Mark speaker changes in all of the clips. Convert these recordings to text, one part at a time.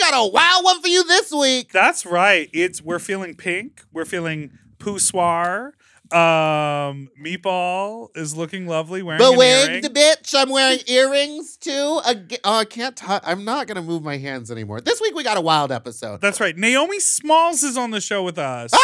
Speaker 1: got a wild one for you this week.
Speaker 2: That's right. It's we're feeling pink. We're feeling poussoir. Um, Meatball is looking lovely wearing
Speaker 1: The
Speaker 2: an
Speaker 1: wig,
Speaker 2: earring.
Speaker 1: the bitch. I'm wearing earrings too. Aga oh, I can't. T- I'm not gonna move my hands anymore. This week we got a wild episode.
Speaker 2: That's right. Naomi Smalls is on the show with us.
Speaker 1: ah!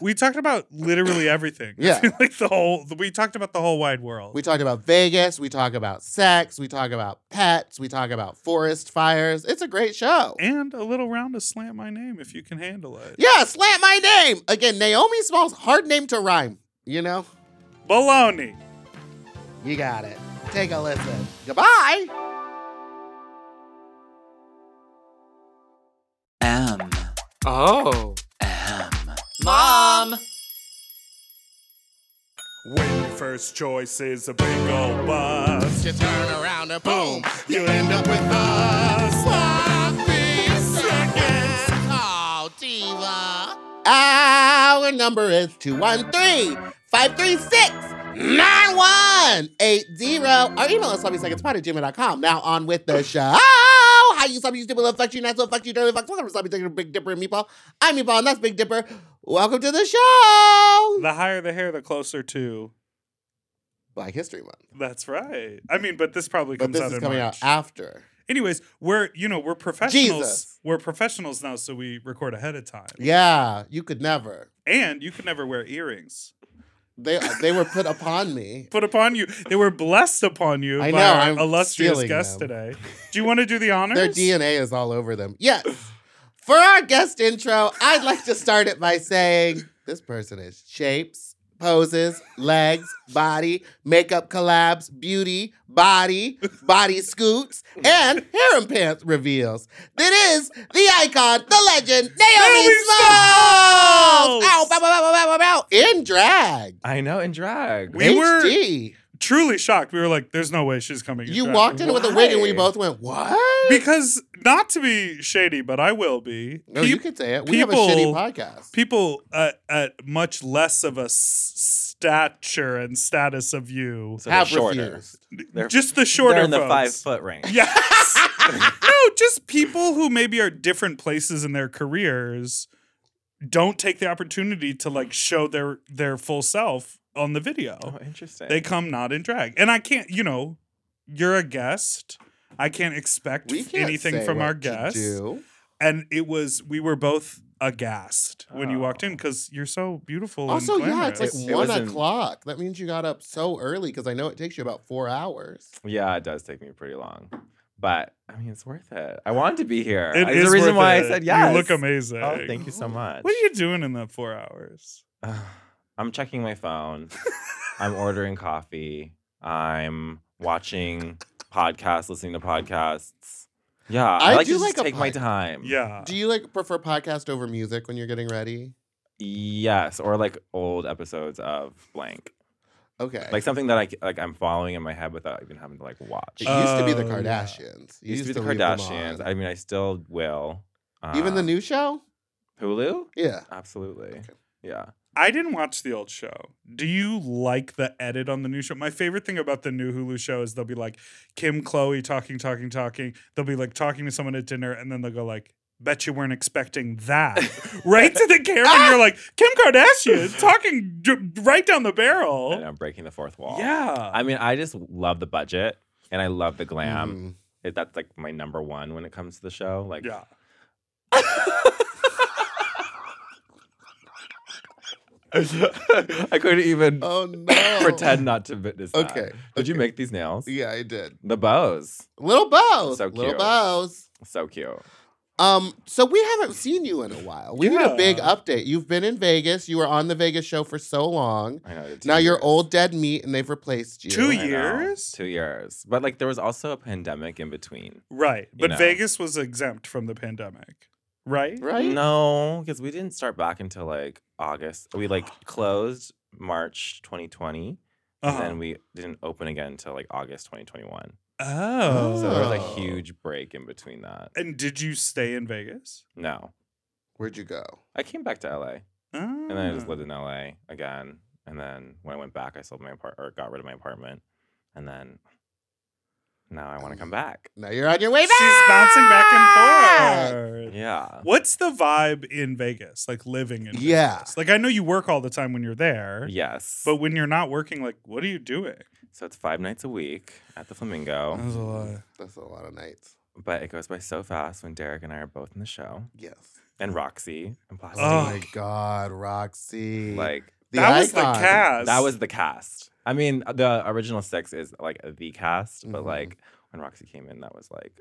Speaker 2: We talked about literally everything. I
Speaker 1: Yeah.
Speaker 2: feel like the whole. We talked about the whole wide world.
Speaker 1: We talked about Vegas. We talk about sex. We talk about pets. We talk about forest fires. It's a great show.
Speaker 2: and a little round of slant my name if you can handle it.
Speaker 1: Yeah, slap my name again. Naomi Smalls, hard name to rhyme. You know,
Speaker 2: Baloney.
Speaker 1: you got it. Take a listen. Goodbye.
Speaker 3: M.
Speaker 4: Oh.
Speaker 3: M.
Speaker 4: Mom!
Speaker 2: When your first choice is a big old bus,
Speaker 1: You turn around and boom, you end up with a sloppy seconds. Oh, diva. Our number is 213-536-9180. Or email us sloppyseconds at gmail.com. Now on with the show. How you sloppy, you stupid little fuck you, not so fuck you, dirty fuck. Welcome to Sloppy Seconds, Big Dipper and Meatball. I'm Meatball, and that's Big Dipper. Welcome to the show.
Speaker 2: the higher the hair, the closer to.
Speaker 1: Black History Month.
Speaker 2: That's right. I mean, but this probably
Speaker 1: But
Speaker 2: comes
Speaker 1: this
Speaker 2: out
Speaker 1: is
Speaker 2: in
Speaker 1: coming
Speaker 2: March.
Speaker 1: out after.
Speaker 2: Anyways, we're you know we're professionals.
Speaker 1: Jesus.
Speaker 2: We're professionals now, so we record ahead of time.
Speaker 1: Yeah, you could never.
Speaker 2: And you could never wear earrings.
Speaker 1: They uh, they were put upon me.
Speaker 2: Put upon you, they were blessed upon you
Speaker 1: I
Speaker 2: by
Speaker 1: know,
Speaker 2: our
Speaker 1: I'm
Speaker 2: illustrious
Speaker 1: stealing
Speaker 2: guest
Speaker 1: them.
Speaker 2: today. Do you want to do the honors?
Speaker 1: Their DNA is all over them. Yes. For our guest intro, I'd like to start it by saying this person is shapes, poses, legs, body, makeup collabs, beauty, body, body scoots, and harem pants reveals. That is the icon, the legend, Naomi,
Speaker 2: Naomi
Speaker 1: Smalls!
Speaker 2: Smalls!
Speaker 1: Ow, bow, bow, bow, bow, bow, bow, in drag.
Speaker 4: I know, in drag.
Speaker 2: We were-
Speaker 1: HD.
Speaker 2: Truly shocked. We were like, "There's no way she's coming." in
Speaker 1: You
Speaker 2: drag.
Speaker 1: walked in with a wig and we
Speaker 4: Why?
Speaker 1: both went, What?
Speaker 2: because not to be shady, but I will be.
Speaker 1: No,
Speaker 2: peop-
Speaker 1: you could say it. We have a shitty
Speaker 2: people-
Speaker 1: podcast.
Speaker 2: people at, at much less of a s- stature and status of you.
Speaker 3: So they're
Speaker 1: Have
Speaker 3: shorter.
Speaker 1: refused.
Speaker 3: They're,
Speaker 2: Just the shorter
Speaker 3: they're in the
Speaker 2: folks.
Speaker 3: five foot range.
Speaker 2: Yes. no, just people who maybe are different places in their careers don't take the opportunity to like show their their full self on the video.
Speaker 3: Oh, interesting.
Speaker 2: They come not in drag. And I can't, you know, you're a guest. I can't expect
Speaker 1: We
Speaker 2: f-
Speaker 1: can't
Speaker 2: anything
Speaker 1: say
Speaker 2: from
Speaker 1: what
Speaker 2: our
Speaker 1: to
Speaker 2: guests.
Speaker 1: do.
Speaker 2: And it was we were both aghast when you walked in
Speaker 3: Oh.
Speaker 2: because you're so beautiful.
Speaker 1: Also,
Speaker 2: and
Speaker 1: yeah, it's like
Speaker 2: glamorous.
Speaker 3: It- it
Speaker 1: one
Speaker 3: was in-
Speaker 1: o'clock. That means you got up so early because I know it takes you about four hours.
Speaker 3: Yeah, it does take me pretty long, but I mean, it's worth it. I wanted to be here.
Speaker 2: It
Speaker 3: It's
Speaker 2: is
Speaker 3: the reason
Speaker 2: worth
Speaker 3: why
Speaker 2: it.
Speaker 3: I said yes.
Speaker 2: You look amazing.
Speaker 3: Oh, thank you so much.
Speaker 2: What are you doing in that four hours?
Speaker 3: I'm checking my phone. I'm ordering coffee. I'm watching podcasts, listening to podcasts. Yeah, I,
Speaker 1: I
Speaker 3: like
Speaker 1: do
Speaker 3: to
Speaker 1: like
Speaker 3: just
Speaker 1: a
Speaker 3: take my
Speaker 1: pod-
Speaker 3: time.
Speaker 2: Yeah.
Speaker 1: Do you like prefer podcast over music when you're getting ready?
Speaker 3: Yes, or like old episodes of blank,
Speaker 1: Okay.
Speaker 3: like something that I c- like. I'm following in my head without even having to like watch.
Speaker 1: it used to be the
Speaker 2: Oh, yeah.
Speaker 1: Kardashians. You
Speaker 3: used to be the
Speaker 1: leave them
Speaker 3: Kardashians.
Speaker 1: on.
Speaker 3: I mean, I still will. Uh,
Speaker 1: Even the new show?
Speaker 3: Hulu.
Speaker 1: Yeah.
Speaker 3: Absolutely.
Speaker 1: Okay.
Speaker 3: Yeah.
Speaker 2: I didn't watch the old show. Do you like the edit on the new show? My favorite thing about the new Hulu show is they'll be like Kim, Chloe talking, talking, talking. They'll be like talking to someone at dinner, and then they'll go like, "Bet you weren't expecting that," right to the camera. and you're like Kim Kardashian talking d- right down the
Speaker 3: And
Speaker 2: barrel.
Speaker 3: I'm breaking the fourth wall.
Speaker 2: Oh. Yeah.
Speaker 3: I mean, I just love the budget and I love the glam.
Speaker 1: Mhm.
Speaker 3: It, that's like my number one when it comes to the show. Like,
Speaker 2: yeah.
Speaker 3: I couldn't even
Speaker 1: Oh no.
Speaker 3: pretend not to witness that.
Speaker 1: Okay,
Speaker 3: Did you
Speaker 1: okay.
Speaker 3: make these nails?
Speaker 1: Yeah, I did.
Speaker 3: The bows.
Speaker 1: Little bows.
Speaker 3: So
Speaker 1: Little
Speaker 3: cute.
Speaker 1: bows.
Speaker 3: So cute.
Speaker 1: Um, so we haven't seen you in a while. We need a big
Speaker 2: Yeah.
Speaker 1: update. You've been in Vegas. You were on the Vegas show for so long.
Speaker 3: I know. it's
Speaker 1: Now
Speaker 3: two
Speaker 1: you're
Speaker 3: years.
Speaker 1: old dead meat and they've replaced you.
Speaker 2: Two
Speaker 3: I know,
Speaker 2: years?
Speaker 3: Two years. But like, there was also a pandemic in between.
Speaker 2: Right. But
Speaker 3: know.
Speaker 2: Vegas was exempt from the pandemic. Right?
Speaker 1: Right?
Speaker 3: No, because we didn't start back until like August. We like closed March 2020,
Speaker 2: Uh-huh.
Speaker 3: and then we didn't open again until like August 2021.
Speaker 2: oh.
Speaker 3: So there was a
Speaker 1: Oh.
Speaker 3: huge break in between that.
Speaker 2: and did you stay in Vegas?
Speaker 3: No,
Speaker 1: Where'd you go?
Speaker 3: I came back to LA, and then I just
Speaker 2: Ah.
Speaker 3: lived in LA again. And then when I went back, I sold my apartment or got rid of my apartment, and then now I want to come back.
Speaker 1: Now you're on your way back.
Speaker 2: She's bouncing back and forth.
Speaker 3: Yeah.
Speaker 2: What's the vibe in Vegas? Like living in
Speaker 1: Yeah.
Speaker 2: Vegas? Like I know you work all the time when you're there,
Speaker 3: Yes.
Speaker 2: but when you're not working, like what are you doing?
Speaker 3: so it's five nights a week at the Flamingo,
Speaker 2: That's a lot.
Speaker 1: That's a lot of nights.
Speaker 3: but it goes by so fast when Derek and I are both in the show,
Speaker 1: Yes.
Speaker 3: and Roxy and Plastic.
Speaker 1: Oh
Speaker 2: Ugh.
Speaker 1: my God, Roxy.
Speaker 3: Like
Speaker 1: The
Speaker 2: that was the
Speaker 1: icon.
Speaker 2: cast.
Speaker 3: that was the cast. I mean, the original six is like the cast, but
Speaker 1: Mhm.
Speaker 3: like when Roxy came in, that was like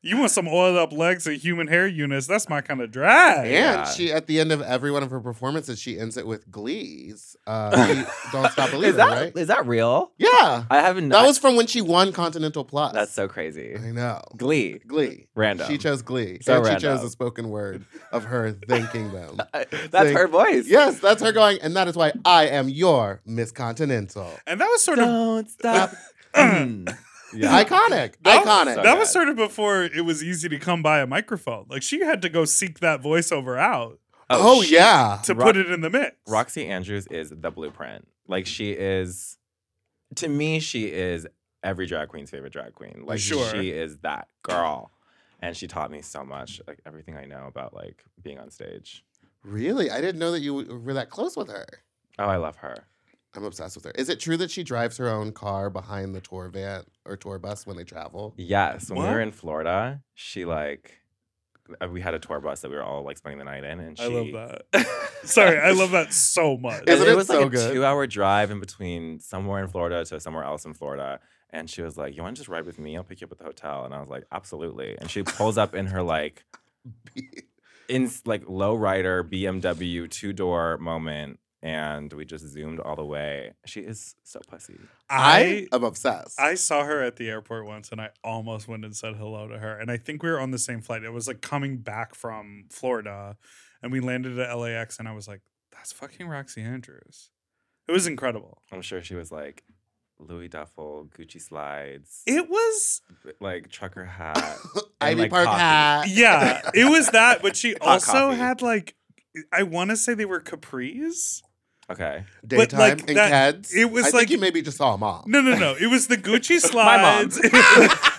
Speaker 2: you want some oiled up legs and human hair units? That's my kind of drag.
Speaker 1: And
Speaker 3: Yeah.
Speaker 1: she, at the end of every one of her performances, she ends it with Glee's. Uh, Be- Don't stop believing,
Speaker 3: is that
Speaker 1: right?
Speaker 3: is that real?
Speaker 1: Yeah,
Speaker 3: I haven't.
Speaker 1: that was from when she won Continental Plus.
Speaker 3: that's so crazy.
Speaker 1: I know.
Speaker 3: Glee,
Speaker 1: Glee.
Speaker 3: random.
Speaker 1: She chose Glee.
Speaker 3: So
Speaker 1: and she
Speaker 3: random.
Speaker 1: chose a spoken word of her thanking them.
Speaker 3: that's
Speaker 1: Like-
Speaker 3: her voice.
Speaker 1: yes, that's her going, and that is why I am your Miss Continental.
Speaker 2: And that was sort of
Speaker 3: Don't stop. Mm. yeah.
Speaker 1: Iconic.
Speaker 2: That-
Speaker 1: Iconic.
Speaker 3: so
Speaker 2: that was
Speaker 3: good.
Speaker 2: sort of before it was easy to come by a microphone. Like she had to go seek that voiceover out
Speaker 1: oh,
Speaker 3: shit.
Speaker 1: yeah.
Speaker 2: to
Speaker 3: Rock-
Speaker 2: put it in the mix.
Speaker 3: Roxy Andrews is the blueprint. Like she is, to me, she is every drag queen's favorite drag queen. Like
Speaker 2: Sure.
Speaker 3: she is that girl, and she taught me so much, like everything I know about like being on stage.
Speaker 1: Really? I didn't know that you were that close with her.
Speaker 3: Oh, I love her.
Speaker 1: I'm obsessed with her. Is it true that she drives her own car behind the tour van or tour bus when they travel?
Speaker 3: Yes, when we
Speaker 2: What?
Speaker 3: were in Florida, she like uh, we had a tour bus that we were all like spending the night in, and she.
Speaker 2: I love that. Sorry, I love that so much.
Speaker 1: Isn't
Speaker 3: And
Speaker 1: it
Speaker 3: it was
Speaker 1: so
Speaker 3: like a
Speaker 1: good?
Speaker 3: two-hour drive in between somewhere in Florida to somewhere else in Florida, and she was like, "You want to just ride with me? I'll pick you up at the hotel." And I was like, "Absolutely!" And she pulls up in her like in like low rider BMW two door moment, and we just zoomed all the way. She is so pussy.
Speaker 2: I
Speaker 1: am obsessed.
Speaker 2: I saw her at the airport once and I almost went and said hello to her. And I think we were on the same flight. It was like coming back from Florida and we landed at LAX and I was like, that's fucking Roxy Andrews. It was incredible.
Speaker 3: I'm sure she was like Louis Duffel, Gucci slides,
Speaker 2: It was,
Speaker 3: like trucker hat.
Speaker 1: Ivy
Speaker 3: like
Speaker 1: Park
Speaker 3: coffee.
Speaker 1: hat.
Speaker 2: yeah, it was that, but she
Speaker 3: Hot
Speaker 2: also
Speaker 3: coffee.
Speaker 2: had like, I want to say they were capris.
Speaker 3: Okay,
Speaker 2: But,
Speaker 1: Daytime
Speaker 2: like,
Speaker 1: in
Speaker 2: that-
Speaker 1: Keds.
Speaker 2: it was
Speaker 1: I
Speaker 2: like-
Speaker 1: think you maybe just saw them all.
Speaker 2: No, no, no. It was the Gucci
Speaker 3: My mom.
Speaker 2: slides.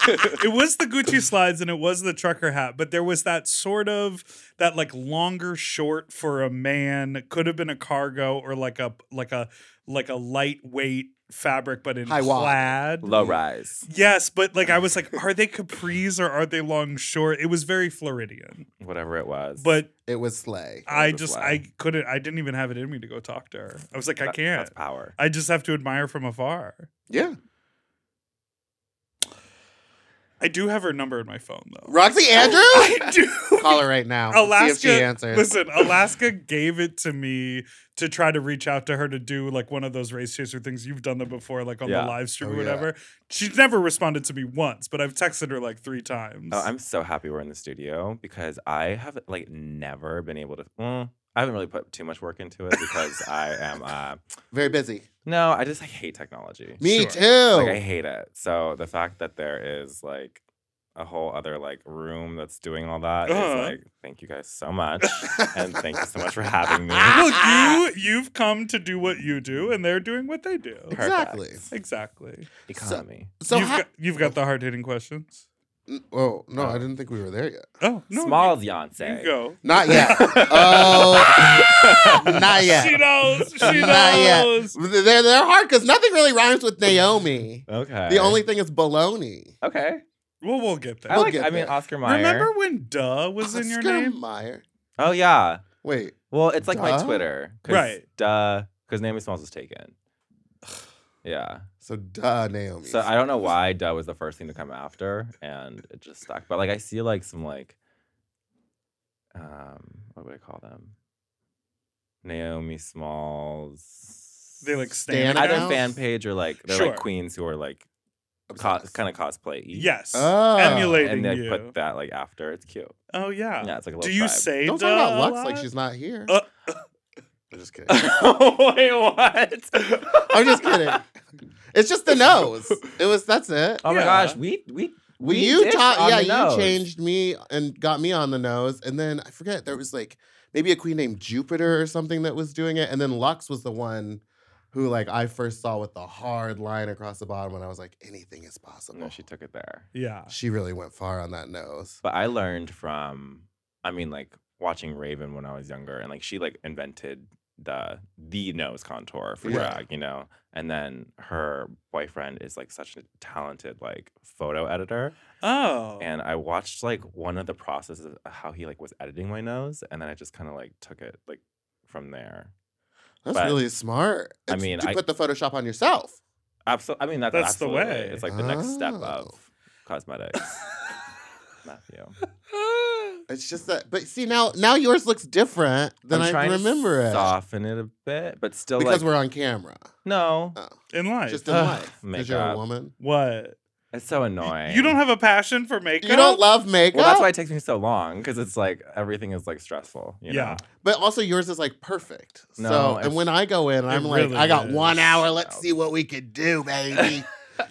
Speaker 2: it was the Gucci slides and it was the trucker hat, but there was that sort of that like longer short for a man could have been a cargo or like a like a like a lightweight fabric but in
Speaker 1: High water.
Speaker 2: plaid.
Speaker 3: low rise.
Speaker 2: Yes, but like I was like are they capris or are they long short? It was very Floridian.
Speaker 3: whatever it was.
Speaker 2: But
Speaker 1: It was Slay.
Speaker 2: I
Speaker 3: was a
Speaker 2: just
Speaker 3: fly.
Speaker 2: I couldn't I didn't even have it in me to go talk to her. I was like I
Speaker 3: That-
Speaker 2: can't.
Speaker 3: That's power.
Speaker 2: I just have to admire from afar.
Speaker 1: Yeah.
Speaker 2: I do have her number in my phone though.
Speaker 1: Roxy Andrews?
Speaker 2: I do.
Speaker 1: Call her right now. Alaska. See if she
Speaker 2: Alaska-
Speaker 1: answers.
Speaker 2: Listen, Alaska gave it to me to try to reach out to her to do like one of those race chaser things. You've done them before, like on
Speaker 3: Yeah.
Speaker 2: the live stream
Speaker 1: Oh,
Speaker 2: or
Speaker 1: yeah.
Speaker 2: whatever. She's never responded to me once, but I've texted her like three times.
Speaker 3: Oh, I'm so happy we're in the studio because I have like never been able to. Mm, I haven't really put too much work into it because I am. Uh,
Speaker 1: Very busy.
Speaker 3: no, I just like, hate technology.
Speaker 1: Me
Speaker 2: Sure.
Speaker 1: too.
Speaker 3: Like I hate it. So the fact that there is like a whole other like room that's doing all that is
Speaker 2: Uh-huh.
Speaker 3: like thank you guys so much and thank you so much for having me.
Speaker 2: Well, you you've come to do what you do, and they're doing what they do.
Speaker 3: Perfect.
Speaker 1: exactly.
Speaker 2: Exactly.
Speaker 3: Economy.
Speaker 1: So,
Speaker 2: you've,
Speaker 1: ha-
Speaker 2: got, you've got the hard hitting questions.
Speaker 1: N- oh, no,
Speaker 3: Oh.
Speaker 1: I didn't think we were there yet.
Speaker 2: Oh no,
Speaker 3: Small
Speaker 2: You, you
Speaker 3: Beyonce.
Speaker 2: go.
Speaker 1: Not yet. Oh, not yet.
Speaker 2: She knows. She
Speaker 1: Not yet.
Speaker 2: knows.
Speaker 1: They're, they're hard because nothing really rhymes with Naomi.
Speaker 3: Okay.
Speaker 1: The only thing is baloney.
Speaker 3: Okay.
Speaker 2: Well, we'll get there.
Speaker 3: I
Speaker 1: We'll
Speaker 3: like.
Speaker 1: get
Speaker 3: I mean,
Speaker 1: there.
Speaker 3: Oscar Mayer.
Speaker 2: Remember when "duh" was in your
Speaker 1: Oscar
Speaker 2: name?
Speaker 1: Mayer.
Speaker 3: Oh yeah.
Speaker 1: Ah, Wait,
Speaker 3: Well, it's like my
Speaker 1: Duh?
Speaker 3: Twitter, 'cause,
Speaker 2: Right.
Speaker 3: Duh, because Naomi Smalls was taken. Yeah.
Speaker 1: so duh, Naomi.
Speaker 3: So I don't know why Duh was the first thing to come after, and it just stuck. But like, I see like some like, um, what would I call them? Naomi Smalls.
Speaker 2: They like
Speaker 1: Stan
Speaker 2: stand.
Speaker 3: either
Speaker 1: out?
Speaker 3: fan page or like they're
Speaker 2: Sure.
Speaker 3: like queens who are like co-
Speaker 1: Obsessed.
Speaker 3: kind of cosplay.
Speaker 2: Yes.
Speaker 1: Oh.
Speaker 2: Emulating
Speaker 3: And they
Speaker 2: you.
Speaker 3: put that like after. It's cute.
Speaker 2: oh yeah.
Speaker 3: Yeah, it's like a little.
Speaker 2: Do you
Speaker 3: tribe.
Speaker 2: say
Speaker 1: Don't
Speaker 2: duh
Speaker 1: talk about
Speaker 2: a
Speaker 1: Lux like
Speaker 2: lot?
Speaker 1: she's not here.
Speaker 2: Uh,
Speaker 1: I'm just kidding.
Speaker 3: Wait, what?
Speaker 1: I'm just kidding. It's just the nose. It was that's it.
Speaker 3: Oh my
Speaker 2: Yeah.
Speaker 3: gosh, we we
Speaker 1: Well,
Speaker 3: We
Speaker 1: you
Speaker 3: did
Speaker 1: taught,
Speaker 3: on
Speaker 1: yeah,
Speaker 3: the nose.
Speaker 1: you changed me and got me on the nose, and then I forget there was like maybe a queen named Jupiter or something that was doing it, and then Lux was the one who like I first saw with the hard line across the bottom, and I was like, anything is possible.
Speaker 3: No,
Speaker 1: she,
Speaker 3: she took it there.
Speaker 2: Yeah.
Speaker 1: really went far on that nose.
Speaker 3: But I learned from, I mean, like watching Raven when I was younger, and like she like invented the the nose contour for
Speaker 1: Yeah.
Speaker 3: drag, you know. And then her boyfriend is like such a talented like photo editor,
Speaker 2: Oh.
Speaker 3: and I watched like one of the processes of how he like was editing my nose, and then I just kind of like took it like from there.
Speaker 1: That's
Speaker 3: But-
Speaker 1: really smart.
Speaker 3: I
Speaker 1: It's-
Speaker 3: mean,
Speaker 1: you
Speaker 3: I-
Speaker 1: put the Photoshop on yourself.
Speaker 3: Absolutely, I mean that's,
Speaker 2: That's the
Speaker 3: absolutely-
Speaker 2: way.
Speaker 3: It's like the next step
Speaker 1: Oh.
Speaker 3: of cosmetics, Matthew.
Speaker 1: It's just that, but see now, now yours looks different than
Speaker 3: I'm
Speaker 1: I
Speaker 3: trying to
Speaker 1: remember it
Speaker 3: soften it a bit, but still
Speaker 1: because
Speaker 3: like
Speaker 1: we're on camera.
Speaker 3: no.
Speaker 1: Uh,
Speaker 2: in life.
Speaker 1: Just in
Speaker 3: Ugh,
Speaker 1: life, because you're a
Speaker 3: makeup.
Speaker 1: woman.
Speaker 2: what?
Speaker 3: It's so annoying.
Speaker 2: You don't have a passion for makeup?
Speaker 1: You don't love makeup,
Speaker 3: Well, that's why it takes me so long because it's like everything is like stressful. You
Speaker 2: Yeah.
Speaker 3: Know?
Speaker 1: but also yours is like perfect.
Speaker 3: No,
Speaker 1: so, and
Speaker 3: it's-
Speaker 1: when I go in, I'm like,
Speaker 2: really
Speaker 1: I got
Speaker 2: is.
Speaker 1: one hour. Let's
Speaker 3: No.
Speaker 1: see what we can do, baby.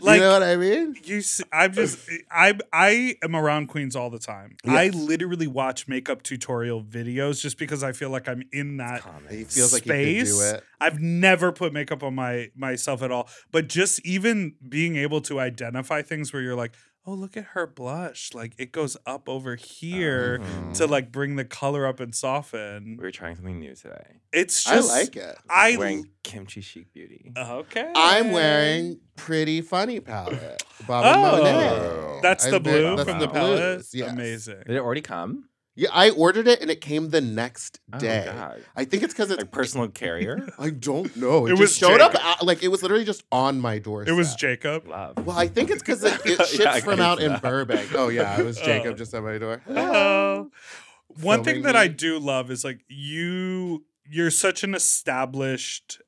Speaker 2: Like-
Speaker 1: you know what I mean?
Speaker 2: You see, I'm just I I am around queens all the time. I
Speaker 1: Yes.
Speaker 2: literally watch makeup tutorial videos just because I feel like I'm in that.
Speaker 1: He
Speaker 3: Comedy.
Speaker 1: feels like he could do
Speaker 2: Space.
Speaker 1: it.
Speaker 2: I've never put makeup on my myself at all, but just even being able to identify things where you're like, "Oh, look at her blush. Like it goes up
Speaker 3: Oh,
Speaker 2: over here
Speaker 1: Mm-hmm.
Speaker 3: Mhm.
Speaker 2: to like bring the color up and soften."
Speaker 3: we were trying something new today.
Speaker 2: It's just
Speaker 1: I like it.
Speaker 2: I
Speaker 3: wearing kimchi chic beauty.
Speaker 2: Okay.
Speaker 1: I'm wering pretty funny palette. Bobby
Speaker 2: Oh.
Speaker 1: Monet.
Speaker 2: That's
Speaker 1: I
Speaker 2: the
Speaker 1: did-
Speaker 2: blue
Speaker 3: that's
Speaker 2: from
Speaker 3: the
Speaker 2: the palette.
Speaker 1: blues, yes.
Speaker 2: Amazing.
Speaker 3: Did it already come?
Speaker 1: Yeah, I ordered it and it came the next
Speaker 3: Oh,
Speaker 1: day.
Speaker 3: God.
Speaker 1: I think it's because it's
Speaker 3: Like personal carrier.
Speaker 1: I don't know. It,
Speaker 2: It
Speaker 1: just
Speaker 2: was
Speaker 1: showed
Speaker 2: Jacob.
Speaker 1: up uh, like it was literally just on my doorstep.
Speaker 2: It was Jacob.
Speaker 3: Love.
Speaker 1: Well, I think it's because it, it
Speaker 3: Yeah,
Speaker 1: ships
Speaker 3: I
Speaker 1: from
Speaker 3: can
Speaker 1: out
Speaker 3: see
Speaker 1: in
Speaker 3: that.
Speaker 1: Burbank. Oh yeah, it was
Speaker 2: Oh.
Speaker 1: Jacob just at my door.
Speaker 2: Oh. One thing
Speaker 1: Filming
Speaker 2: that I
Speaker 1: me.
Speaker 2: do love is like you you're such an established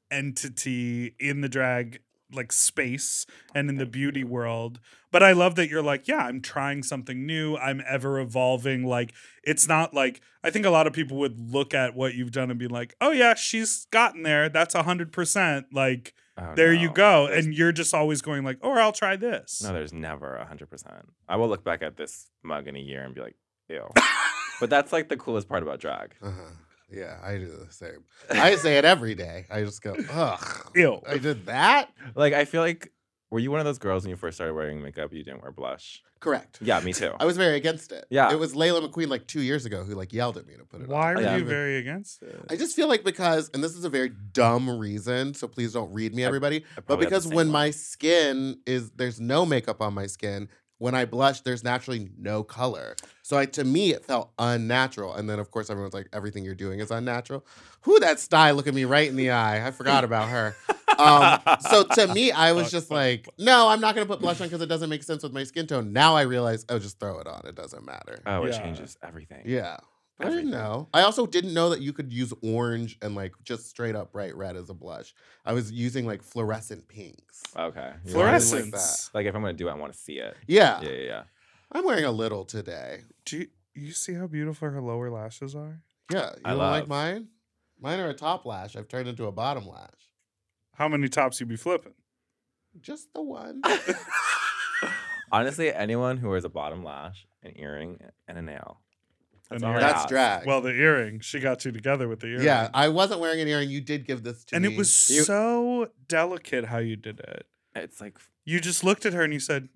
Speaker 2: entity in the drag like space and in the beauty world. But I love that you're like, yeah, I'm trying something new. I'm ever evolving. Like it's not like I think a lot of people would look at what you've done and be like, oh yeah, she's gotten there. That's a hundred percent. Like
Speaker 3: Oh,
Speaker 2: there you
Speaker 3: no.
Speaker 2: go.
Speaker 3: There's-
Speaker 2: and you're just always going like, or I'll try this.
Speaker 3: no, there's never a hundred percent. I will look back at this mug in a year and be like, ew. but that's like the coolest part about drag.
Speaker 1: Uh-huh. Yeah, I do the same. I say it every day. I just go, ugh.
Speaker 2: Ew.
Speaker 1: I did that.
Speaker 3: Like I feel like were you one of those girls when you first started wearing makeup? You didn't wear blush.
Speaker 1: Correct.
Speaker 3: Yeah, me too.
Speaker 1: I was very against it.
Speaker 3: Yeah.
Speaker 1: It was Layla McQueen like two years ago who like yelled at me to put it on.
Speaker 2: Why were
Speaker 3: Yeah.
Speaker 2: you very against it?
Speaker 1: I just feel like because, and this is a very dumb reason, so please don't read me,
Speaker 3: I-
Speaker 1: everybody.
Speaker 3: I
Speaker 1: But
Speaker 3: probably had Oh, the
Speaker 1: because
Speaker 3: same
Speaker 1: when
Speaker 3: one.
Speaker 1: my skin is, there's no makeup on my skin. When I blush, there's naturally no color. So I, to me, it felt unnatural. And then, of course, everyone's like, everything you're doing is unnatural. Who that sty looking me right in the eye? I forgot about her. Um, so to me, I was just like, no, I'm not going to put blush on because it doesn't make sense with my skin tone. Now I realize, oh, just throw it on. It doesn't matter.
Speaker 3: oh, it
Speaker 2: Yeah.
Speaker 3: changes everything.
Speaker 1: Yeah. I didn't
Speaker 3: Everything.
Speaker 1: know. I also didn't know that you could use orange and like just straight up bright red as a blush. I was using like fluorescent pinks.
Speaker 3: Okay. You wanna-
Speaker 1: Fluorescent.
Speaker 2: Fluorescence.
Speaker 3: Like if I'm gonna do it, I want to see it.
Speaker 1: Yeah.
Speaker 3: Yeah, yeah, yeah.
Speaker 1: I'm wearing a little today.
Speaker 2: Do you, you see how beautiful her lower lashes are?
Speaker 1: Yeah. You
Speaker 3: I
Speaker 1: don't like
Speaker 3: love.
Speaker 1: mine? Mine are a top lash. I've turned into a bottom lash.
Speaker 2: How many tops you be flipping?
Speaker 1: Just the one.
Speaker 3: Honestly, anyone who wears a bottom lash, an earring, and a nail.
Speaker 2: An
Speaker 3: That's, all
Speaker 2: earring.
Speaker 3: I
Speaker 1: That's
Speaker 3: ask.
Speaker 1: drag.
Speaker 2: Well, the earring. She got you together with the earring.
Speaker 1: yeah. I wasn't wearing an earring. You did give this to
Speaker 2: and
Speaker 1: me.
Speaker 2: it was
Speaker 3: You-
Speaker 2: so delicate how you did it.
Speaker 3: It's like
Speaker 2: You just looked at her and you said,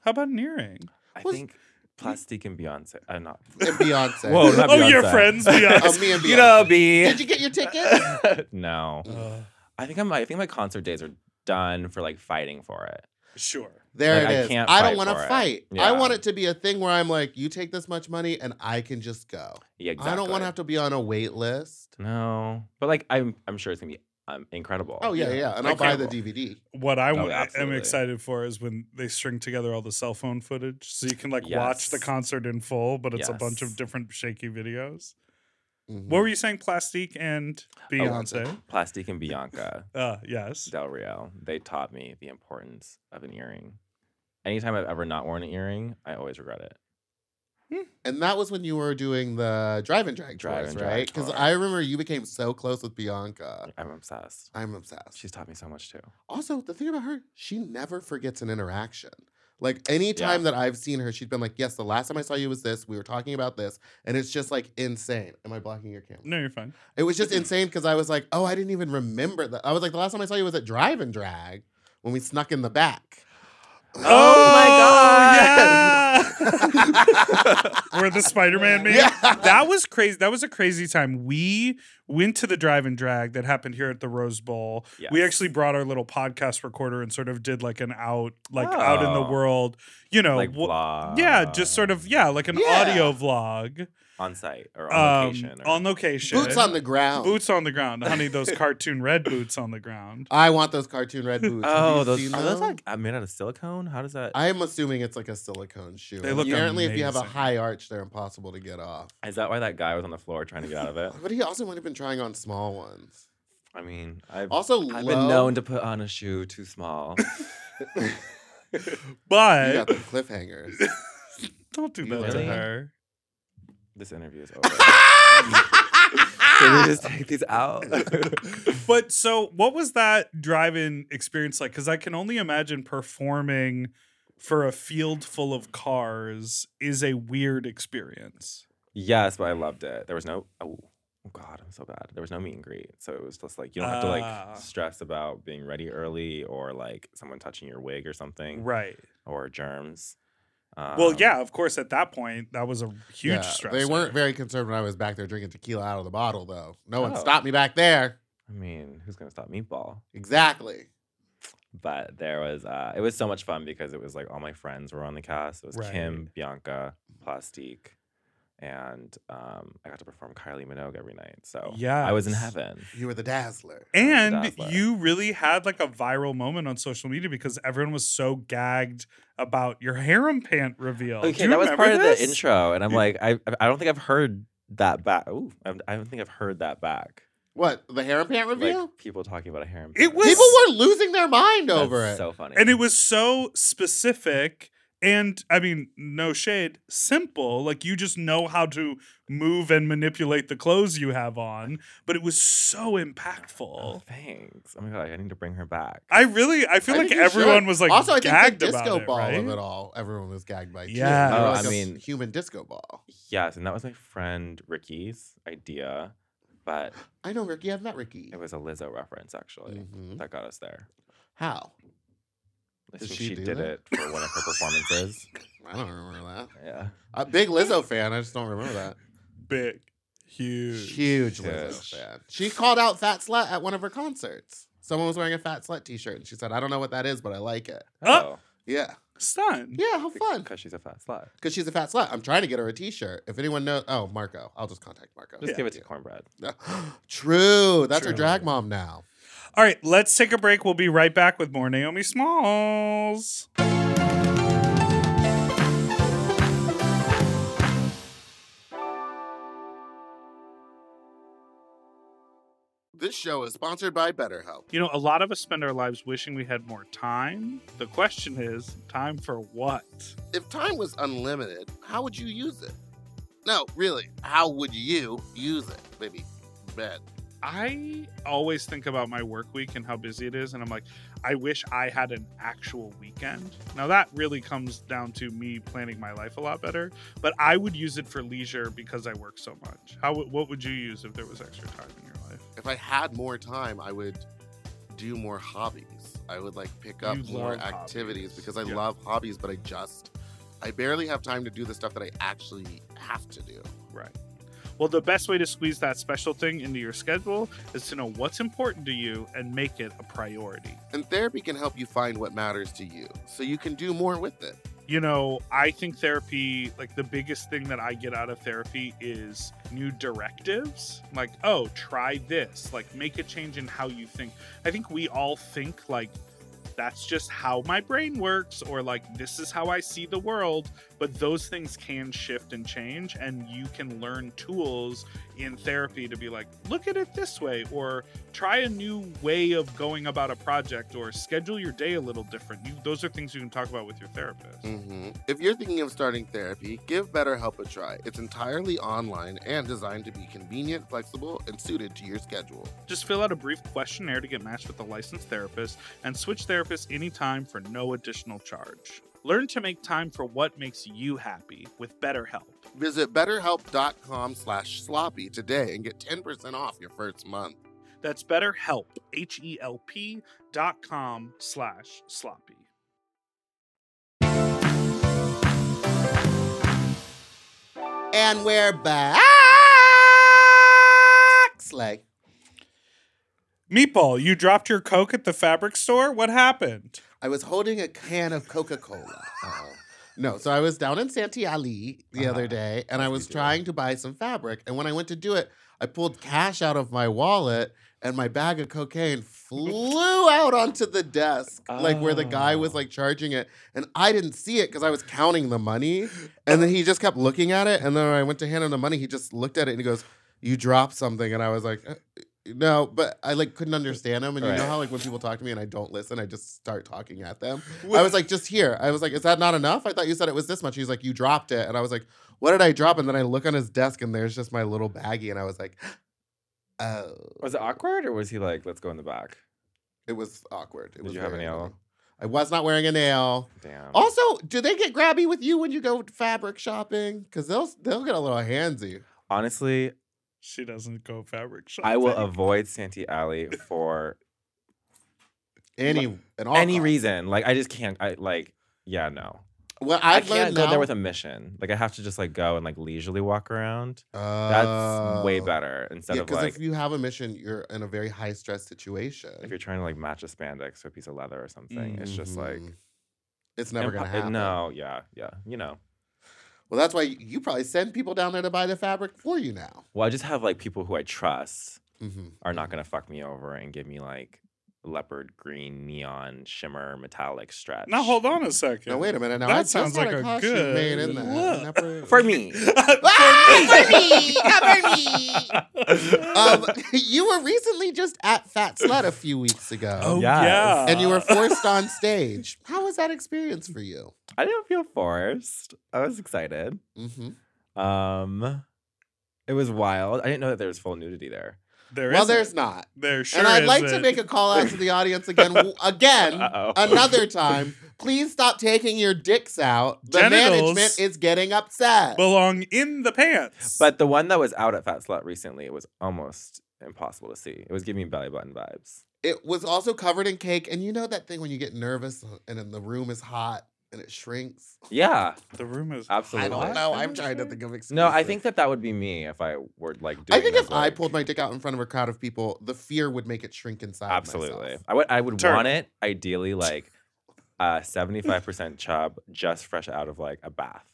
Speaker 2: How about an earring?
Speaker 3: I
Speaker 1: Was-
Speaker 3: think Plastique and Beyonce. Uh, not.
Speaker 1: and Beyonce.
Speaker 3: Whoa, not
Speaker 2: oh, your
Speaker 3: Beyonce.
Speaker 2: friends, Beyonce.
Speaker 1: Oh, me and Beyonce.
Speaker 3: You know, B.
Speaker 1: Did you get your ticket?
Speaker 3: no,
Speaker 2: Uh,
Speaker 3: I think I'm. I think my concert days are done for like fighting for it.
Speaker 2: sure.
Speaker 1: There
Speaker 3: Like,
Speaker 1: it
Speaker 3: I
Speaker 1: is. I,
Speaker 3: can't
Speaker 1: don't
Speaker 3: fight
Speaker 1: want to
Speaker 3: for it.
Speaker 1: fight. I
Speaker 3: Yeah.
Speaker 1: want it to be a thing where I'm like, you take this much money and I can just go.
Speaker 3: Yeah, exactly.
Speaker 1: I don't want to have to be on a wait list.
Speaker 3: No, but like I'm. I'm sure it's gonna be um, incredible.
Speaker 1: Oh yeah, yeah, yeah. and
Speaker 3: I
Speaker 1: I'll buy the
Speaker 3: can't-
Speaker 1: DVD.
Speaker 2: What I
Speaker 3: Oh,
Speaker 2: wa- am
Speaker 3: absolutely.
Speaker 2: excited for is when they string together all the cell phone footage so you can like watch the
Speaker 3: Yes.
Speaker 2: concert in full, but it's a bunch
Speaker 3: Yes. Mm.
Speaker 2: of different shaky videos.
Speaker 1: Mhm.
Speaker 2: What were you saying? Plastique and
Speaker 3: Oh,
Speaker 2: Beyonce.
Speaker 3: Plastique and Bianca
Speaker 2: Uh, yes.
Speaker 3: Del Rio. They taught me the importance of an earring. Anytime I've ever not worn an earring, I always regret it.
Speaker 1: and that was when you were doing the drive and drag
Speaker 3: Drive
Speaker 1: tours,
Speaker 3: and drag
Speaker 1: right? Because
Speaker 3: tour.
Speaker 1: I remember you became so close with Bianca.
Speaker 3: I'm obsessed.
Speaker 1: I'm obsessed.
Speaker 3: She's taught me so much too.
Speaker 1: also, the thing about her, she never forgets an interaction. Like anytime that I've seen her, she's been like, "Yes, the last time I saw you was this. We were talking about this," and it's just like insane. Am I blocking your camera?
Speaker 2: No, you're fine.
Speaker 1: It was just insane because I was like, "Oh, I didn't even remember that." I was like, "The last time I saw you was at Drive and Drag when we snuck in the back."
Speaker 2: Oh,
Speaker 3: my God.
Speaker 1: Oh,
Speaker 2: Yeah. Where the Spider-Man man.
Speaker 1: Yeah.
Speaker 2: That was crazy. That was a crazy time. We went to the drive and drag that happened here at the Rose Bowl. We
Speaker 3: Yes.
Speaker 2: actually brought our little podcast recorder and sort of did like an out, like out in the
Speaker 3: Oh.
Speaker 2: world, you know.
Speaker 3: like
Speaker 2: wh-
Speaker 3: vlog.
Speaker 2: uh, yeah, just sort of yeah, like an
Speaker 1: Yeah.
Speaker 2: audio vlog
Speaker 3: on site or on
Speaker 2: um,
Speaker 3: location. Or,
Speaker 2: on location.
Speaker 1: Boots on the ground.
Speaker 2: Boots on the ground, honey. Those cartoon red boots on the ground.
Speaker 1: I want those cartoon red boots. Have
Speaker 3: oh,
Speaker 1: you
Speaker 3: those
Speaker 1: seen
Speaker 3: are those
Speaker 1: them?
Speaker 3: like uh, made out of silicone? How does that? Is
Speaker 1: I'm assuming it's like a silicone shoe.
Speaker 2: They look
Speaker 1: Apparently, if you have a
Speaker 2: amazing.
Speaker 1: high arch, they're impossible to get off.
Speaker 3: that why that guy was on the floor trying to get out of it?
Speaker 1: But he also might have been trying on small ones.
Speaker 3: I mean, I've
Speaker 1: Also,
Speaker 3: I've
Speaker 1: low-
Speaker 3: been known to put on a shoe too small.
Speaker 1: You
Speaker 2: But
Speaker 1: got the cliffhangers.
Speaker 2: don't do that to
Speaker 3: Really?
Speaker 2: her.
Speaker 3: this interview is over. Can we just take these out?
Speaker 2: But so, what was that drive-in experience like? Because I can only imagine performing for a field full of cars is a weird experience.
Speaker 3: yes, but I loved it. There was no oh, oh god, I'm so bad. There was no meet and greet, so it was just like you don't have to
Speaker 2: Ah.
Speaker 3: like stress about being ready early or like someone touching your wig or something
Speaker 2: Right.
Speaker 3: or germs. Um,
Speaker 2: Well, yeah, of course. At that point, that was a huge
Speaker 1: Yeah,
Speaker 2: stress.
Speaker 1: They weren't very concerned when I was back there drinking tequila out of the bottle, though. No one
Speaker 3: Oh.
Speaker 1: stopped me back there.
Speaker 3: I mean, who's gonna stop Meatball?
Speaker 1: Exactly.
Speaker 3: but there was uh it was so much fun because it was like all my friends were on the cast. It was Kim, Bianca, Plastique, and um I got to perform Kylie Minogue every night. So I was in
Speaker 2: Yes.
Speaker 3: heaven.
Speaker 1: You were the dazzler.
Speaker 2: And
Speaker 3: Dazzler.
Speaker 2: you really had like a viral moment on social media because everyone was so gagged about your harem pant reveal. Oh, Do
Speaker 3: Okay,
Speaker 2: you
Speaker 3: that was
Speaker 2: remember
Speaker 3: part of
Speaker 2: this?
Speaker 3: the intro, and I'm
Speaker 2: You-
Speaker 3: like, I I don't think I've heard that back. Ooh, I'm- I don't think I've heard that back.
Speaker 1: What? The hair pant reveal?
Speaker 3: Like people talking about a harem.
Speaker 2: It
Speaker 3: pants.
Speaker 2: was-
Speaker 1: People were losing their mind
Speaker 3: That's
Speaker 1: over it.
Speaker 3: So funny,
Speaker 2: And it was so specific and I mean, no shade, simple. Like you just know how to move and manipulate the clothes you have on, but it was so
Speaker 3: Oh,
Speaker 2: impactful.
Speaker 3: thanks. Oh my god, I need to bring her back.
Speaker 2: I really I feel
Speaker 1: I
Speaker 2: like
Speaker 1: think you
Speaker 2: everyone
Speaker 1: should.
Speaker 2: was like
Speaker 1: also I
Speaker 2: gagged
Speaker 1: think the disco
Speaker 2: about it,
Speaker 1: ball
Speaker 2: right?
Speaker 1: of it all. Everyone was gagged by. too. They
Speaker 2: Yeah.
Speaker 1: were
Speaker 3: Oh,
Speaker 1: like
Speaker 3: I
Speaker 1: a
Speaker 3: mean-
Speaker 1: human disco ball.
Speaker 3: yes, and that was my friend Ricky's idea, but
Speaker 1: I know Ricky. I've met Ricky.
Speaker 3: It was a Lizzo reference, actually,
Speaker 1: Mhm.
Speaker 3: that got us there.
Speaker 1: How?
Speaker 3: I
Speaker 1: Did
Speaker 3: think
Speaker 1: she
Speaker 3: she,
Speaker 1: do
Speaker 3: did
Speaker 1: that?
Speaker 3: it for one of her performances.
Speaker 1: I don't remember that.
Speaker 3: yeah.
Speaker 1: A big Lizzo fan. I just don't remember that.
Speaker 2: Big, huge.
Speaker 1: Huge Lizzo
Speaker 3: Huge.
Speaker 1: fan. She called out Fat Slut at one of her concerts. Someone was wearing a Fat Slut T-shirt, and she said, "I don't know what that is, but I like it."
Speaker 2: Oh.
Speaker 1: Yeah,
Speaker 2: Stunned.
Speaker 1: yeah. How fun.
Speaker 3: Because she's a fat slut.
Speaker 1: Because she's a fat slut. I'm trying to get her a T-shirt. If anyone knows, oh Marco, I'll just contact Marco.
Speaker 3: Just
Speaker 2: Yeah.
Speaker 3: give it to Cornbread.
Speaker 1: True. That's her
Speaker 2: True.
Speaker 1: drag mom now.
Speaker 2: All right, let's take a break. We'll be right back with more Naomi Smalls.
Speaker 1: This show is sponsored by BetterHelp.
Speaker 2: You know, a lot of us spend our lives wishing we had more time. The question is, time for what?
Speaker 1: If time was unlimited, how would you use it? No, really, how would you use it? Maybe bet.
Speaker 2: I always think about my work week and how busy it is, and I'm like, I wish I had an actual weekend. Now, that really comes down to me planning my life a lot better, but I would use it for leisure because I work so much. How? would- What would you use if there was extra time in your life?
Speaker 1: If I had more time, I would do more hobbies. I would like pick up
Speaker 2: You
Speaker 1: more
Speaker 2: love
Speaker 1: activities
Speaker 2: hobbies.
Speaker 1: because I
Speaker 2: Yeah.
Speaker 1: love hobbies, but I just I barely have time to do the stuff that I actually have to do.
Speaker 2: Right. Well, the best way to squeeze that special thing into your schedule is to know what's important to you and make it a priority.
Speaker 1: And therapy can help you find what matters to you so you can do more with it.
Speaker 2: you know, I think therapy, like the biggest thing that I get out of therapy is new directives. Like, oh, try this. Like, make a change in how you think. I think we all think like that's just how my brain works or like this is how I see the world. But those things can shift and change. And you can learn tools in therapy to be like, look at it this way or try a new way of going about a project or schedule your day a little different. You, those are things you can talk about with your therapist.
Speaker 1: hmm If you're thinking of starting therapy, give BetterHelp a try. It's entirely online and designed to be convenient, flexible, and suited to your schedule.
Speaker 2: Just fill out a brief questionnaire to get matched with a licensed therapist and switch therapists anytime for no additional charge.
Speaker 5: Learn to make time for what makes you happy with BetterHelp.
Speaker 1: Visit betterhelp.com slash sloppy today and get 10% off your first month.
Speaker 5: That's BetterHelp,
Speaker 2: E
Speaker 5: H-E-L-P dot com slash sloppy.
Speaker 1: And we're back. Slay.
Speaker 2: Meatball, you dropped your Coke at the fabric store? What happened?
Speaker 1: I was holding a can of Coca Cola. No, so I was down in Santee Ali the
Speaker 3: Oh. Uh-huh.
Speaker 1: other day and I
Speaker 3: Yes, we
Speaker 1: was
Speaker 3: do.
Speaker 1: trying to buy some fabric. And when I went to do it, I pulled cash out of my wallet and my bag of cocaine flew out onto the desk, like where the guy was
Speaker 3: Oh.
Speaker 1: like charging it. And I didn't see it because I was counting the money. And then he just kept looking at it. And then when I went to hand him the money, he just looked at it and he goes, You dropped something. And I was like, "Uh, no, but I like couldn't understand him, and you know
Speaker 3: Right.
Speaker 1: how like when people talk to me and I don't listen, I just start talking at them. I was like, just here. I was like, is that not enough? I thought you said it was this much. He's like, you dropped it. And I was like, what did I drop? And then I look on his desk and there's just my little baggie. And I was like, oh,
Speaker 3: Was it awkward or was he like, let's go in the back?
Speaker 1: it was awkward. It
Speaker 3: Did
Speaker 1: was
Speaker 3: you have
Speaker 1: very
Speaker 3: a nail? Oh.
Speaker 1: awkward. I was not wearing a nail.
Speaker 3: Damn.
Speaker 1: Also, do they get grabby with you when you go fabric shopping? Because they'll they'll get a little handsy.
Speaker 3: Honestly,
Speaker 2: She doesn't go fabric shopping.
Speaker 3: I will avoid Santee Alley for
Speaker 1: Any and all
Speaker 3: any
Speaker 1: costs.
Speaker 3: reason. Like, I just can't. I like, yeah, no.
Speaker 1: What
Speaker 3: I
Speaker 1: I've
Speaker 3: can't
Speaker 1: learned
Speaker 3: go
Speaker 1: now-
Speaker 3: there with a mission. Like, I have to just like go and like leisurely walk around. That's way
Speaker 1: Oh.
Speaker 3: better instead
Speaker 1: yeah,
Speaker 3: of
Speaker 1: because
Speaker 3: like
Speaker 1: if
Speaker 3: if,
Speaker 1: you have a mission, you're in a very high stress situation.
Speaker 3: you're trying to like match a spandex to a piece of leather or something. It's just like
Speaker 1: Mhm. it's never
Speaker 3: impo-
Speaker 1: gonna happen.
Speaker 3: No, yeah, yeah. You know.
Speaker 1: Well, that's why you probably send people down there to buy the fabric for you now.
Speaker 3: Well, I just have like people who I trust
Speaker 1: hmm
Speaker 3: are not gonna fuck me over and give me like leopard green neon shimmer metallic stretch.
Speaker 2: Now hold on a second.
Speaker 1: Now wait a minute. Now
Speaker 2: That
Speaker 1: I just
Speaker 2: sounds
Speaker 1: had
Speaker 2: like a
Speaker 1: costume
Speaker 2: good
Speaker 1: made in that.
Speaker 2: look.
Speaker 1: Never-
Speaker 3: For me.
Speaker 1: Ah, for me, not for me.
Speaker 2: Uh,
Speaker 1: Um, you were recently just at Fat Slut a few weeks ago,
Speaker 2: Oh
Speaker 3: Yes.
Speaker 2: yeah.
Speaker 1: and you were forced on stage. How was that experience for you?
Speaker 3: I didn't feel forced. I was excited.
Speaker 1: hmm
Speaker 3: Um it was wild. I didn't know that there was full nudity there.
Speaker 2: There
Speaker 1: Well,
Speaker 2: isn't.
Speaker 1: there's not.
Speaker 2: There sure
Speaker 1: and I'd like to
Speaker 2: isn't.
Speaker 1: make a call out to the audience again, w- again,
Speaker 3: Uh-oh.
Speaker 1: another time. Please stop taking your dicks out. The
Speaker 2: Genitals.
Speaker 1: management is getting upset.
Speaker 2: belong in the pants.
Speaker 3: But the one that was out at Fat Slut recently, it was almost impossible to see. It was giving me belly button vibes.
Speaker 1: it was also covered in cake, and you know that thing when you get nervous and then the room is hot and it shrinks.
Speaker 3: Yeah,
Speaker 2: the room is
Speaker 1: I
Speaker 3: absolutely.
Speaker 1: don't know. I'm trying to think of excuses.
Speaker 3: No, I think that that would be me if I were like. Doing
Speaker 1: I think
Speaker 3: this,
Speaker 1: if I
Speaker 3: like-
Speaker 1: pulled my dick out in front of a crowd of people, the fear would make it shrink inside.
Speaker 3: Absolutely,
Speaker 1: Oh, myself.
Speaker 3: I would. I would
Speaker 2: Turn.
Speaker 3: want it ideally like a seventy-five percent chub, just fresh out of like a bath.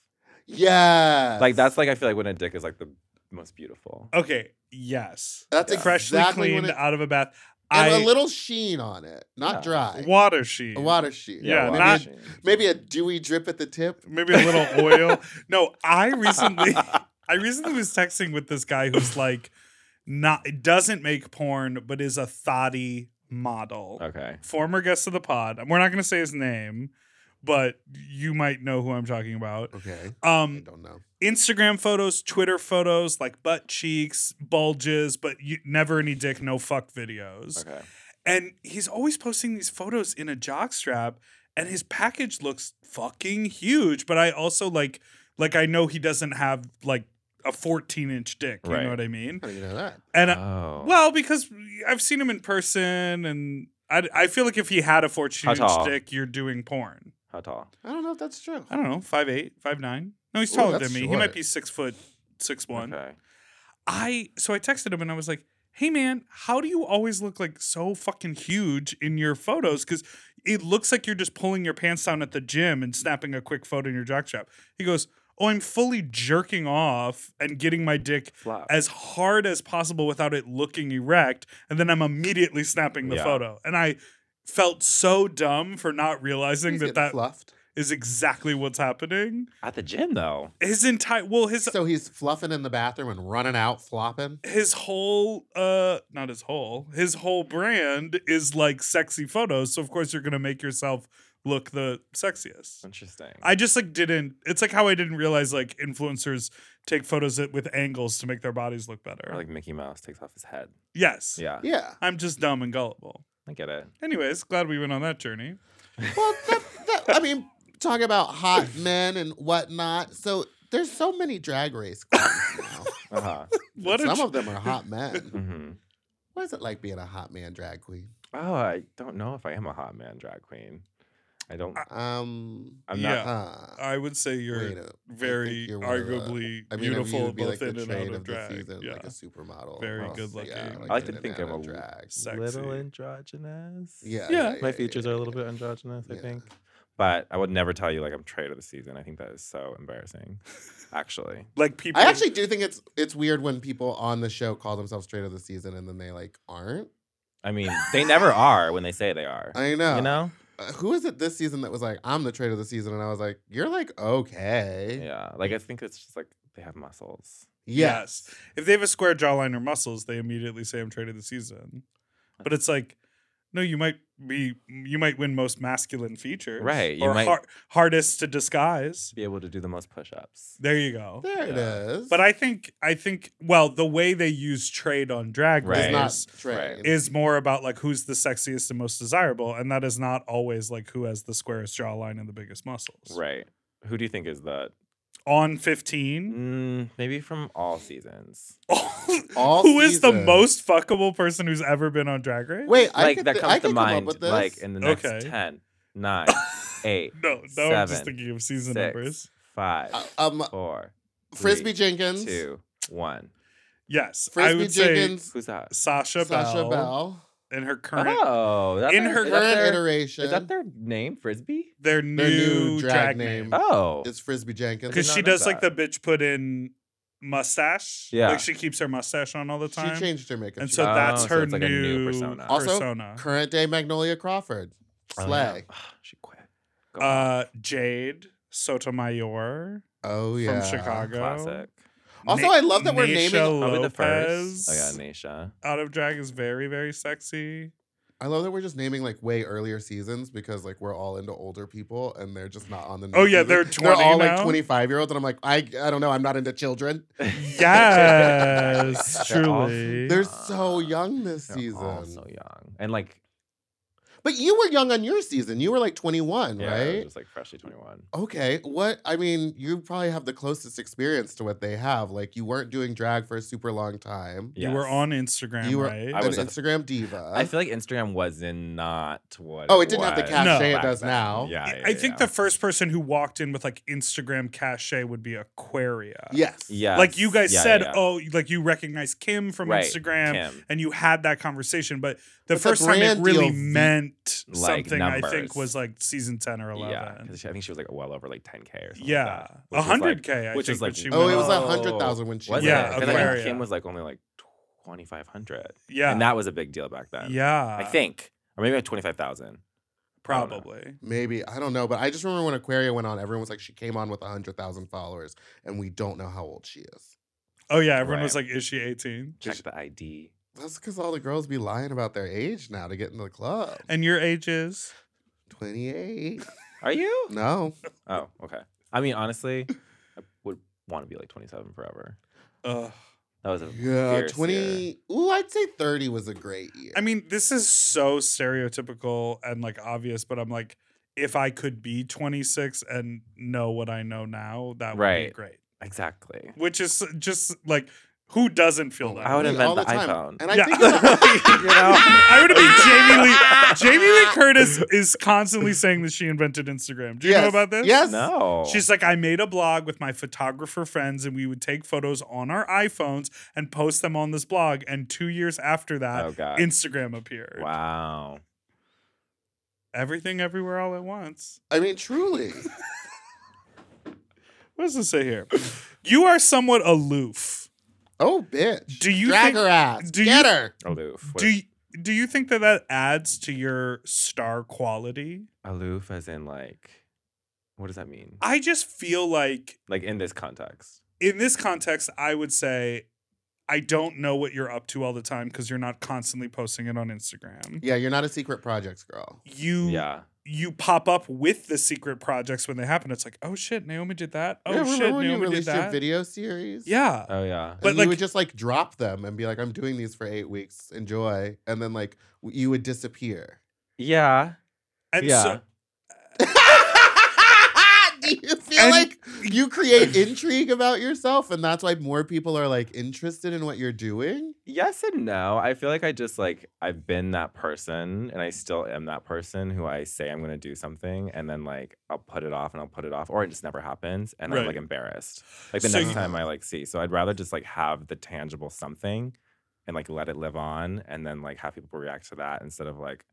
Speaker 1: Yeah.
Speaker 3: Like that's like I feel like when a dick is like the most beautiful.
Speaker 2: okay. Yes,
Speaker 1: That's
Speaker 2: freshly
Speaker 1: exactly when
Speaker 2: cleaned
Speaker 1: it-
Speaker 2: out of a bath.
Speaker 1: and
Speaker 2: I
Speaker 1: a little sheen on it, not
Speaker 3: Yeah.
Speaker 1: dry.
Speaker 2: water sheen.
Speaker 1: A water sheen.
Speaker 2: Yeah,
Speaker 1: maybe,
Speaker 3: washing
Speaker 2: not-
Speaker 3: machine.
Speaker 1: maybe a dewy drip at the tip.
Speaker 2: maybe a little oil. No, I recently, I recently was texting with this guy who's like, not doesn't make porn, but is a thotty model.
Speaker 3: okay.
Speaker 2: Former guest of the pod. We're not going to say his name, but you might know who I'm talking about.
Speaker 1: Okay. I
Speaker 2: Um,
Speaker 1: don't know.
Speaker 2: Instagram photos, Twitter photos, like butt cheeks, bulges, but you, never any dick, no fuck videos.
Speaker 3: Okay.
Speaker 2: And he's always posting these photos in a jockstrap, and his package looks fucking huge. But I also like, like I know he doesn't have like a 14 inch dick. You
Speaker 3: Right.
Speaker 2: know what I mean?
Speaker 1: How do you know that?
Speaker 2: And I-
Speaker 3: oh.
Speaker 2: well, because I've seen him in person, and I, I feel like if he had a 14
Speaker 3: How
Speaker 2: inch
Speaker 3: tall?
Speaker 2: dick, you're doing porn.
Speaker 3: How tall?
Speaker 1: I don't know if that's true.
Speaker 2: I don't know, five eight, five nine. No, he's
Speaker 1: Ooh,
Speaker 2: taller
Speaker 1: that's
Speaker 2: than me. He might
Speaker 1: short.
Speaker 2: be six foot six one.
Speaker 3: Okay.
Speaker 2: I so I texted him and I was like, "Hey man, how do you always look like so fucking huge in your photos? Because it looks like you're just pulling your pants down at the gym and snapping a quick photo in your jockstrap." He goes, "Oh, I'm fully jerking off and getting my dick
Speaker 3: Flop.
Speaker 2: as hard as possible without it looking erect, and then I'm immediately snapping the
Speaker 3: Yeah.
Speaker 2: photo." And I felt so dumb for not realizing
Speaker 1: He's
Speaker 2: that
Speaker 1: getting
Speaker 2: that is
Speaker 1: fluffed.
Speaker 2: exactly what's happening.
Speaker 3: At the gym though.
Speaker 2: His entire well, his
Speaker 1: So he's fluffing in the bathroom and running out, flopping.
Speaker 2: his whole uh not his whole his whole brand is like sexy photos so of course you're gonna make yourself look the sexiest
Speaker 3: Interesting.
Speaker 2: i just like didn't it's like how i didn't realize like influencers take photos that- with angles to make their bodies look better
Speaker 3: Or like Mickey Mouse takes off his head.
Speaker 2: yes
Speaker 3: Yeah.
Speaker 1: Yeah.
Speaker 2: i'm just dumb and gullible
Speaker 3: I get it.
Speaker 2: anyways glad we went on that journey
Speaker 1: Well, that, that, I mean, talking about hot men and whatnot. So there's so many drag race queens now.
Speaker 3: Uh-huh.
Speaker 2: What a
Speaker 1: Some
Speaker 2: tr-
Speaker 1: of them are hot men.
Speaker 3: hmm
Speaker 1: What is it like being a hot man drag queen?
Speaker 3: Oh, I don't know if I am a hot man drag queen. I don't.
Speaker 2: Uh,
Speaker 1: Um,
Speaker 3: I'm
Speaker 2: yeah.
Speaker 3: not.
Speaker 1: uh,
Speaker 2: I would say you're
Speaker 1: wait a- I
Speaker 2: very
Speaker 1: think you're one of the-
Speaker 2: arguably
Speaker 1: I mean,
Speaker 2: beautiful
Speaker 1: you'd be
Speaker 2: both
Speaker 1: like
Speaker 2: in
Speaker 1: the
Speaker 2: and out
Speaker 1: trade
Speaker 2: of
Speaker 1: of the
Speaker 2: drag.
Speaker 1: season,
Speaker 2: yeah.
Speaker 1: like a supermodel.
Speaker 2: Very
Speaker 1: almost.
Speaker 2: good
Speaker 1: Yeah,
Speaker 2: looking.
Speaker 3: I like to
Speaker 1: in and
Speaker 3: think
Speaker 1: out
Speaker 3: I'm a-
Speaker 1: drag.
Speaker 2: Sexy.
Speaker 3: Little androgynous.
Speaker 1: Yeah,
Speaker 2: Yeah.
Speaker 1: yeah,
Speaker 3: My
Speaker 1: yeah,
Speaker 3: features are a
Speaker 1: yeah,
Speaker 3: little
Speaker 1: yeah.
Speaker 3: bit androgynous, I
Speaker 1: Yeah.
Speaker 3: think. But I would never tell you like I'm trade of the season. I think that is so embarrassing. Actually,
Speaker 2: like people.
Speaker 1: I actually do think it's it's weird when people on the show call themselves straight of the season and then they like aren't.
Speaker 3: I mean, they never are when they say they are.
Speaker 1: I know.
Speaker 3: You know?
Speaker 1: Uh, who is it this season that was like, I'm the trade of the season? And I was like, you're like, okay.
Speaker 3: Yeah. Like I think it's just like they have muscles.
Speaker 1: Yes.
Speaker 2: If they have a square jawline or muscles, they immediately say I'm traded the season. But it's like, no, you might be, you might win most masculine features,
Speaker 3: Right, you
Speaker 2: or
Speaker 3: might-
Speaker 2: har- hardest to disguise.
Speaker 3: Be able to do the most push-ups.
Speaker 2: There you go.
Speaker 1: There it
Speaker 3: Yeah.
Speaker 1: is.
Speaker 2: But I think, I think, well, the way they use trade on Drag
Speaker 3: Right.
Speaker 1: it's
Speaker 2: Race
Speaker 1: not trade.
Speaker 3: right.
Speaker 2: is more about like who's the sexiest and most desirable, and that is not always like who has the squarest jawline and the biggest muscles.
Speaker 3: Right. Who do you think is that?
Speaker 2: On fifteen,
Speaker 3: Mm, maybe from all seasons.
Speaker 1: All
Speaker 2: who is the
Speaker 1: season.
Speaker 2: most fuckable person who's ever been on Drag Race?
Speaker 1: Wait, I
Speaker 3: like
Speaker 1: could
Speaker 3: that
Speaker 1: thi-
Speaker 3: comes
Speaker 1: I
Speaker 3: to
Speaker 1: could come up
Speaker 3: mind.
Speaker 1: with this.
Speaker 3: Like in the next
Speaker 2: Okay.
Speaker 3: 10, 9, 8,
Speaker 2: no, no, I'm just
Speaker 3: Seven,
Speaker 2: thinking of season
Speaker 3: six,
Speaker 2: numbers.
Speaker 3: 5,
Speaker 1: Uh, um,
Speaker 3: four,
Speaker 1: Frisbee
Speaker 3: three,
Speaker 1: Jenkins,
Speaker 3: two, one.
Speaker 2: Yes, I
Speaker 1: Frisbee
Speaker 2: would
Speaker 1: Jenkins,
Speaker 3: Who's that?
Speaker 2: say Sasha,
Speaker 1: Sasha
Speaker 2: Bell,
Speaker 1: Bell,
Speaker 2: in her current
Speaker 3: oh, that's
Speaker 2: in
Speaker 3: their-
Speaker 2: her
Speaker 3: is that
Speaker 1: current
Speaker 3: their-
Speaker 1: iteration.
Speaker 3: Is that their name, Frisbee?
Speaker 2: their, new
Speaker 1: new drag
Speaker 2: drag,
Speaker 1: name.
Speaker 2: name.
Speaker 3: Oh,
Speaker 1: It's Frisbee Jenkins.
Speaker 2: Because
Speaker 3: not
Speaker 2: she
Speaker 3: know
Speaker 2: does like the
Speaker 3: that.
Speaker 2: bitch put in mustache.
Speaker 3: Yeah.
Speaker 2: Like she keeps her mustache on all the time.
Speaker 1: She changed her makeup.
Speaker 2: and
Speaker 1: She
Speaker 2: so
Speaker 1: got
Speaker 3: Oh,
Speaker 2: that's
Speaker 3: so
Speaker 2: her
Speaker 3: it's like
Speaker 2: new,
Speaker 3: a new persona.
Speaker 1: Also,
Speaker 2: persona.
Speaker 1: current day Magnolia Crawford.
Speaker 3: Oh, yeah.
Speaker 1: Slay.
Speaker 3: she quit. Go on.
Speaker 2: Uh, Jade Sotomayor
Speaker 1: Oh yeah.
Speaker 2: from Chicago.
Speaker 3: classic.
Speaker 1: Also,
Speaker 2: Na-
Speaker 1: I love that we're
Speaker 2: Naysha
Speaker 1: naming-
Speaker 3: Probably the
Speaker 2: Lopez.
Speaker 3: first. Oh yeah, Nisha.
Speaker 2: Out of drag is very very sexy.
Speaker 1: I love that we're just naming like way earlier seasons because like we're all into older people and they're just not on the. new
Speaker 2: Oh, yeah, they're
Speaker 1: season. They're all
Speaker 2: 20
Speaker 1: like
Speaker 2: now?
Speaker 1: twenty five year olds, and I'm like, I I don't know, I'm not into children.
Speaker 2: Yes,
Speaker 3: They're all-
Speaker 2: truly.
Speaker 1: They're so
Speaker 3: Uh,
Speaker 1: young this
Speaker 3: They're all
Speaker 1: season.
Speaker 3: so young, and like
Speaker 1: But you were young on your season. You were like twenty one,
Speaker 3: yeah, it was
Speaker 1: right?
Speaker 3: just like freshly twenty one.
Speaker 1: Okay, what I mean, you probably have the closest experience to what they have. Like you weren't doing drag for a super long time.
Speaker 2: You were on Instagram,
Speaker 1: You were
Speaker 2: right?
Speaker 3: I
Speaker 1: an
Speaker 3: was a-
Speaker 1: Instagram diva.
Speaker 3: I feel like Instagram was in not what.
Speaker 1: Oh, it didn't have the
Speaker 3: was
Speaker 1: cachet it
Speaker 3: back
Speaker 1: does
Speaker 3: then.
Speaker 1: now.
Speaker 3: Yeah,
Speaker 2: I
Speaker 3: yeah,
Speaker 2: I think
Speaker 3: yeah.
Speaker 2: the first person who walked in with like Instagram cachet would be Aquaria.
Speaker 1: yes.
Speaker 3: yeah,
Speaker 2: Like you guys
Speaker 3: yeah,
Speaker 2: said,
Speaker 3: yeah.
Speaker 2: oh, like you recognize Kim from
Speaker 3: Right,
Speaker 2: Instagram.
Speaker 3: Kim.
Speaker 2: and you had that conversation. But
Speaker 1: But
Speaker 2: the
Speaker 1: the
Speaker 2: first time it
Speaker 1: brand
Speaker 2: really
Speaker 1: deal v-
Speaker 2: meant
Speaker 3: like,
Speaker 2: something, I think,
Speaker 3: numbers.
Speaker 2: was like season ten or
Speaker 3: Yeah,
Speaker 2: eleven.
Speaker 3: 'cause she- I think she was like well over like 10k or something.
Speaker 2: Yeah,
Speaker 3: like that, which was, like-
Speaker 2: hundred k. I
Speaker 3: which
Speaker 2: think.
Speaker 3: is
Speaker 2: when
Speaker 3: like
Speaker 2: she
Speaker 1: Oh,
Speaker 2: went
Speaker 1: it was
Speaker 2: on.
Speaker 1: a hundred thousand when she
Speaker 3: Was
Speaker 2: Yeah,
Speaker 3: it? 'Cause I
Speaker 2: Aquaria.
Speaker 3: think Kim was like only like 2500.
Speaker 2: Yeah,
Speaker 3: and that was a big deal back then.
Speaker 2: yeah.
Speaker 3: I think, or maybe like 25,000.
Speaker 2: probably.
Speaker 1: Maybe I don't know, but I just remember when Aquaria went on, everyone was like, she came on with hundred thousand followers, and we don't know how old she is.
Speaker 2: Oh yeah, everyone was
Speaker 3: Right.
Speaker 2: like, "Is she 18?
Speaker 3: Check the ID.
Speaker 1: That's because all the girls be lying about their age now to get into the club.
Speaker 2: And your age is?
Speaker 1: Twenty eight.
Speaker 3: Are you?
Speaker 1: No,
Speaker 3: Oh, okay. I mean, honestly, I would want to be like 27 forever.
Speaker 2: Ugh.
Speaker 3: That was a
Speaker 1: yeah,
Speaker 3: fierce year.
Speaker 1: twenty. Ooh, I'd say thirty was a great year.
Speaker 2: I mean, this is so stereotypical and like obvious, but I'm like, if I could be 26 and know what I know now, that would be
Speaker 3: Right.
Speaker 2: great.
Speaker 3: Exactly.
Speaker 2: Which is just like, who doesn't feel that?
Speaker 3: I would
Speaker 1: Me
Speaker 3: invent
Speaker 1: all
Speaker 3: the
Speaker 1: time.
Speaker 3: iPhone.
Speaker 1: and I
Speaker 2: Yeah.
Speaker 1: think about,
Speaker 3: You know?
Speaker 2: I would be Jamie Lee. Jamie Lee Curtis is constantly saying that she invented Instagram. Do you know
Speaker 1: Yes.
Speaker 2: about this?
Speaker 1: Yes.
Speaker 3: No.
Speaker 2: She's like, I made a blog with my photographer friends, and we would take photos on our iPhones and post them on this blog. And two years after that,
Speaker 3: oh, God.
Speaker 2: Instagram appeared.
Speaker 3: wow.
Speaker 2: Everything everywhere all at once.
Speaker 1: I mean, truly,
Speaker 2: What does it say here? You are somewhat aloof.
Speaker 1: oh bitch,
Speaker 2: Do you
Speaker 1: drag
Speaker 2: think-
Speaker 1: her ass?
Speaker 2: do
Speaker 1: get
Speaker 2: you-
Speaker 1: her?
Speaker 3: Aloof. What
Speaker 2: Do
Speaker 3: is-
Speaker 2: you, do you think that that adds to your star quality?
Speaker 3: aloof as in like, what does that mean?
Speaker 2: I just feel like
Speaker 3: Like in this context.
Speaker 2: in this context, I would say I don't know what you're up to all the time because you're not constantly posting it on Instagram.
Speaker 1: Yeah, you're not a secret projects girl.
Speaker 2: You
Speaker 3: Yeah.
Speaker 2: you pop up with the secret projects when they happen. It's like, oh shit, Naomi did that. Oh
Speaker 1: yeah, remember
Speaker 2: shit,
Speaker 1: when you
Speaker 2: Naomi did
Speaker 1: released your
Speaker 2: that.
Speaker 1: video series?
Speaker 2: Yeah.
Speaker 3: Oh, yeah.
Speaker 2: But,
Speaker 1: But
Speaker 2: like-
Speaker 1: you would just like drop them and be like, "I'm doing these for eight weeks, enjoy," and then like w- you would disappear.
Speaker 3: Yeah.
Speaker 2: And
Speaker 3: yeah.
Speaker 2: so
Speaker 1: feel
Speaker 2: And-
Speaker 1: like you create intrigue about yourself, and that's why more people are like interested in what you're doing.
Speaker 3: Yes and no. I feel like I just like I've been that person and I still am that person who I say I'm going to do something and then like I'll put it off and I'll put it off or it just never happens and
Speaker 2: Right.
Speaker 3: I'm like embarrassed. Like the
Speaker 2: So
Speaker 3: next
Speaker 2: you-
Speaker 3: time I like see. So I'd rather just like have the tangible something and like let it live on and then like have people react to that instead of like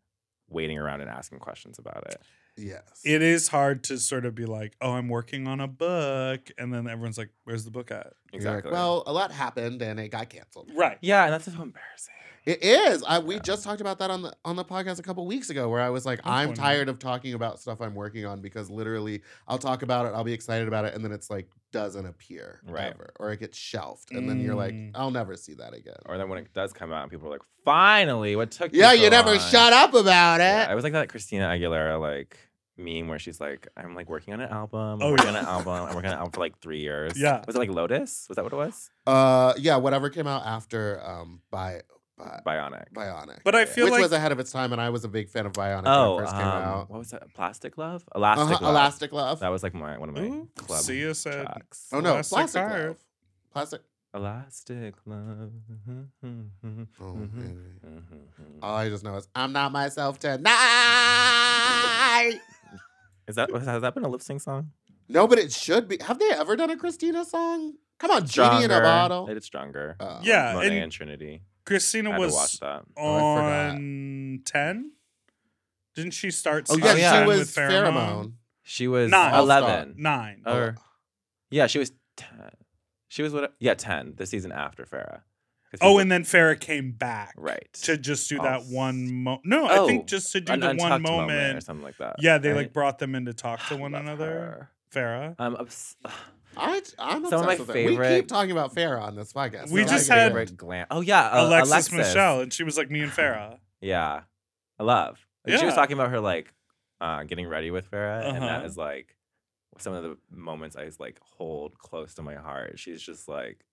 Speaker 3: waiting around and asking questions about it.
Speaker 1: Yes.
Speaker 2: It is hard to sort of be like, oh, I'm working on a book. And then everyone's like, where's the book at?
Speaker 1: You're like,
Speaker 3: Exactly.
Speaker 1: well, a lot happened and it got canceled.
Speaker 2: Right.
Speaker 3: yeah, and that's so embarrassing.
Speaker 1: It is. I, we
Speaker 3: Yeah.
Speaker 1: just talked about that on the on the podcast a couple weeks ago, where I was like,
Speaker 2: Good
Speaker 1: I'm
Speaker 2: point.
Speaker 1: tired of talking about stuff I'm working on because literally I'll talk about it, I'll be excited about it, and then it's like doesn't appear
Speaker 3: Right.
Speaker 1: ever, or it gets shelved, and then you're like,
Speaker 2: Mm.
Speaker 1: I'll never see that again.
Speaker 3: Or then when it does come out and people are like, finally, what took
Speaker 1: Yeah,
Speaker 3: you so
Speaker 1: you never
Speaker 3: long?
Speaker 1: shut up about it.
Speaker 3: Yeah, I was like that Christina Aguilera like meme where she's like, I'm like working on an album, I'm
Speaker 2: Oh,
Speaker 3: working
Speaker 2: yeah.
Speaker 3: on an album, I'm working on an album for like three years.
Speaker 2: Yeah.
Speaker 3: Was it like Lotus? Was that what it was?
Speaker 1: Uh, yeah, whatever came out after um by, by
Speaker 3: Bionic.
Speaker 1: Bionic,
Speaker 2: But I feel
Speaker 1: which
Speaker 2: like
Speaker 1: was ahead of its time, and I was a big fan of Bionic
Speaker 3: Oh,
Speaker 1: when it first
Speaker 3: um,
Speaker 1: came out.
Speaker 3: what was that? Plastic Love? Elastic
Speaker 1: Uh-huh,
Speaker 3: Love.
Speaker 1: Elastic Love.
Speaker 3: That was like my one of my
Speaker 2: Ooh,
Speaker 3: club
Speaker 2: see us at-
Speaker 3: tracks.
Speaker 1: oh no,
Speaker 2: Plastic
Speaker 1: Plastic,
Speaker 2: Heart.
Speaker 1: Love. Plastic.
Speaker 3: Elastic Love. Mm-hmm,
Speaker 1: Oh,
Speaker 3: Mhm.
Speaker 1: baby.
Speaker 3: Uh,
Speaker 1: All I Oh, just know is I'm not myself tonight.
Speaker 3: Is that was- has that been a lip sync song?
Speaker 1: No, but it should be. Have they ever done a Christina song? Come on, Genie in a
Speaker 3: Stronger.
Speaker 1: bottle.
Speaker 3: They did stronger.
Speaker 1: Uh,
Speaker 2: Yeah,
Speaker 3: Monet
Speaker 2: and-
Speaker 3: and, Trinity. I
Speaker 2: Christina
Speaker 3: had to watch
Speaker 2: was
Speaker 3: that.
Speaker 1: Oh, I forgot.
Speaker 2: on 10. Didn't she start?
Speaker 1: Oh yeah,
Speaker 2: season
Speaker 3: Oh, yeah.
Speaker 1: she
Speaker 2: 10
Speaker 1: was
Speaker 2: with
Speaker 1: pheromone.
Speaker 3: She was
Speaker 2: Nine. All-Star.
Speaker 3: eleven.
Speaker 2: Nine.
Speaker 1: Oh,
Speaker 3: Or yeah, she was ten. She was what? Yeah, ten. The season after Farah. 'Cause
Speaker 2: Oh,
Speaker 3: he-
Speaker 2: and then Farrah came back.
Speaker 3: right.
Speaker 2: To just do
Speaker 3: Oh,
Speaker 2: that one moment. No, I
Speaker 3: Oh,
Speaker 2: think just to do
Speaker 3: An
Speaker 2: the one
Speaker 3: Untucked
Speaker 2: moment.
Speaker 3: or something like that.
Speaker 2: yeah, they
Speaker 3: right?
Speaker 2: like brought them in to talk to
Speaker 3: I
Speaker 2: one
Speaker 3: love
Speaker 2: another.
Speaker 3: her.
Speaker 2: Farah.
Speaker 3: I'm obs-
Speaker 1: I, I'm
Speaker 3: Some of my
Speaker 1: obsessed with her. We keep
Speaker 3: favorite-
Speaker 1: talking about Farrah on this podcast.
Speaker 2: We
Speaker 1: so I
Speaker 2: just
Speaker 1: get
Speaker 2: had-
Speaker 1: it.
Speaker 3: favorite glam. Oh yeah, uh,
Speaker 2: Alexis, Michelle, and she was like me and Farah.
Speaker 3: Yeah, I love. Like, She
Speaker 2: Yeah.
Speaker 3: was talking about her like uh, getting ready with Farah, and that
Speaker 2: Uh-huh.
Speaker 3: is like some of the moments I like hold close to my heart. She's just like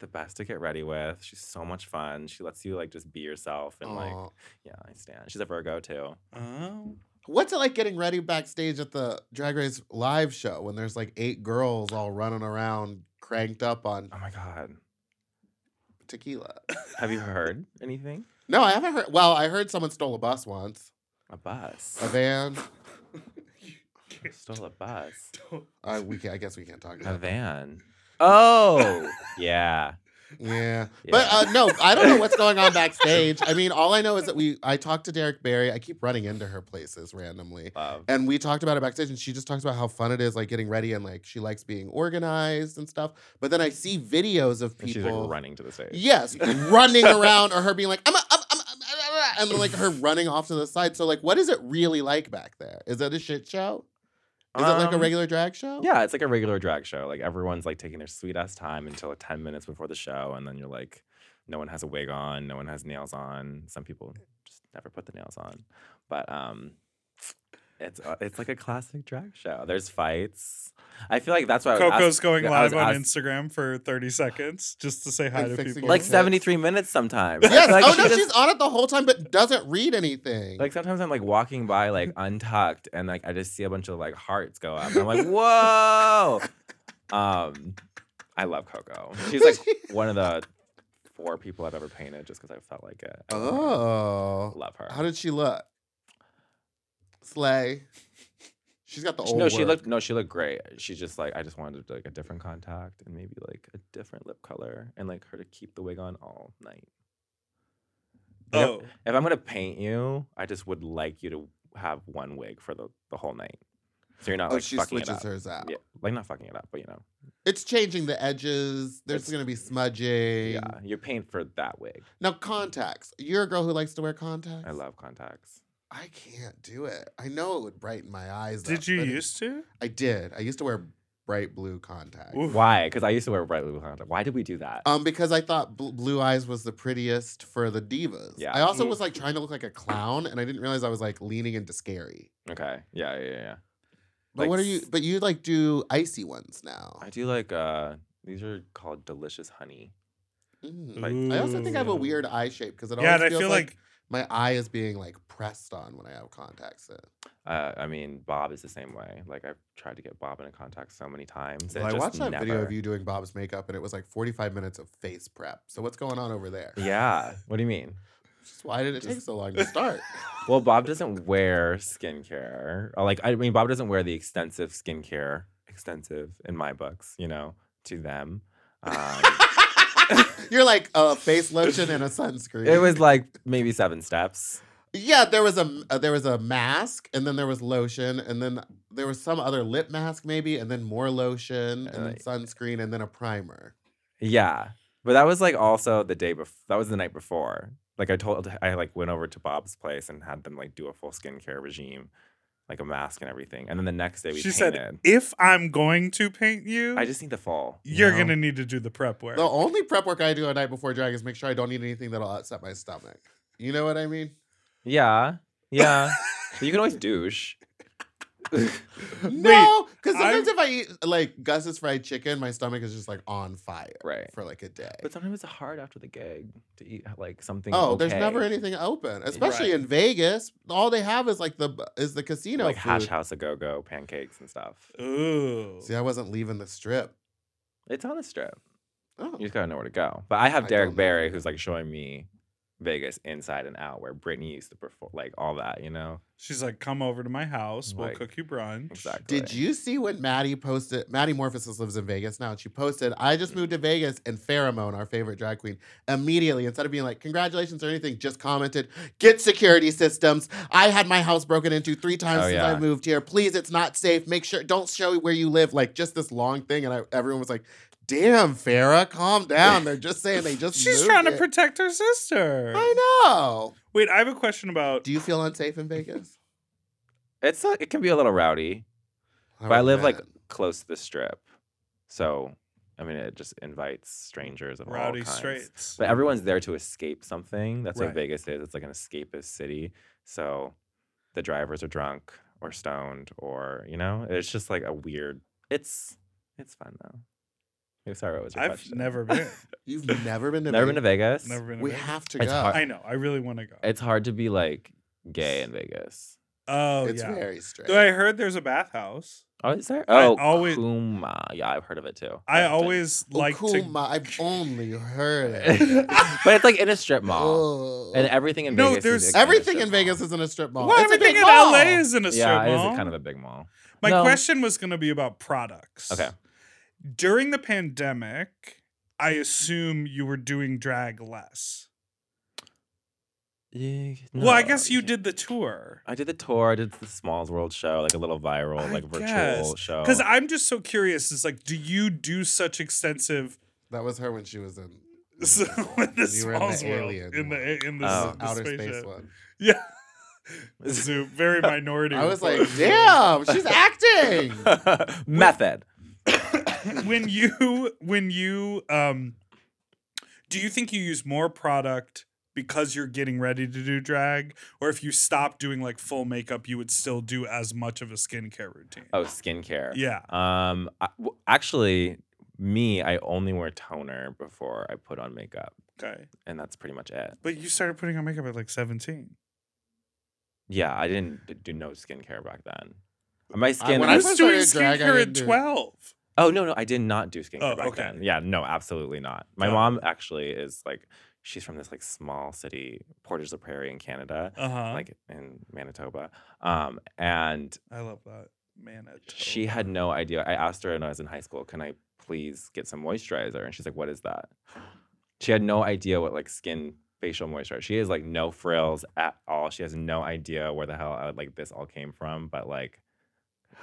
Speaker 3: the best to get ready with. She's so much fun. She lets you like just be yourself and like
Speaker 1: Aw.
Speaker 3: yeah, I stand. She's a Virgo too.
Speaker 2: Oh,
Speaker 1: What's it like getting ready backstage at the Drag Race live show when there's like eight girls all running around, cranked up on
Speaker 3: Oh my god.
Speaker 1: tequila?
Speaker 3: Have you heard anything?
Speaker 1: No, I haven't heard. Well, I heard someone stole a bus once,
Speaker 3: A bus.
Speaker 1: a van.
Speaker 3: Stole a bus.
Speaker 1: Uh, we can, I guess we can't talk
Speaker 3: A
Speaker 1: about that.
Speaker 3: van. Oh yeah.
Speaker 1: Yeah. But uh, no, I don't know what's going on backstage. I mean, all I know is that we I talked to Derek Barry. I keep running into her places randomly.
Speaker 3: Love.
Speaker 1: And we talked about it backstage, and she just talks about how fun it is, like getting ready, and like she likes being organized and stuff. But then I see videos of
Speaker 3: And
Speaker 1: people
Speaker 3: she's like running to the stage.
Speaker 1: Yes, running around or her being like, I'm, a, I'm, I'm, I'm, I'm, and like her running off to the side. So like, what is it really like back there? Is it a shit show? Is it like a
Speaker 3: Um,
Speaker 1: regular drag show?
Speaker 3: Yeah, it's like a regular drag show. Like everyone's like taking their sweet ass time until like, ten minutes before the show, and then you're like, no one has a wig on, no one has nails on. Some people just never put the nails on, but um, it's uh, it's like a classic drag show. There's fights. I feel like that's why I was ask-
Speaker 2: Coco's going
Speaker 3: yeah, I was
Speaker 2: live on
Speaker 3: ask-
Speaker 2: Instagram for 30 seconds just to say hi
Speaker 1: And
Speaker 2: to
Speaker 1: fixing
Speaker 2: people.
Speaker 1: your
Speaker 3: like
Speaker 1: Yes.
Speaker 3: seventy three minutes sometimes. I
Speaker 1: Yes.
Speaker 3: feel like
Speaker 1: oh
Speaker 3: she
Speaker 1: no,
Speaker 3: just-
Speaker 1: she's on it the whole time, but doesn't read anything.
Speaker 3: Like sometimes I'm like walking by like untucked and like I just see a bunch of like hearts go up. And I'm like, whoa. Um I love Coco. She's like one of the four people I've ever painted just because I felt like it. I love her.
Speaker 1: oh,
Speaker 3: love her.
Speaker 1: how did she look? Slay. She's got the
Speaker 3: She-
Speaker 1: old.
Speaker 3: no, she
Speaker 1: work.
Speaker 3: looked no, she looked great. She just like I just wanted like a different contact and maybe like a different lip color and like her to keep the wig on all night. Like, if-
Speaker 2: oh,
Speaker 3: If I'm gonna paint you, I just would like you to have one wig for the, the whole night. So you're not
Speaker 1: Oh,
Speaker 3: like
Speaker 1: she
Speaker 3: fucking it
Speaker 1: switches
Speaker 3: up.
Speaker 1: hers out.
Speaker 3: Yeah, like not fucking it up, but you know,
Speaker 1: It's changing the edges. There's
Speaker 3: It's-
Speaker 1: going to be smudging.
Speaker 3: yeah, you paint for that wig.
Speaker 1: Now contacts. You're a girl who likes to wear contacts.
Speaker 3: I love contacts.
Speaker 1: I can't do it. I know it would brighten my eyes. up,
Speaker 2: did you
Speaker 1: but it-
Speaker 2: used to?
Speaker 1: I did. I used to wear bright blue contacts.
Speaker 2: Oof.
Speaker 3: Why? Because I used to wear bright blue contacts. Why did we do that?
Speaker 1: Um, because I thought bl- blue eyes was the prettiest for the divas.
Speaker 3: Yeah.
Speaker 1: I also
Speaker 2: Mm.
Speaker 1: was like trying to look like a clown, and I didn't realize I was like leaning into scary.
Speaker 3: okay, yeah, yeah, yeah.
Speaker 1: But
Speaker 3: Like
Speaker 1: what are you?
Speaker 3: s-
Speaker 1: But you like do icy ones now.
Speaker 3: I do like uh, these are called delicious honey.
Speaker 1: Mm. I also think I have a
Speaker 2: Ooh.
Speaker 1: weird eye shape because it always
Speaker 2: Yeah, and I
Speaker 1: feels
Speaker 2: feel
Speaker 1: like,
Speaker 2: like,
Speaker 1: my eye is being like pressed on when I have contacts in.
Speaker 3: Uh, I mean, Bob is the same way. Like I've tried to get Bob into contact so many times.
Speaker 1: Well,
Speaker 3: and
Speaker 1: I
Speaker 3: just
Speaker 1: watched that video
Speaker 3: never-
Speaker 1: of you doing Bob's makeup, and it was like 45 minutes of face prep. So what's going on over there?
Speaker 3: Yeah. What do you mean?
Speaker 1: Just why did it take so long to start?
Speaker 3: Well, Bob doesn't wear skincare. Or, Like I mean, Bob doesn't wear the extensive skincare, extensive in my books, you know, to them. Um,
Speaker 1: You're like a face lotion and a sunscreen.
Speaker 3: it was like maybe seven steps.
Speaker 1: yeah. There was a uh, there was a mask, and then there was lotion, and then there was some other lip mask maybe, and then more lotion, and then
Speaker 3: Right.
Speaker 1: sunscreen, and then a primer.
Speaker 3: Yeah. But that was like also the day before. That was the night before. Like I told, I like went over to Bob's place and had them like do a full skincare regime, like a mask and everything. And then the next day we
Speaker 2: she
Speaker 3: painted.
Speaker 2: said, if I'm going to paint you,
Speaker 3: I just need the fall. you
Speaker 2: you're
Speaker 3: know?
Speaker 2: going to need to do the prep work.
Speaker 1: The only prep work I do a night before drag is make sure I don't eat anything that'll upset my stomach. You know what I mean?
Speaker 3: Yeah. Yeah. But you can always douche.
Speaker 1: No, because sometimes
Speaker 2: I'm-
Speaker 1: if I eat like Gus's fried chicken, my stomach is just like on fire
Speaker 3: Right.
Speaker 1: for like a day.
Speaker 3: But sometimes it's hard after the gig to eat like something.
Speaker 1: Oh, there's never
Speaker 3: okay.
Speaker 1: anything open, especially
Speaker 2: Right.
Speaker 1: in Vegas. All they have is like the is the casino
Speaker 3: like hash
Speaker 1: food.
Speaker 3: house a go go pancakes and stuff.
Speaker 2: Ooh.
Speaker 1: See, I wasn't leaving the strip.
Speaker 3: It's on the strip.
Speaker 1: Oh.
Speaker 3: You just gotta know where to go. But I have
Speaker 1: I don't
Speaker 3: Derek
Speaker 1: know.
Speaker 3: Barry who's like showing me Vegas inside and out, where Brittany used to perform, like all that, you know.
Speaker 2: She's like, come over to my house. We'll
Speaker 3: Like,
Speaker 2: cook you brunch.
Speaker 3: Exactly.
Speaker 1: Did you see when Maddie posted? Maddie Morphosis lives in Vegas now, and she posted, "I just moved to Vegas." And Pheromone, our favorite drag queen, immediately instead of being like "Congratulations" or anything, just commented, "Get security systems. I had my house broken into three times
Speaker 3: Oh,
Speaker 1: since
Speaker 3: yeah.
Speaker 1: I moved here. Please, it's not safe. Make sure don't show where you live." Like just this long thing, and I, everyone was like, "Damn, Farah, calm down. They're just saying they just
Speaker 2: She's
Speaker 1: moved
Speaker 2: trying to
Speaker 1: here."
Speaker 2: protect her sister.
Speaker 1: I know.
Speaker 2: Wait, I have a question about.
Speaker 1: Do you feel unsafe in Vegas?
Speaker 3: It's a, it can be a little rowdy, but
Speaker 1: Oh,
Speaker 3: I live like close to the strip, so I mean it just invites strangers of all
Speaker 2: Rowdy
Speaker 3: kinds.
Speaker 2: Straits.
Speaker 3: But everyone's there to escape something. That's
Speaker 2: Right.
Speaker 3: what Vegas is. It's like an escapist city. So the drivers are drunk or stoned or you know, it's just like a weird. It's it's fun though. Maybe sorry, what was your
Speaker 2: I've
Speaker 3: question?
Speaker 2: never been.
Speaker 1: You've never been to
Speaker 3: never been
Speaker 1: Vegas.
Speaker 3: to Vegas.
Speaker 2: Never been. to
Speaker 1: We
Speaker 2: Vegas.
Speaker 1: have to
Speaker 3: It's
Speaker 1: go.
Speaker 3: hard.
Speaker 2: I know. I really want to go.
Speaker 3: It's hard to be like gay in Vegas.
Speaker 2: oh
Speaker 1: it's
Speaker 2: yeah.
Speaker 1: very strange.
Speaker 2: Though I heard there's a bathhouse.
Speaker 3: Oh, is there?
Speaker 2: I
Speaker 3: Oh,
Speaker 2: always-
Speaker 3: Kuma. Yeah, I've heard of it too. uh,
Speaker 2: I
Speaker 3: haven't been.
Speaker 2: always
Speaker 1: Oh,
Speaker 2: like to.
Speaker 1: Okuma, I've only heard it.
Speaker 3: but it's like in a strip mall,
Speaker 1: Ugh.
Speaker 3: and everything in
Speaker 2: No,
Speaker 3: Vegas.
Speaker 2: there's-
Speaker 3: is like, a
Speaker 1: Everything
Speaker 3: strip
Speaker 1: in Vegas
Speaker 3: mall.
Speaker 1: is in a strip mall.
Speaker 2: Well,
Speaker 1: It's a
Speaker 2: everything
Speaker 1: big
Speaker 2: in
Speaker 1: mall.
Speaker 2: LA is in a
Speaker 3: yeah,
Speaker 2: strip
Speaker 3: it
Speaker 2: mall.
Speaker 3: is kind of a big mall.
Speaker 2: My
Speaker 3: No.
Speaker 2: question was going to be about products.
Speaker 3: Okay.
Speaker 2: During the pandemic, I assume you were doing drag less.
Speaker 3: Yeah,
Speaker 2: well, I
Speaker 3: no,
Speaker 2: guess you
Speaker 3: can't-
Speaker 2: did the tour.
Speaker 3: I did the tour. I did the Smalls World show, like a little viral,
Speaker 2: I
Speaker 3: like virtual
Speaker 2: guess,
Speaker 3: show.
Speaker 2: Because I'm just so curious. It's like, do you do such extensive
Speaker 1: That was her when she was in
Speaker 2: so in the
Speaker 1: You were in the
Speaker 2: smalls world
Speaker 1: alien
Speaker 2: in
Speaker 1: one.
Speaker 2: the in the,
Speaker 3: Oh.
Speaker 2: s- the
Speaker 1: outer
Speaker 2: spaceship.
Speaker 1: space one.
Speaker 2: Yeah, Zoo, very minority.
Speaker 1: I was like,
Speaker 2: report.
Speaker 1: damn, she's acting.
Speaker 3: method.
Speaker 2: when you when you um, do you think you use more product? Because you're getting ready to do drag, or if you stop doing like full makeup, you would still do as much of a skincare routine.
Speaker 3: Oh, skincare.
Speaker 2: Yeah.
Speaker 3: Um, I, w- actually, me, I only wear toner before I put on makeup,
Speaker 2: Okay.
Speaker 3: and that's pretty much it.
Speaker 2: But you started putting on makeup at like 17.
Speaker 3: Yeah, I didn't d- do no skincare back then. My
Speaker 1: When
Speaker 3: skin.
Speaker 2: When
Speaker 1: I
Speaker 2: I
Speaker 3: was,
Speaker 1: first
Speaker 2: was doing
Speaker 1: started drag, I
Speaker 2: skincare
Speaker 1: didn't
Speaker 2: at
Speaker 1: do-
Speaker 2: 12.
Speaker 3: oh no, no, I did not do skincare
Speaker 2: Oh,
Speaker 3: back
Speaker 2: okay.
Speaker 3: then. Yeah, no, absolutely not. My
Speaker 2: Got it.
Speaker 3: mom actually is like, she's from this like small city, Portage la Prairie in Canada,
Speaker 2: Uh huh.
Speaker 3: like in Manitoba. Um, and
Speaker 2: I love that. Manitoba.
Speaker 3: she had no idea. I asked her when I was in high school, can I please get some moisturizer? And she's like, what is that? She had no idea what like skin facial moisturizer. She has like no frills at all. She has no idea where the hell uh, like this all came from, but like she's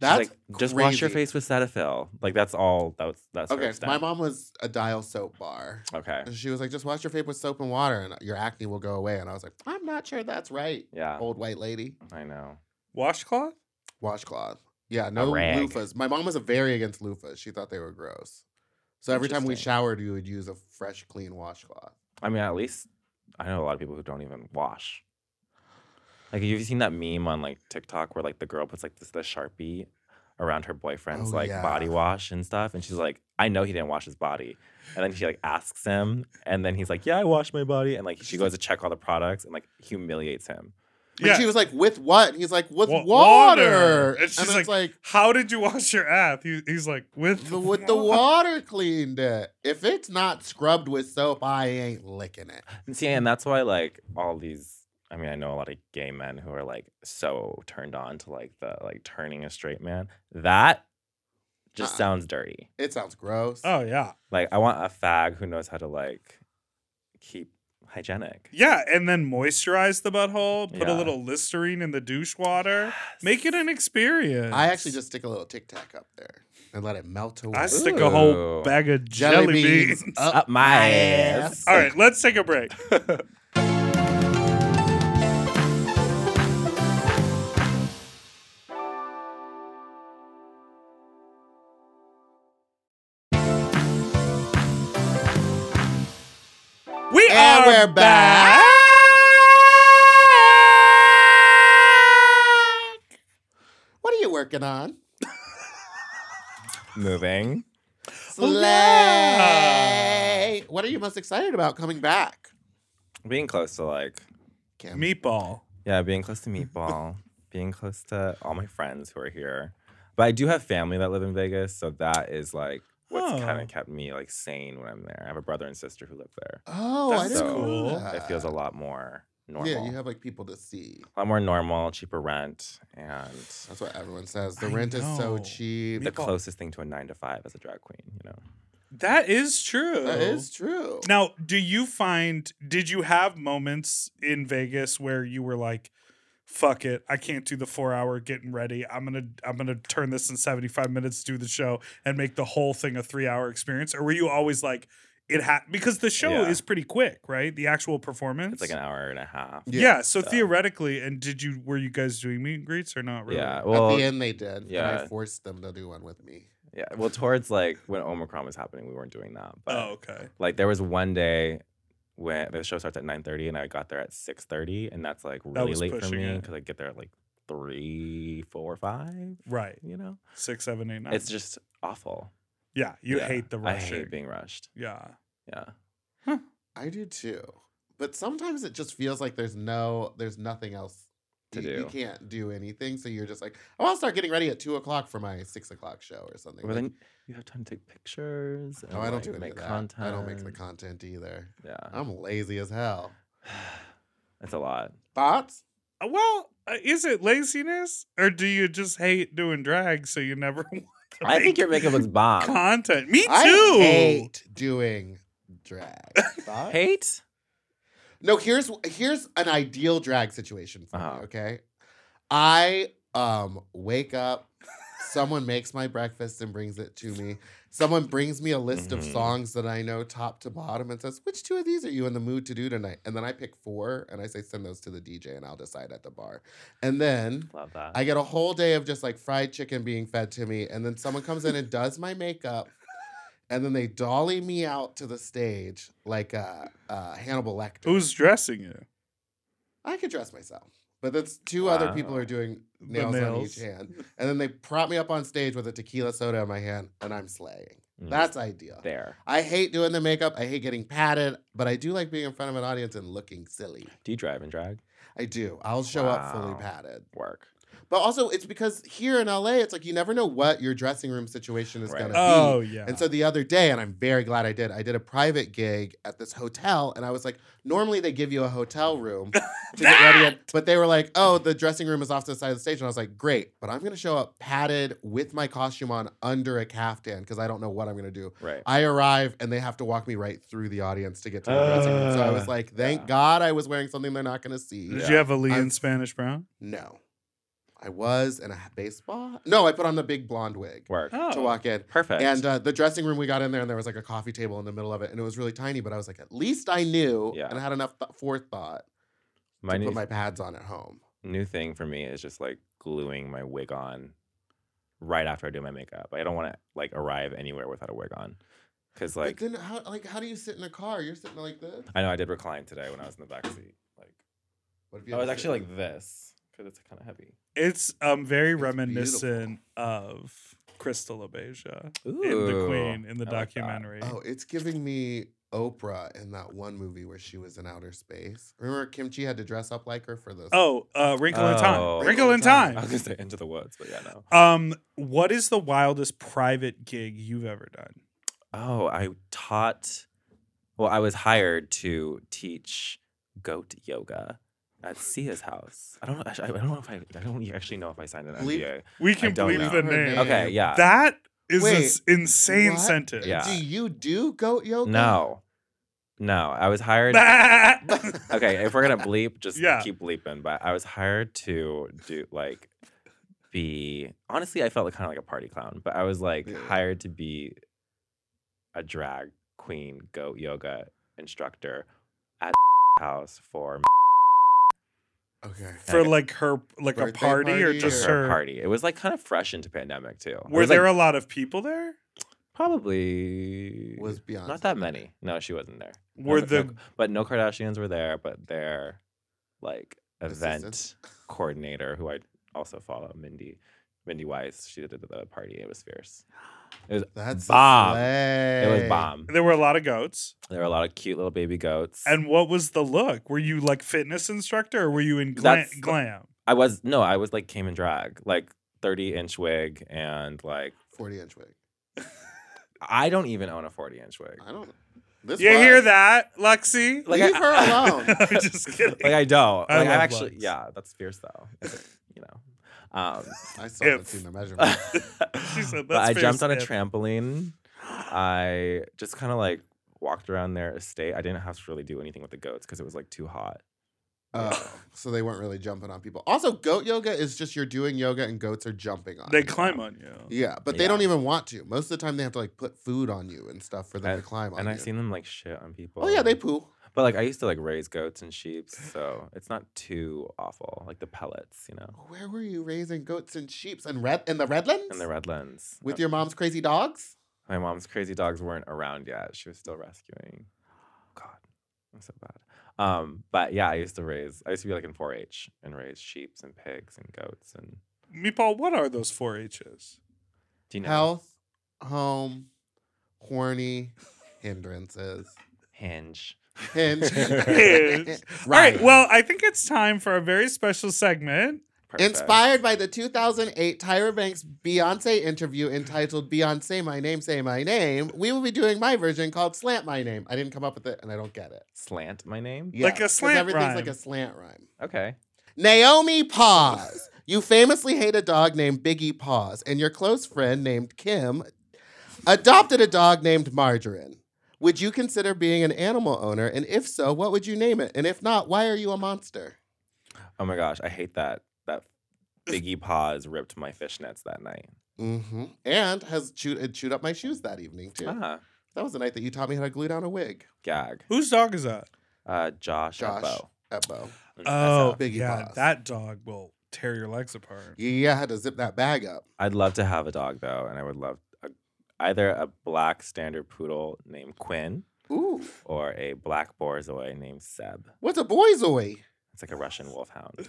Speaker 1: That's
Speaker 3: like, just wash your
Speaker 1: crazy.
Speaker 3: face with Cetaphil. Like that's all. That's that's her
Speaker 1: Okay, my
Speaker 3: step.
Speaker 1: mom was a dial soap bar.
Speaker 3: Okay,
Speaker 1: And she was like, just wash your face with soap and water and your acne will go away. And I was like, I'm not sure that's right,
Speaker 3: yeah,
Speaker 1: old white lady.
Speaker 3: I know.
Speaker 2: washcloth?
Speaker 1: washcloth. Yeah, no
Speaker 3: rag.
Speaker 1: loofahs. My mom was a very against loofahs. She thought they were gross. So every time we
Speaker 3: Interesting.
Speaker 1: showered, you would use a fresh, clean washcloth.
Speaker 3: I mean, at least I know a lot of people who don't even wash. Like, have you seen that meme on like TikTok where like the girl puts like this the sharpie around her boyfriend's
Speaker 1: Oh,
Speaker 3: like
Speaker 1: yeah.
Speaker 3: body wash and stuff. And she's like, I know he didn't wash his body. And then she like asks him, and then he's like, Yeah, I washed my body. And like she goes to check all the products and like humiliates him.
Speaker 1: And she was like, with what? And he's like, with
Speaker 2: Wa-
Speaker 1: water.
Speaker 2: water.
Speaker 1: And,
Speaker 2: And she's
Speaker 1: it's like,
Speaker 2: How did you wash your ass? He, he's like, with
Speaker 1: the, with the water cleaned it. If it's not scrubbed with soap, I ain't licking it.
Speaker 3: And see, and that's why like all these I mean, I know a lot of gay men who are like so turned on to like the like turning a straight man. That just
Speaker 1: Uh-uh.
Speaker 3: sounds dirty.
Speaker 1: It sounds gross.
Speaker 2: Oh yeah,
Speaker 3: Like I want a fag who knows how to like keep hygienic.
Speaker 2: yeah, and then moisturize the butthole. Put
Speaker 3: Yeah.
Speaker 2: a little Listerine in the douche water. Make it an experience.
Speaker 1: I actually just stick a little Tic Tac up there and let it melt away.
Speaker 2: I stick a whole
Speaker 3: Ooh.
Speaker 2: bag of
Speaker 1: Jelly beans
Speaker 3: up, my ass.
Speaker 2: All right, let's take a break. We
Speaker 1: And
Speaker 2: are
Speaker 1: we're
Speaker 2: back.
Speaker 1: back. What are you working on?
Speaker 3: Moving.
Speaker 2: Oh,
Speaker 1: Slay. What are you most excited about coming back?
Speaker 3: Being close to like
Speaker 1: Kim?
Speaker 2: Meatball.
Speaker 3: Yeah, being close to Meatball, being close to all my friends who are here. But I do have family that live in Vegas, so that is like what's kind
Speaker 2: Oh.
Speaker 3: of kept me like sane when I'm there. I have a brother and sister who live there.
Speaker 1: Oh, I
Speaker 2: That's
Speaker 1: didn't
Speaker 3: so
Speaker 1: know
Speaker 2: cool.
Speaker 3: it
Speaker 1: that.
Speaker 3: feels a lot more normal.
Speaker 1: Yeah, you have like people to see.
Speaker 3: a lot more normal, cheaper rent, and
Speaker 1: That's what everyone says. The
Speaker 2: I
Speaker 1: rent is so
Speaker 2: know.
Speaker 1: cheap.
Speaker 3: the
Speaker 2: Meatball.
Speaker 3: closest thing to a nine to five as a drag queen, you know.
Speaker 2: That is true.
Speaker 1: That is true.
Speaker 2: Now, do you find did you have moments in Vegas where you were like, fuck it, I can't do the 4 hour getting ready. I'm going to I'm going to turn this in 75 minutes do the show and make the whole thing a 3 hour experience or were you always like it ha because the show
Speaker 3: Yeah.
Speaker 2: is pretty quick, right? The actual performance.
Speaker 3: It's like an hour and a half.
Speaker 1: Yeah.
Speaker 2: yeah, so
Speaker 3: so-
Speaker 2: theoretically, and did you were you guys doing meet and greets or not really?
Speaker 3: Yeah.
Speaker 1: At
Speaker 3: Well
Speaker 1: the end, they did. And I
Speaker 3: yeah.
Speaker 1: forced them to do one with me.
Speaker 3: yeah. Well towards like when Omicron was happening, we weren't doing that. But
Speaker 2: Oh, okay.
Speaker 3: like there was one day when the show starts at 9.30 and i got there at 6.30 and that's like really
Speaker 2: was
Speaker 3: late for
Speaker 2: pushing
Speaker 3: me
Speaker 2: it.
Speaker 3: because i get there at like 3 4 5
Speaker 2: Right.
Speaker 3: you know
Speaker 2: Six, seven, eight, nine.
Speaker 3: it's just awful
Speaker 2: yeah, you
Speaker 3: Yeah.
Speaker 2: hate the rushing.
Speaker 3: i hate being rushed
Speaker 2: yeah.
Speaker 3: yeah
Speaker 1: I do too. But sometimes it just feels like there's no, there's nothing else
Speaker 3: To
Speaker 1: you, You
Speaker 3: do.
Speaker 1: can't do anything. So you're just like, oh, I'll start getting ready at two o'clock for my six o'clock show or something.
Speaker 3: but
Speaker 1: Like,
Speaker 3: then you have time to take pictures and
Speaker 1: oh, I don't do
Speaker 3: like,
Speaker 1: any
Speaker 3: make
Speaker 1: of that.
Speaker 3: content Uh,
Speaker 1: I don't make the content either.
Speaker 3: yeah
Speaker 1: I'm lazy as hell.
Speaker 3: it's a lot
Speaker 1: Thoughts?
Speaker 2: Uh, Well, uh, is it laziness or do you just hate doing drag so you never want to
Speaker 3: i think
Speaker 2: make
Speaker 3: your makeup looks bomb
Speaker 2: content? Me too.
Speaker 1: I hate doing drag. Thoughts?
Speaker 3: hate
Speaker 1: No, here's here's an ideal drag situation for
Speaker 3: Uh-huh.
Speaker 1: me, okay? I um wake up, someone makes my breakfast and brings it to me. Someone brings me a list of
Speaker 3: Mhm.
Speaker 1: songs that I know top to bottom and says, "Which two of these are you in the mood to do tonight?" And then I pick four and I say send those to the DJ and I'll decide at the bar. And then
Speaker 3: love that
Speaker 1: I get a whole day of just like fried chicken being fed to me, and then someone comes in and does my makeup, and then they dolly me out to the stage like uh, uh, Hannibal Lecter.
Speaker 2: Who's dressing you?
Speaker 1: I could dress myself, but that's two other people
Speaker 3: Wow.
Speaker 1: are doing
Speaker 2: The
Speaker 1: nails, on each
Speaker 2: nails.
Speaker 1: hand, and then they prop me up on stage with a tequila soda in my hand, and I'm slaying.
Speaker 3: Mm,
Speaker 1: That's ideal.
Speaker 3: there
Speaker 1: I hate doing the makeup. I hate getting patted, but I do like being in front of an audience and looking silly.
Speaker 3: do you drive and drag
Speaker 1: I do. I'll show up fully
Speaker 3: Wow.
Speaker 1: padded.
Speaker 3: work
Speaker 1: But also, it's because here in LA, it's like you never know what your dressing room situation is
Speaker 3: Right.
Speaker 1: going to be.
Speaker 2: Oh yeah.
Speaker 1: And so the other day, and I'm very glad I did, I did a private gig at this hotel. And I was like, normally they give you a hotel room to get ready in. But they were like, oh, the dressing room is off to the side of the stage. And I was like, great. But I'm going to show up padded with my costume on under a caftan because I don't know what I'm going to do.
Speaker 3: right
Speaker 1: I arrive and they have to walk me right through the audience to get to the dressing room. So I was
Speaker 3: Uh,
Speaker 1: like, thank
Speaker 3: yeah.
Speaker 1: God I was wearing something they're not going to see.
Speaker 2: Did
Speaker 3: Yeah.
Speaker 2: you have a Lee
Speaker 1: I'm-
Speaker 2: in Spanish Brown?
Speaker 1: No. I was in a baseball. No, I put on the big blonde wig
Speaker 3: work
Speaker 2: Oh.
Speaker 1: to walk in.
Speaker 3: perfect
Speaker 1: And uh, the dressing room we got in there, and there was like a coffee table in the middle of it, and it was really tiny. But I was like, at least I knew
Speaker 3: Yeah.
Speaker 1: and had enough th- forethought
Speaker 3: my
Speaker 1: to
Speaker 3: new
Speaker 1: put my pads on at home.
Speaker 3: new thing for me is just like gluing my wig on right after I do my makeup. I don't want to like arrive anywhere without a wig on because
Speaker 1: But
Speaker 3: like
Speaker 1: then how like how do you sit in a car? You're sitting like this.
Speaker 3: I know I did recline today when I was in the back seat. Like
Speaker 1: What if
Speaker 3: I was actually like this because it's kind of heavy.
Speaker 2: It's um very
Speaker 1: It's
Speaker 2: reminiscent of Crystal Abasia
Speaker 3: Ooh,
Speaker 2: in The Queen in the
Speaker 3: I like that.
Speaker 2: documentary.
Speaker 1: Oh, it's giving me Oprah in that one movie where she was in outer space. Remember Kim Chi had to dress up like her for this?
Speaker 2: oh, uh, Wrinkle in
Speaker 3: Oh.
Speaker 2: Time. Wrinkle in Time.
Speaker 3: I was gonna say Into the Woods, but yeah, no.
Speaker 2: Um, what is the wildest private gig you've ever done?
Speaker 3: Oh, I taught. Well, I was hired to teach goat yoga at Sia's house. I don't know. I, I don't know if I. I don't actually know if I signed an
Speaker 1: Bleep.
Speaker 3: NDA.
Speaker 2: We can
Speaker 3: don't
Speaker 2: believe
Speaker 3: know.
Speaker 1: Her
Speaker 2: the name.
Speaker 1: name.
Speaker 3: Okay, yeah.
Speaker 2: That is an
Speaker 1: Wait,
Speaker 2: s- insane
Speaker 1: what?
Speaker 2: sentence.
Speaker 3: Uh, Yeah.
Speaker 1: Do you do goat yoga?
Speaker 3: no, no. I was hired. okay, if we're gonna bleep, just
Speaker 2: Yeah.
Speaker 3: keep bleeping. But I was hired to do like be honestly, I felt like kind of like a party clown, but I was like
Speaker 1: Yeah.
Speaker 3: hired to be a drag queen goat yoga instructor at house for
Speaker 1: Okay.
Speaker 2: For like her like a
Speaker 1: Birthday
Speaker 2: party, or
Speaker 1: party
Speaker 2: just
Speaker 3: just
Speaker 1: or-
Speaker 2: her
Speaker 3: her party. It was like kind of fresh into pandemic too. It
Speaker 2: Were
Speaker 3: was, like,
Speaker 2: there a lot of people there?
Speaker 3: probably
Speaker 1: Was beyond
Speaker 3: not that many? No, she wasn't there. No,
Speaker 2: Were
Speaker 3: no-
Speaker 2: the
Speaker 3: but no Kardashians were there, but their like event
Speaker 1: Assistant.
Speaker 3: coordinator, who I also follow, Mindy, Mindy Weiss, she did it at the party. It was fierce.
Speaker 1: That's a
Speaker 3: Bomb. It was
Speaker 1: slay.
Speaker 3: bomb.
Speaker 2: there were a lot of goats?
Speaker 3: There were a lot of cute little baby goats.
Speaker 2: And what was the look? Were you like fitness instructor or were you in glam?
Speaker 3: That's-
Speaker 2: glam?
Speaker 3: I was no, I was like came in drag, like thirty inch wig, and like
Speaker 1: Forty inch wig.
Speaker 3: I don't even own a forty inch wig.
Speaker 1: I don't. This
Speaker 2: You
Speaker 1: was-
Speaker 2: hear that, Lexi?
Speaker 3: Like,
Speaker 1: Leave
Speaker 3: I-
Speaker 1: her alone.
Speaker 2: I'm just kidding.
Speaker 3: Like I don't.
Speaker 2: I
Speaker 3: like I
Speaker 2: love
Speaker 3: actually,
Speaker 2: looks.
Speaker 3: yeah, that's fierce though. If it- you know. Um,
Speaker 1: I still haven't
Speaker 2: If-
Speaker 1: seen the measurement.
Speaker 2: She said,
Speaker 3: but
Speaker 2: "That's
Speaker 3: I jumped
Speaker 2: fierce,
Speaker 3: on a
Speaker 2: Ed."
Speaker 3: trampoline. I just kind of like walked around their estate. I didn't have to really do anything with the goats because it was like too hot.
Speaker 1: Oh, so they weren't really jumping on people. Also, goat yoga is just you're doing yoga and goats are jumping on.
Speaker 2: they
Speaker 1: you.
Speaker 2: climb on you.
Speaker 1: Yeah, but they
Speaker 3: Yeah.
Speaker 1: don't even want to. Most of the time, they have to like put food on you and stuff for them
Speaker 3: And-
Speaker 1: to climb on.
Speaker 3: and I've
Speaker 1: you.
Speaker 3: seen them like shit on people.
Speaker 1: Oh yeah, they poo.
Speaker 3: But like I used to like raise goats and sheep, so it's not too awful. Like the pellets, you know,
Speaker 1: Where were you raising goats and sheep and red in the Redlands?
Speaker 3: in the Redlands.
Speaker 1: with
Speaker 3: Uh,
Speaker 1: your mom's crazy dogs.
Speaker 3: my mom's crazy dogs weren't around yet. She was still rescuing. God, I'm so bad. Um, but yeah, I used to raise. I used to be like in 4-H and raise sheep and pigs and goats and.
Speaker 2: Meatball, what are those four H's?
Speaker 3: Do you know?
Speaker 1: Health, home, horny, hindrances,
Speaker 3: Hinge.
Speaker 1: hinge.
Speaker 2: Hinge. All right. Well, I think it's time for a very special segment.
Speaker 3: Perfect.
Speaker 1: Inspired by the 2008 Tyra Banks Beyonce interview entitled Beyonce My Name Say My Name, we will be doing my version called Slant My Name. I didn't come up with it and I don't get it.
Speaker 3: Slant my name?
Speaker 1: Yeah,
Speaker 2: Like a
Speaker 1: 'cause
Speaker 2: slant
Speaker 1: Everything's
Speaker 2: rhyme.
Speaker 1: like a slant rhyme.
Speaker 3: Okay.
Speaker 1: Naomi Paws. You famously hate a dog named Biggie Paws, and your close friend named Kim adopted a dog named Margarine. Would you consider being an animal owner? And if so, what would you name it? And if not, why are you a monster?
Speaker 3: Oh my gosh, I hate that. That Biggie Paws ripped my fishnets that night.
Speaker 1: hmm And has chewed, it chewed up my shoes that evening, too.
Speaker 3: Ah,
Speaker 1: That was the night that you taught me how to glue down a wig.
Speaker 3: gag.
Speaker 2: Whose dog is that?
Speaker 3: Uh, Josh.
Speaker 1: Josh.
Speaker 3: Ebo.
Speaker 1: Ebo.
Speaker 3: Mm,
Speaker 2: Oh,
Speaker 3: SF.
Speaker 1: Biggie
Speaker 2: yeah.
Speaker 1: Boss.
Speaker 2: That dog will tear your legs apart.
Speaker 1: Yeah, I had to zip that bag up.
Speaker 3: I'd love to have a dog though, and I would love a, either a black standard poodle named Quinn
Speaker 1: Ooh.
Speaker 3: or a black borzoi named Seb.
Speaker 1: What's a boyzoy?
Speaker 3: It's like a Russian wolfhound.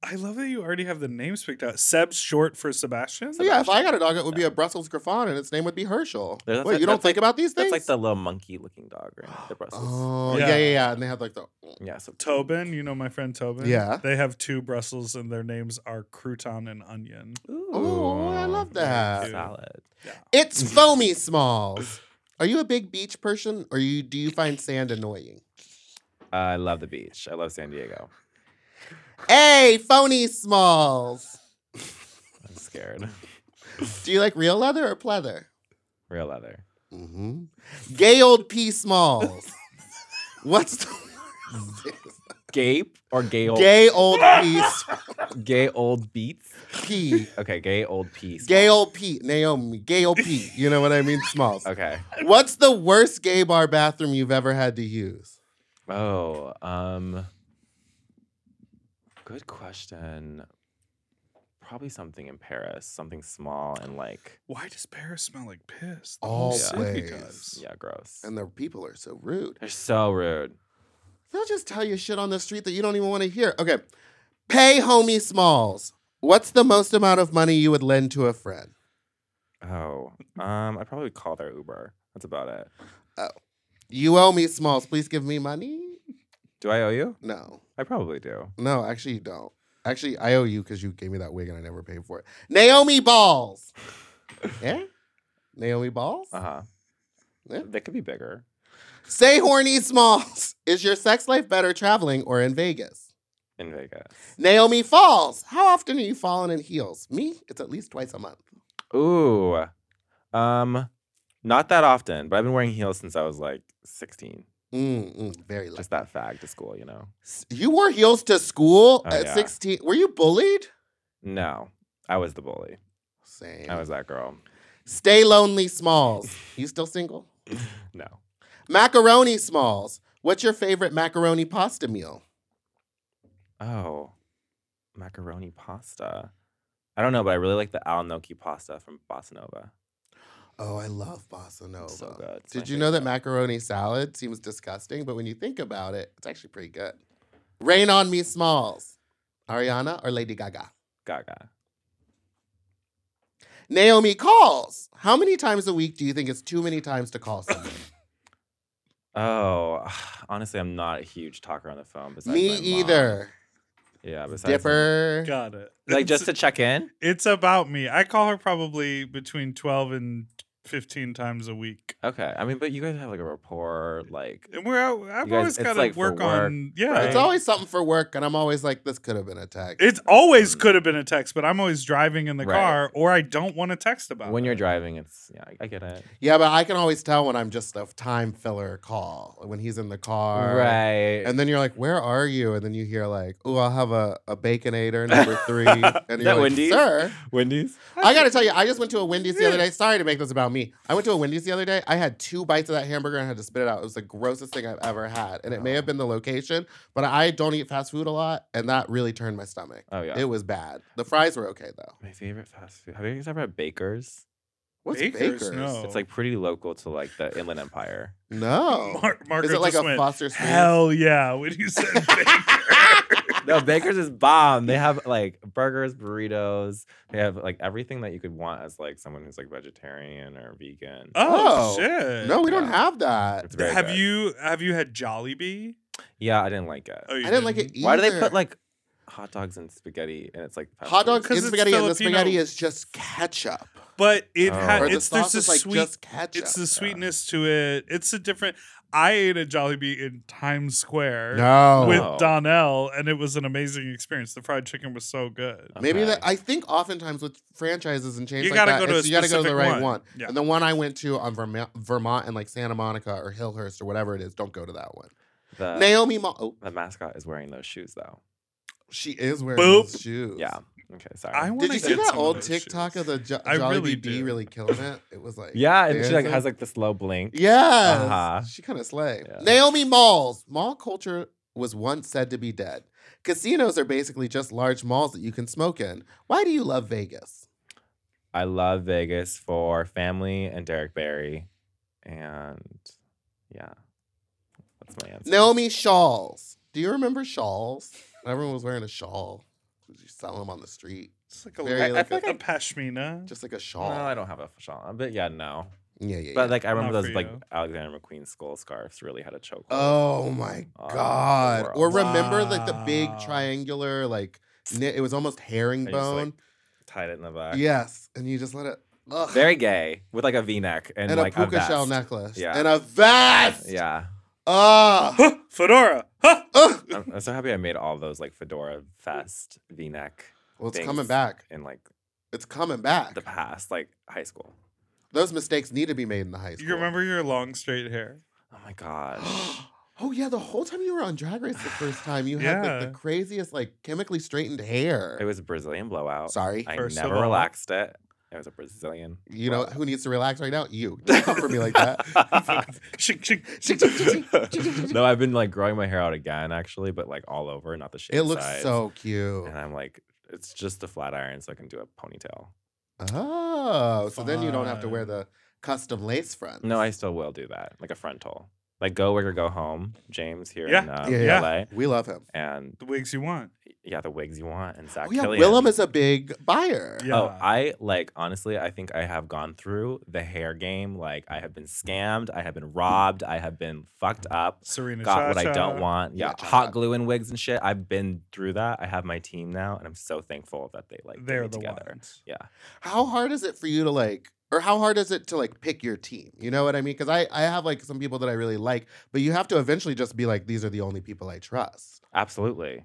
Speaker 2: I love that you already have the names picked out. Seb's short for Sebastian.
Speaker 1: So, yeah, if I got a dog, it would be a Brussels Griffon, and its name would be Herschel.
Speaker 3: That's
Speaker 1: Wait,
Speaker 3: like-
Speaker 1: you don't
Speaker 3: that's like-
Speaker 1: think about these
Speaker 3: That's
Speaker 1: things?
Speaker 3: like the little monkey looking dog, right? The Brussels.
Speaker 1: Oh
Speaker 2: Yeah.
Speaker 1: yeah. yeah, yeah, And they have like the
Speaker 3: yeah, so
Speaker 2: Tobin, you know my friend Tobin.
Speaker 1: Yeah.
Speaker 2: They have two Brussels and their names are crouton and onion.
Speaker 3: Ooh,
Speaker 1: oh, I love that.
Speaker 3: Salad.
Speaker 1: It's foamy smalls. Are you a big beach person, or you do you find sand annoying?
Speaker 3: Uh, I love the beach. I love San Diego.
Speaker 1: Hey, phony smalls.
Speaker 3: I'm scared.
Speaker 1: Do you like real leather or pleather?
Speaker 3: Real leather.
Speaker 1: Mm-hmm. Gay old P smalls. What's the
Speaker 3: Gape or gay old
Speaker 1: gay old P smalls?
Speaker 3: gay old beats?
Speaker 1: P?
Speaker 3: Okay, gay old peace.
Speaker 1: Gay old P. Naomi. Gay old P. You know what I mean? Smalls.
Speaker 3: Okay.
Speaker 1: What's the worst gay bar bathroom you've ever had to use?
Speaker 3: Oh, um, good question. Probably something in Paris, something small and like
Speaker 2: Why does Paris smell like piss?
Speaker 1: Always.
Speaker 2: city does.
Speaker 3: yeah, gross.
Speaker 1: And the people are so rude.
Speaker 3: They're so rude.
Speaker 1: They'll just tell you shit on the street that you don't even want to hear. Okay. Pay homie Smalls. What's the most amount of money you would lend to a friend?
Speaker 3: Oh, um, I probably call their Uber. That's about it.
Speaker 1: You owe me Smalls. Please give me money.
Speaker 3: Do I owe you?
Speaker 1: No,
Speaker 3: I probably do.
Speaker 1: no, actually you don't. Actually, I owe you because you gave me that wig and I never paid for it. Naomi Balls. yeah, Naomi Balls.
Speaker 3: Uh huh.
Speaker 1: Yeah.
Speaker 3: They could be bigger.
Speaker 1: Say horny Smalls. Is your sex life better traveling or in Vegas?
Speaker 3: In Vegas.
Speaker 1: Naomi Falls. How often are you falling in heels? Me? It's at least twice a month.
Speaker 3: Ooh. Um, not that often, but I've been wearing heels since I was like 16.
Speaker 1: Mm, mm, very low.
Speaker 3: Just that fag to school, you know?
Speaker 1: You wore heels to school
Speaker 3: Oh,
Speaker 1: at
Speaker 3: yeah.
Speaker 1: 16. Were you bullied?
Speaker 3: No, I was the bully.
Speaker 1: Same.
Speaker 3: I was that girl.
Speaker 1: Stay lonely Smalls. You still single?
Speaker 3: No.
Speaker 1: Macaroni Smalls. What's your favorite macaroni pasta meal?
Speaker 3: Oh, macaroni pasta. I don't know, but I really like the al gnocchi pasta from Bossa Nova.
Speaker 1: Oh, I love bossa nova.
Speaker 3: so good. It's my
Speaker 1: Did you know that
Speaker 3: favorite.
Speaker 1: macaroni salad seems disgusting, but when you think about it, it's actually pretty good. Rain on me Smalls. Ariana or Lady Gaga?
Speaker 3: Gaga.
Speaker 1: Naomi calls. How many times a week do you think it's too many times to call someone?
Speaker 3: Oh, honestly, I'm not a huge talker on the phone. Besides
Speaker 1: Me
Speaker 3: my mom.
Speaker 1: either.
Speaker 3: Yeah, besides my-
Speaker 1: Dipper.
Speaker 2: Got it.
Speaker 3: Like
Speaker 2: It's-
Speaker 3: just to check in.
Speaker 2: It's about me. I call her probably between 12 and 15 times a week.
Speaker 3: Okay, I mean, but you guys have like a rapport, like
Speaker 2: And we're out. I've
Speaker 3: You guys-
Speaker 2: always
Speaker 3: it's
Speaker 2: got to
Speaker 3: like for
Speaker 2: work on. Yeah.
Speaker 3: right?
Speaker 1: It's always something for work, and I'm always like, this could have been a text.
Speaker 2: It always could have been a text, but I'm always driving in the
Speaker 3: Right.
Speaker 2: car or I don't want to text about
Speaker 3: when
Speaker 2: it.
Speaker 3: you're driving. It's yeah, I- I get it.
Speaker 1: yeah, but I can always tell when I'm just a time filler call like, when he's in the car.
Speaker 3: Right.
Speaker 1: And then you're like, where are you? And then you hear like, oh, I'll have a, a baconator number three. And you're
Speaker 3: that
Speaker 1: like,
Speaker 3: Wendy's?
Speaker 1: sir.
Speaker 3: Wendy's.
Speaker 1: I gotta tell you, I just went to a Wendy's the other day. Sorry to make this about me. I went to a Wendy's the other day. I had two bites of that hamburger and I had to spit it out. It was the grossest thing I've ever had. And it may have been the location, but I don't eat fast food a lot, and that really turned my stomach.
Speaker 2: Uh,
Speaker 3: Oh yeah.
Speaker 1: It was bad. The fries were okay though.
Speaker 3: my favorite fast food. Have you guys ever had Baker's?
Speaker 1: What's
Speaker 2: Baker's?
Speaker 1: Baker's?
Speaker 2: No.
Speaker 1: Oh.
Speaker 3: It's like pretty local to like the Inland Empire.
Speaker 1: No.
Speaker 2: Mar- Margaret
Speaker 1: Is it like
Speaker 2: just
Speaker 1: a
Speaker 2: went,
Speaker 1: Foster Sweet?
Speaker 2: Hell yeah. When you said
Speaker 3: no, Baker's is bomb. They have like burgers, burritos. They have like everything that you could want as like someone who's like vegetarian or vegan.
Speaker 1: Oh,
Speaker 2: Oh, shit.
Speaker 1: No, we don't
Speaker 3: Yeah.
Speaker 1: have that.
Speaker 3: It's very
Speaker 2: have
Speaker 3: good.
Speaker 2: you have you had Jollibee?
Speaker 3: Yeah, I didn't like it.
Speaker 2: Oh, you
Speaker 1: I didn't like it either.
Speaker 3: Why do they put like hot dogs and spaghetti and it's like fast
Speaker 1: hot
Speaker 3: food?
Speaker 1: dogs
Speaker 2: 'Cause
Speaker 1: in
Speaker 2: it's
Speaker 1: spaghetti and the
Speaker 2: Filipino.
Speaker 1: spaghetti is just ketchup?
Speaker 2: But it
Speaker 3: Oh.
Speaker 2: ha-
Speaker 1: Or the
Speaker 2: it's there's
Speaker 1: sauce
Speaker 2: a
Speaker 1: is like
Speaker 2: sweet
Speaker 1: just ketchup.
Speaker 2: it's the sweetness to it. It's a different I ate a Jollibee in Times Square.
Speaker 1: no.
Speaker 2: with
Speaker 3: Oh.
Speaker 2: Donnell, and it was an amazing experience. The fried chicken was so good.
Speaker 1: Maybe
Speaker 3: Okay.
Speaker 1: that I think oftentimes with franchises and chains
Speaker 2: You
Speaker 1: like
Speaker 2: gotta
Speaker 1: that,
Speaker 2: go to
Speaker 1: it's-
Speaker 2: a
Speaker 1: you gotta go to the
Speaker 2: specific
Speaker 1: right one.
Speaker 2: one. Yeah.
Speaker 1: And the one I went to on Vermont, Vermont and like Santa Monica or Hillhurst or whatever it is, don't go to that one.
Speaker 3: The,
Speaker 2: Uh,
Speaker 1: Naomi, Ma- oh,
Speaker 3: the mascot is wearing those shoes though.
Speaker 1: she is wearing
Speaker 2: Boop.
Speaker 1: those shoes.
Speaker 3: Yeah. Okay, sorry.
Speaker 2: I
Speaker 1: Did
Speaker 2: wanna
Speaker 1: you see
Speaker 2: get
Speaker 1: that
Speaker 2: some of
Speaker 1: old
Speaker 2: those
Speaker 1: TikTok
Speaker 2: shoes.
Speaker 1: of the jo-
Speaker 2: I
Speaker 1: Jollibee
Speaker 2: really
Speaker 1: Bee
Speaker 2: do.
Speaker 1: really killing it? It was like
Speaker 3: yeah, and she like
Speaker 1: dancing.
Speaker 3: has like the slow blink.
Speaker 1: Yes.
Speaker 3: Uh-huh.
Speaker 1: She kind of slay.
Speaker 3: Yeah.
Speaker 1: Naomi Malls. Mall culture was once said to be dead. Casinos are basically just large malls that you can smoke in. Why do you love Vegas?
Speaker 3: I love Vegas for family and Derek Barry, and yeah, that's my answer.
Speaker 1: Naomi Shawls. Do you remember shawls? Everyone was wearing a shawl. Did you sell them on the street?
Speaker 2: It's like a,
Speaker 1: Very,
Speaker 2: little-
Speaker 1: I- I feel
Speaker 2: a,
Speaker 1: like I-
Speaker 2: pashmina.
Speaker 1: Just like a shawl.
Speaker 3: No, I don't have a shawl, but yeah, no.
Speaker 1: yeah, yeah,
Speaker 3: But
Speaker 1: yeah.
Speaker 3: like I remember
Speaker 2: Not
Speaker 3: those
Speaker 2: for
Speaker 3: like
Speaker 2: you.
Speaker 3: Alexander McQueen skull scarves really had a chokehold.
Speaker 1: oh my
Speaker 3: Oh,
Speaker 1: god. Or
Speaker 3: world.
Speaker 1: remember like the big
Speaker 2: Wow.
Speaker 1: triangular, like knit, it was almost
Speaker 3: And you just, like,
Speaker 1: herringbone.
Speaker 3: tied it in the back.
Speaker 1: yes. And you just let it ugh.
Speaker 3: very gay with like a V neck and,
Speaker 1: and
Speaker 3: like
Speaker 1: a puka
Speaker 3: vest.
Speaker 1: shell necklace.
Speaker 3: Yeah.
Speaker 1: And a vest.
Speaker 3: Yeah,
Speaker 1: Ugh.
Speaker 2: Huh, fedora. Huh.
Speaker 1: Ugh.
Speaker 3: I'm, I'm so happy I made all those like fedora vest V neck
Speaker 1: Well, it's
Speaker 3: Things.
Speaker 1: coming back.
Speaker 3: in like
Speaker 1: It's coming back.
Speaker 3: the past, like high school.
Speaker 1: Those mistakes need to be made in the high school.
Speaker 2: You remember your long straight hair?
Speaker 3: Oh my gosh.
Speaker 1: oh yeah, the whole time you were on Drag Race the first time, you had like
Speaker 2: Yeah.
Speaker 1: the craziest, like chemically straightened hair.
Speaker 3: It was a Brazilian blowout.
Speaker 1: Sorry,
Speaker 3: I
Speaker 2: First of
Speaker 3: never
Speaker 2: all.
Speaker 3: relaxed it. It was a Brazilian.
Speaker 1: you know who needs to relax right now? You. Don't come for me like that.
Speaker 2: Shink, shink.
Speaker 1: Shik, shik, shik, shik, shik, shik, shik.
Speaker 3: no, I've been like growing my hair out again, actually, but like all over, not the shape.
Speaker 1: It looks so cute.
Speaker 3: And I'm like, it's just a flat iron, so I can do a ponytail.
Speaker 1: Oh, so then you don't have to wear
Speaker 2: Fun.
Speaker 1: the custom lace front.
Speaker 3: No, I still will do that, like a frontal. Like Go Wig or Go Home, James here in
Speaker 2: Yeah.
Speaker 3: uh,
Speaker 1: Yeah, yeah.
Speaker 3: LA.
Speaker 1: We love him.
Speaker 3: And
Speaker 2: The wigs you want.
Speaker 3: yeah, the wigs you want and Zach
Speaker 1: Oh, yeah,
Speaker 3: Killian.
Speaker 1: Willem is a big buyer.
Speaker 2: Yeah.
Speaker 3: Oh, I like honestly, I think I have gone through the hair game. Like I have been scammed, I have been robbed, I have been fucked up.
Speaker 2: Serena
Speaker 3: Got what I
Speaker 2: Chacha.
Speaker 3: don't want. Yeah,
Speaker 1: Yeah, cha-cha.
Speaker 3: hot glue and wigs and shit. I've been through that. I have my team now, and I'm so thankful that they like put
Speaker 2: They're
Speaker 3: me
Speaker 2: the
Speaker 3: together.
Speaker 2: ones.
Speaker 3: Yeah,
Speaker 1: How hard is it for you to like, or how hard is it to like pick your team? You know what I mean? Because I, I have like some people that I really like, but you have to eventually just be like, these are the only people I trust.
Speaker 3: absolutely.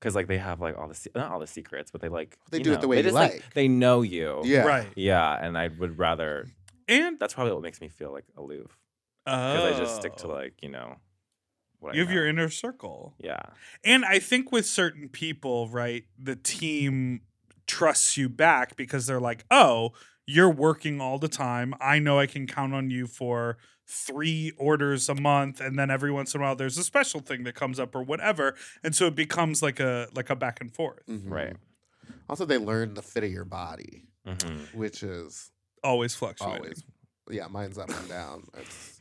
Speaker 3: Because like they have like all the se- not all the secrets, but they like
Speaker 1: They
Speaker 3: you
Speaker 1: do it
Speaker 3: know,
Speaker 1: the way
Speaker 3: they
Speaker 1: you
Speaker 3: just,
Speaker 1: like.
Speaker 3: They know you.
Speaker 1: Yeah.
Speaker 2: Right.
Speaker 3: Yeah, and I would rather.
Speaker 2: And
Speaker 3: That's probably what makes me feel like aloof because
Speaker 2: oh.
Speaker 3: I just stick to like you know. What I
Speaker 2: You have your
Speaker 3: know.
Speaker 2: inner circle.
Speaker 3: Yeah.
Speaker 2: And I think with certain people, right, the team trusts you back because they're like, oh, you're working all the time. I know I can count on you for three orders a month and then every once in a while there's a special thing that comes up or whatever and so it becomes like a like a back and forth
Speaker 1: Mhm.
Speaker 3: Right.
Speaker 1: Also, they learn the fit of your body,
Speaker 3: hmm
Speaker 1: which is
Speaker 2: always fluctuating
Speaker 1: always, yeah, mine's up and down. It's,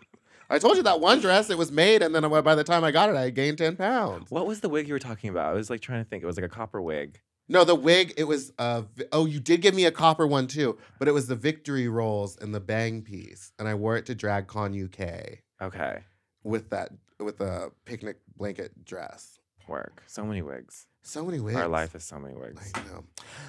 Speaker 1: I told you that one dress, it was made, and then by the time I got it, I had gained 10 pounds.
Speaker 3: What was the wig you were talking about? I was like trying to think. It was like a copper wig.
Speaker 1: No, the wig, it was, uh, vi- oh, you did give me a copper one too, but it was the victory rolls and the bang piece. And I wore it to DragCon UK
Speaker 3: Okay.
Speaker 1: with that, with a picnic blanket dress.
Speaker 3: Work. So many wigs.
Speaker 1: So many wigs.
Speaker 3: Our life is so many wigs.
Speaker 1: I know.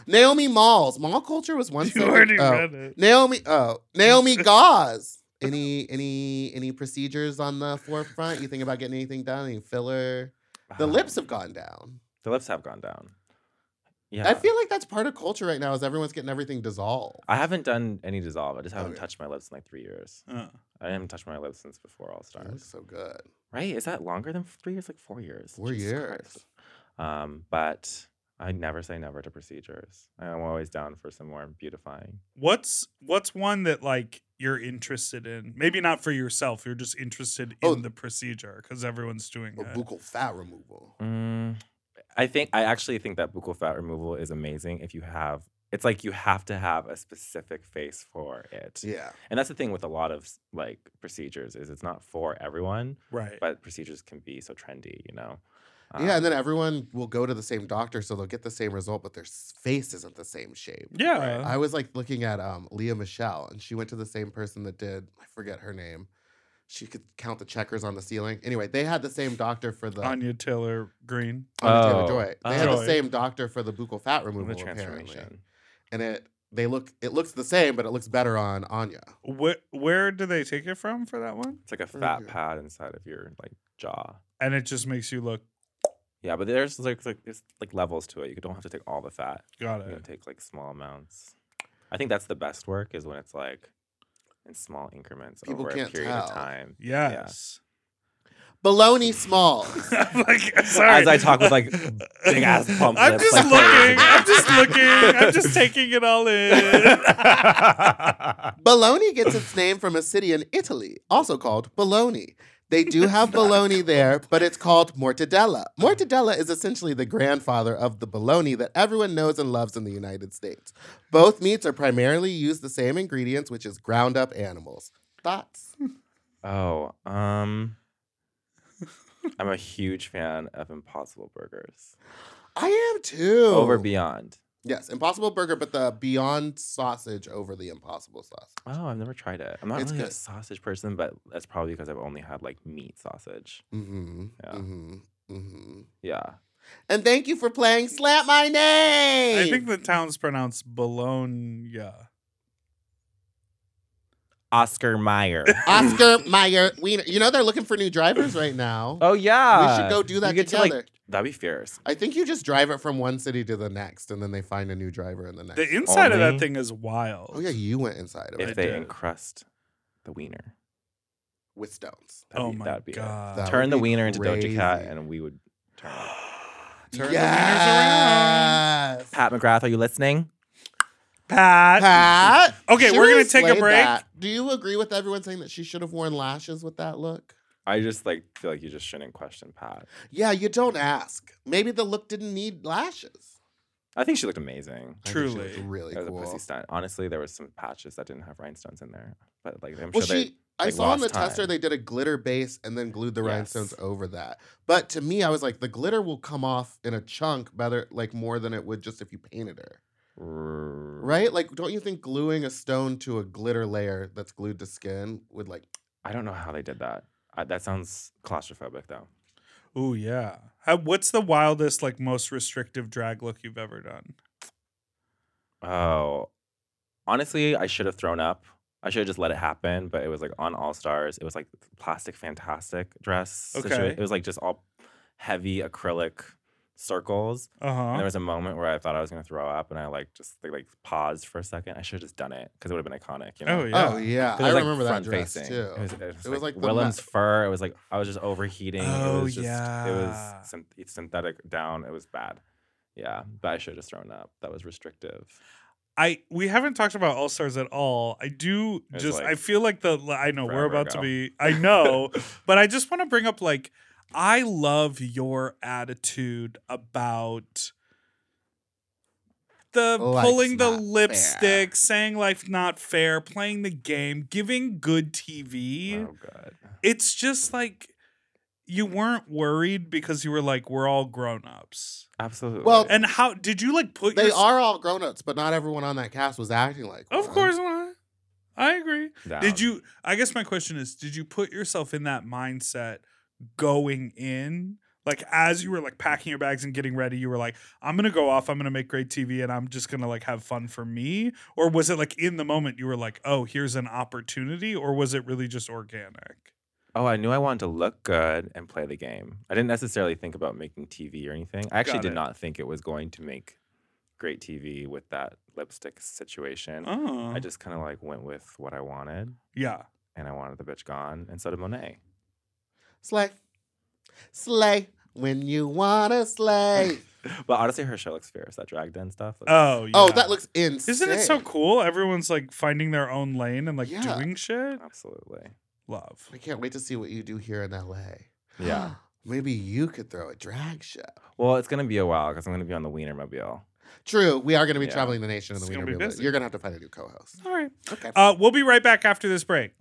Speaker 1: Naomi Malls. Mall culture was one
Speaker 2: you
Speaker 1: thing-
Speaker 2: already
Speaker 1: oh.
Speaker 2: read it
Speaker 1: Naomi, oh, Naomi Gauze. Any, any, any procedures on the forefront? You think about getting anything done? Any filler? The
Speaker 3: Um,
Speaker 1: lips have gone down.
Speaker 3: The lips have gone down. Yeah.
Speaker 1: I feel like that's part of culture right now. Is everyone's getting everything dissolved?
Speaker 3: I haven't done any dissolve. I just haven't
Speaker 1: Okay.
Speaker 3: touched my lips in like three years.
Speaker 2: Uh,
Speaker 3: I haven't touched my lips since before All
Speaker 1: It looks
Speaker 3: Stars.
Speaker 1: so good.
Speaker 3: Right? Is that longer than three years? Like four years.
Speaker 1: Four
Speaker 3: Jesus
Speaker 1: years.
Speaker 3: Christ. Um, but I never say never to procedures. I'm always down for some more beautifying.
Speaker 2: what's what's one that like you're interested in maybe not for yourself you're just interested in
Speaker 1: Oh.
Speaker 2: the procedure because everyone's doing
Speaker 1: Or
Speaker 2: it
Speaker 1: buccal fat removal.
Speaker 3: Mm, I think I actually think that buccal fat removal is amazing if you have. It's like you have to have a specific face for it,
Speaker 1: Yeah.
Speaker 3: and that's the thing with a lot of s- like procedures is it's not for everyone,
Speaker 2: right
Speaker 3: but procedures can be so trendy, you know.
Speaker 1: Yeah, and then
Speaker 3: Um,
Speaker 1: everyone will go to the same doctor, so they'll get the same result, but their s- face isn't the same shape.
Speaker 2: yeah
Speaker 1: I was like looking at um, Leah Michelle, and she went to the same person that did, I forget her name. She could count the checkers on the ceiling. Anyway, they had the same doctor for the Anya
Speaker 2: Anya Taylor Green.
Speaker 1: Taylor
Speaker 3: Oh,
Speaker 1: Joy. They had the
Speaker 2: Joy.
Speaker 1: same doctor for the buccal fat
Speaker 3: the
Speaker 1: removal
Speaker 3: transformation.
Speaker 1: apparently, and it they look it looks the same, but it looks better on Anya.
Speaker 2: Where where do they take it from for that one?
Speaker 3: It's like a
Speaker 1: Very
Speaker 3: fat
Speaker 1: good.
Speaker 3: pad inside of your like jaw.
Speaker 2: And it just makes you look
Speaker 3: Yeah, but there's like like there's like levels to it. You don't have to take all the fat.
Speaker 2: got
Speaker 3: You can
Speaker 2: it.
Speaker 3: take like small amounts. I think that's the best work is when it's like in small increments
Speaker 1: People
Speaker 3: over
Speaker 1: can't
Speaker 3: a period of
Speaker 1: tell.
Speaker 3: time.
Speaker 2: Yes.
Speaker 1: Baloney small.
Speaker 2: I'm like sorry.
Speaker 3: As I talk with, like, big ass pump
Speaker 2: I'm
Speaker 3: lips,
Speaker 2: just
Speaker 3: like,
Speaker 2: looking. I'm
Speaker 3: crazy.
Speaker 2: just looking. I'm just taking it all in.
Speaker 1: Bologna gets its name from a city in Italy, also called Bologna. They do have bologna there, but it's called mortadella. Mortadella is essentially the grandfather of the bologna that everyone knows and loves in the United States. Both meats are primarily used the same ingredients, which is ground up animals. Thoughts?
Speaker 3: Oh, um, I'm a huge fan of Impossible Burgers
Speaker 1: I am too.
Speaker 3: over Beyond.
Speaker 1: Yes, Impossible Burger, but the Beyond sausage over the Impossible sauce.
Speaker 3: Oh, I've never tried it. I'm not
Speaker 1: It's
Speaker 3: really a
Speaker 1: good.
Speaker 3: sausage person, but that's probably because I've only had like meat sausage.
Speaker 1: Mm-hmm.
Speaker 3: Yeah.
Speaker 1: Mm-hmm. Mm-hmm.
Speaker 3: Yeah,
Speaker 1: And thank you for playing Slap My Name.
Speaker 2: I think the town's pronounced Bologna.
Speaker 3: Oscar Meyer.
Speaker 1: Oscar Mayer Wiener. You know they're looking for new drivers right now.
Speaker 3: oh yeah,
Speaker 1: we should go do
Speaker 3: You
Speaker 1: that
Speaker 3: get to,
Speaker 1: together.
Speaker 3: like, that'd be fierce.
Speaker 1: I think you just drive it from one city to the next, and then they find a new driver in the next.
Speaker 2: The inside of that
Speaker 3: Only-
Speaker 2: thing is wild.
Speaker 1: oh yeah, you went inside of
Speaker 3: If
Speaker 1: it
Speaker 3: they
Speaker 2: did.
Speaker 3: encrust the wiener,
Speaker 1: with stones.
Speaker 3: that'd
Speaker 2: oh
Speaker 3: be,
Speaker 2: my
Speaker 3: that'd be it.
Speaker 2: god.
Speaker 1: That
Speaker 3: Turn
Speaker 1: would
Speaker 3: the
Speaker 1: be
Speaker 3: wiener into Doja Cat,
Speaker 1: crazy.
Speaker 3: and we would turn. It.
Speaker 2: Turn
Speaker 1: yes.
Speaker 3: Pat McGrath, are you listening?
Speaker 2: Pat.
Speaker 1: Pat.
Speaker 2: Okay,
Speaker 1: she
Speaker 2: we're gonna
Speaker 1: really
Speaker 2: take a
Speaker 1: slayed
Speaker 2: break.
Speaker 1: that. Do you agree with everyone saying that she should have worn lashes with that look?
Speaker 3: I just like feel like you just shouldn't question Pat.
Speaker 1: Yeah, you don't ask. Maybe the look didn't need lashes.
Speaker 3: I think she looked amazing.
Speaker 1: I think she looked
Speaker 2: Truly.
Speaker 1: really
Speaker 3: That was a
Speaker 1: cool.
Speaker 3: pussy stunt. Honestly, there was some patches that didn't have rhinestones in there, but like I'm
Speaker 1: Well,
Speaker 3: sure they
Speaker 1: she I
Speaker 3: like,
Speaker 1: saw on
Speaker 3: lost
Speaker 1: the tester
Speaker 3: time.
Speaker 1: they did a glitter base and then glued the
Speaker 3: Yes.
Speaker 1: rhinestones over that. But to me, I was like, the glitter will come off in a chunk better, like more than it would just if you painted her, right? Like, don't you think gluing a stone to a glitter layer that's glued to skin would like?
Speaker 3: I don't know how they did that. I, that sounds claustrophobic though.
Speaker 2: Oh yeah. How, what's the wildest, like most restrictive drag look you've ever done?
Speaker 3: Oh, honestly, I should have thrown up. I should have just let it happen. But it was like on All Stars. It was like plastic fantastic dress. situa-
Speaker 2: Okay.
Speaker 3: It was like just all heavy acrylic circles.
Speaker 2: Uh
Speaker 3: And there
Speaker 2: huh.
Speaker 3: was a moment where I thought I was gonna throw up, and I like just like, like paused for a second. I should have just done it because it would have been iconic. You know?
Speaker 2: Oh yeah.
Speaker 1: Oh yeah,
Speaker 3: 'Cause it
Speaker 1: I
Speaker 3: was, like,
Speaker 1: remember that dress
Speaker 3: front-facing.
Speaker 1: too.
Speaker 3: It was, it was,
Speaker 1: It was, like,
Speaker 3: like,
Speaker 1: the
Speaker 3: Willem's
Speaker 1: ma-
Speaker 3: fur. It was like I was just overheating.
Speaker 2: Oh,
Speaker 3: it was just it
Speaker 2: yeah.
Speaker 3: was synth- it's synthetic down. It was bad. Yeah, but I should have just thrown up. That was restrictive.
Speaker 2: I we haven't talked about All Stars at all. I do
Speaker 3: It's
Speaker 2: just I
Speaker 3: like
Speaker 2: feel like the I know we're
Speaker 3: forever
Speaker 2: about to
Speaker 3: ago.
Speaker 2: be I know, but I just want to bring up like I love your attitude about the
Speaker 1: Life's
Speaker 2: pulling the
Speaker 1: not
Speaker 2: lipstick,
Speaker 1: fair.
Speaker 2: saying life not fair, playing the game, giving good TV.
Speaker 3: Oh god.
Speaker 2: It's just like you weren't worried because you were like we're all grown-ups.
Speaker 3: Absolutely.
Speaker 1: Well,
Speaker 2: And how did you like put
Speaker 1: They
Speaker 2: your-
Speaker 1: are all grown-ups, but not everyone on that cast was acting like.
Speaker 2: Of
Speaker 1: one.
Speaker 2: course not. I agree.
Speaker 3: Down.
Speaker 2: Did you? I guess my question is: Did you put yourself in that mindset going in? Like as you were like packing your bags and getting ready, you were like, "I'm gonna go off. I'm gonna make great TV, and I'm just gonna like have fun for me." Or was it like in the moment you were like, "Oh, here's an opportunity," or was it really just organic?
Speaker 3: Oh, I knew I wanted to look good and play the game. I didn't necessarily think about making TV or anything. I actually
Speaker 2: Got
Speaker 3: did
Speaker 2: it.
Speaker 3: not think it was going to make great TV with that lipstick situation.
Speaker 2: Oh,
Speaker 3: I just kind of like went with what I wanted,
Speaker 2: yeah.
Speaker 3: and I wanted the bitch gone, and so did Monet.
Speaker 1: Slay, slay when you wanna slay.
Speaker 3: But honestly, her show looks fierce. That drag den stuff. looks-
Speaker 2: Oh, yeah.
Speaker 1: Oh, that looks insane.
Speaker 2: Isn't it so cool? Everyone's like finding their own lane and like
Speaker 1: Yeah.
Speaker 2: doing shit.
Speaker 3: absolutely.
Speaker 2: Love.
Speaker 1: I can't wait to see what you do here in L.A.
Speaker 3: Yeah.
Speaker 1: Maybe you could throw a drag show.
Speaker 3: Well, it's gonna be a while because I'm gonna be on the Wienermobile.
Speaker 1: True, we are going to be
Speaker 3: Yeah.
Speaker 1: traveling the nation in
Speaker 2: It's
Speaker 1: the
Speaker 2: gonna
Speaker 1: Wiener
Speaker 2: be
Speaker 1: Wheel.
Speaker 2: busy.
Speaker 1: You're going to have to find a new co-host.
Speaker 2: All right.
Speaker 1: Okay.
Speaker 2: Uh, we'll be right back after this break.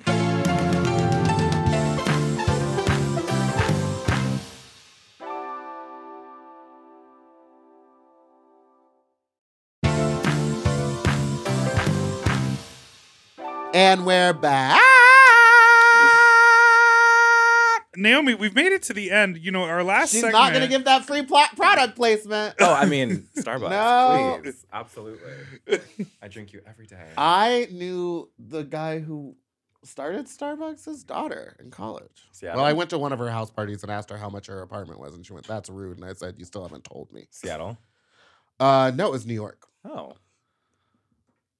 Speaker 1: and we're back.
Speaker 2: Naomi, we've made it to the end. You know, our last
Speaker 1: She's
Speaker 2: segment.
Speaker 1: not going to give that free pla- product placement.
Speaker 3: Oh, I mean Starbucks.
Speaker 1: No.
Speaker 3: Please, absolutely. I drink you every day.
Speaker 1: I knew the guy who started Starbucks' his daughter in college.
Speaker 3: Seattle.
Speaker 1: Well, I went to one of her house parties and asked her how much her apartment was, and she went, "That's rude." And I said, "You still haven't told me."
Speaker 3: Seattle.
Speaker 1: Uh, no, it was New York.
Speaker 3: Oh.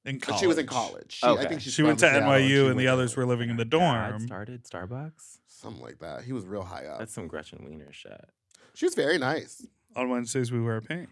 Speaker 2: In
Speaker 1: But she was in
Speaker 2: college.
Speaker 1: college. She, I
Speaker 3: Okay.
Speaker 1: think she's
Speaker 2: She went to
Speaker 1: from Seattle, she
Speaker 2: NYU,
Speaker 1: went
Speaker 2: and the
Speaker 1: to-
Speaker 2: others were living in the
Speaker 3: Dad
Speaker 2: dorm.
Speaker 3: started Starbucks.
Speaker 1: something like that. He was real high up.
Speaker 3: That's some Gretchen Wiener shit.
Speaker 1: she was very nice.
Speaker 2: On Wednesdays, we wear pink.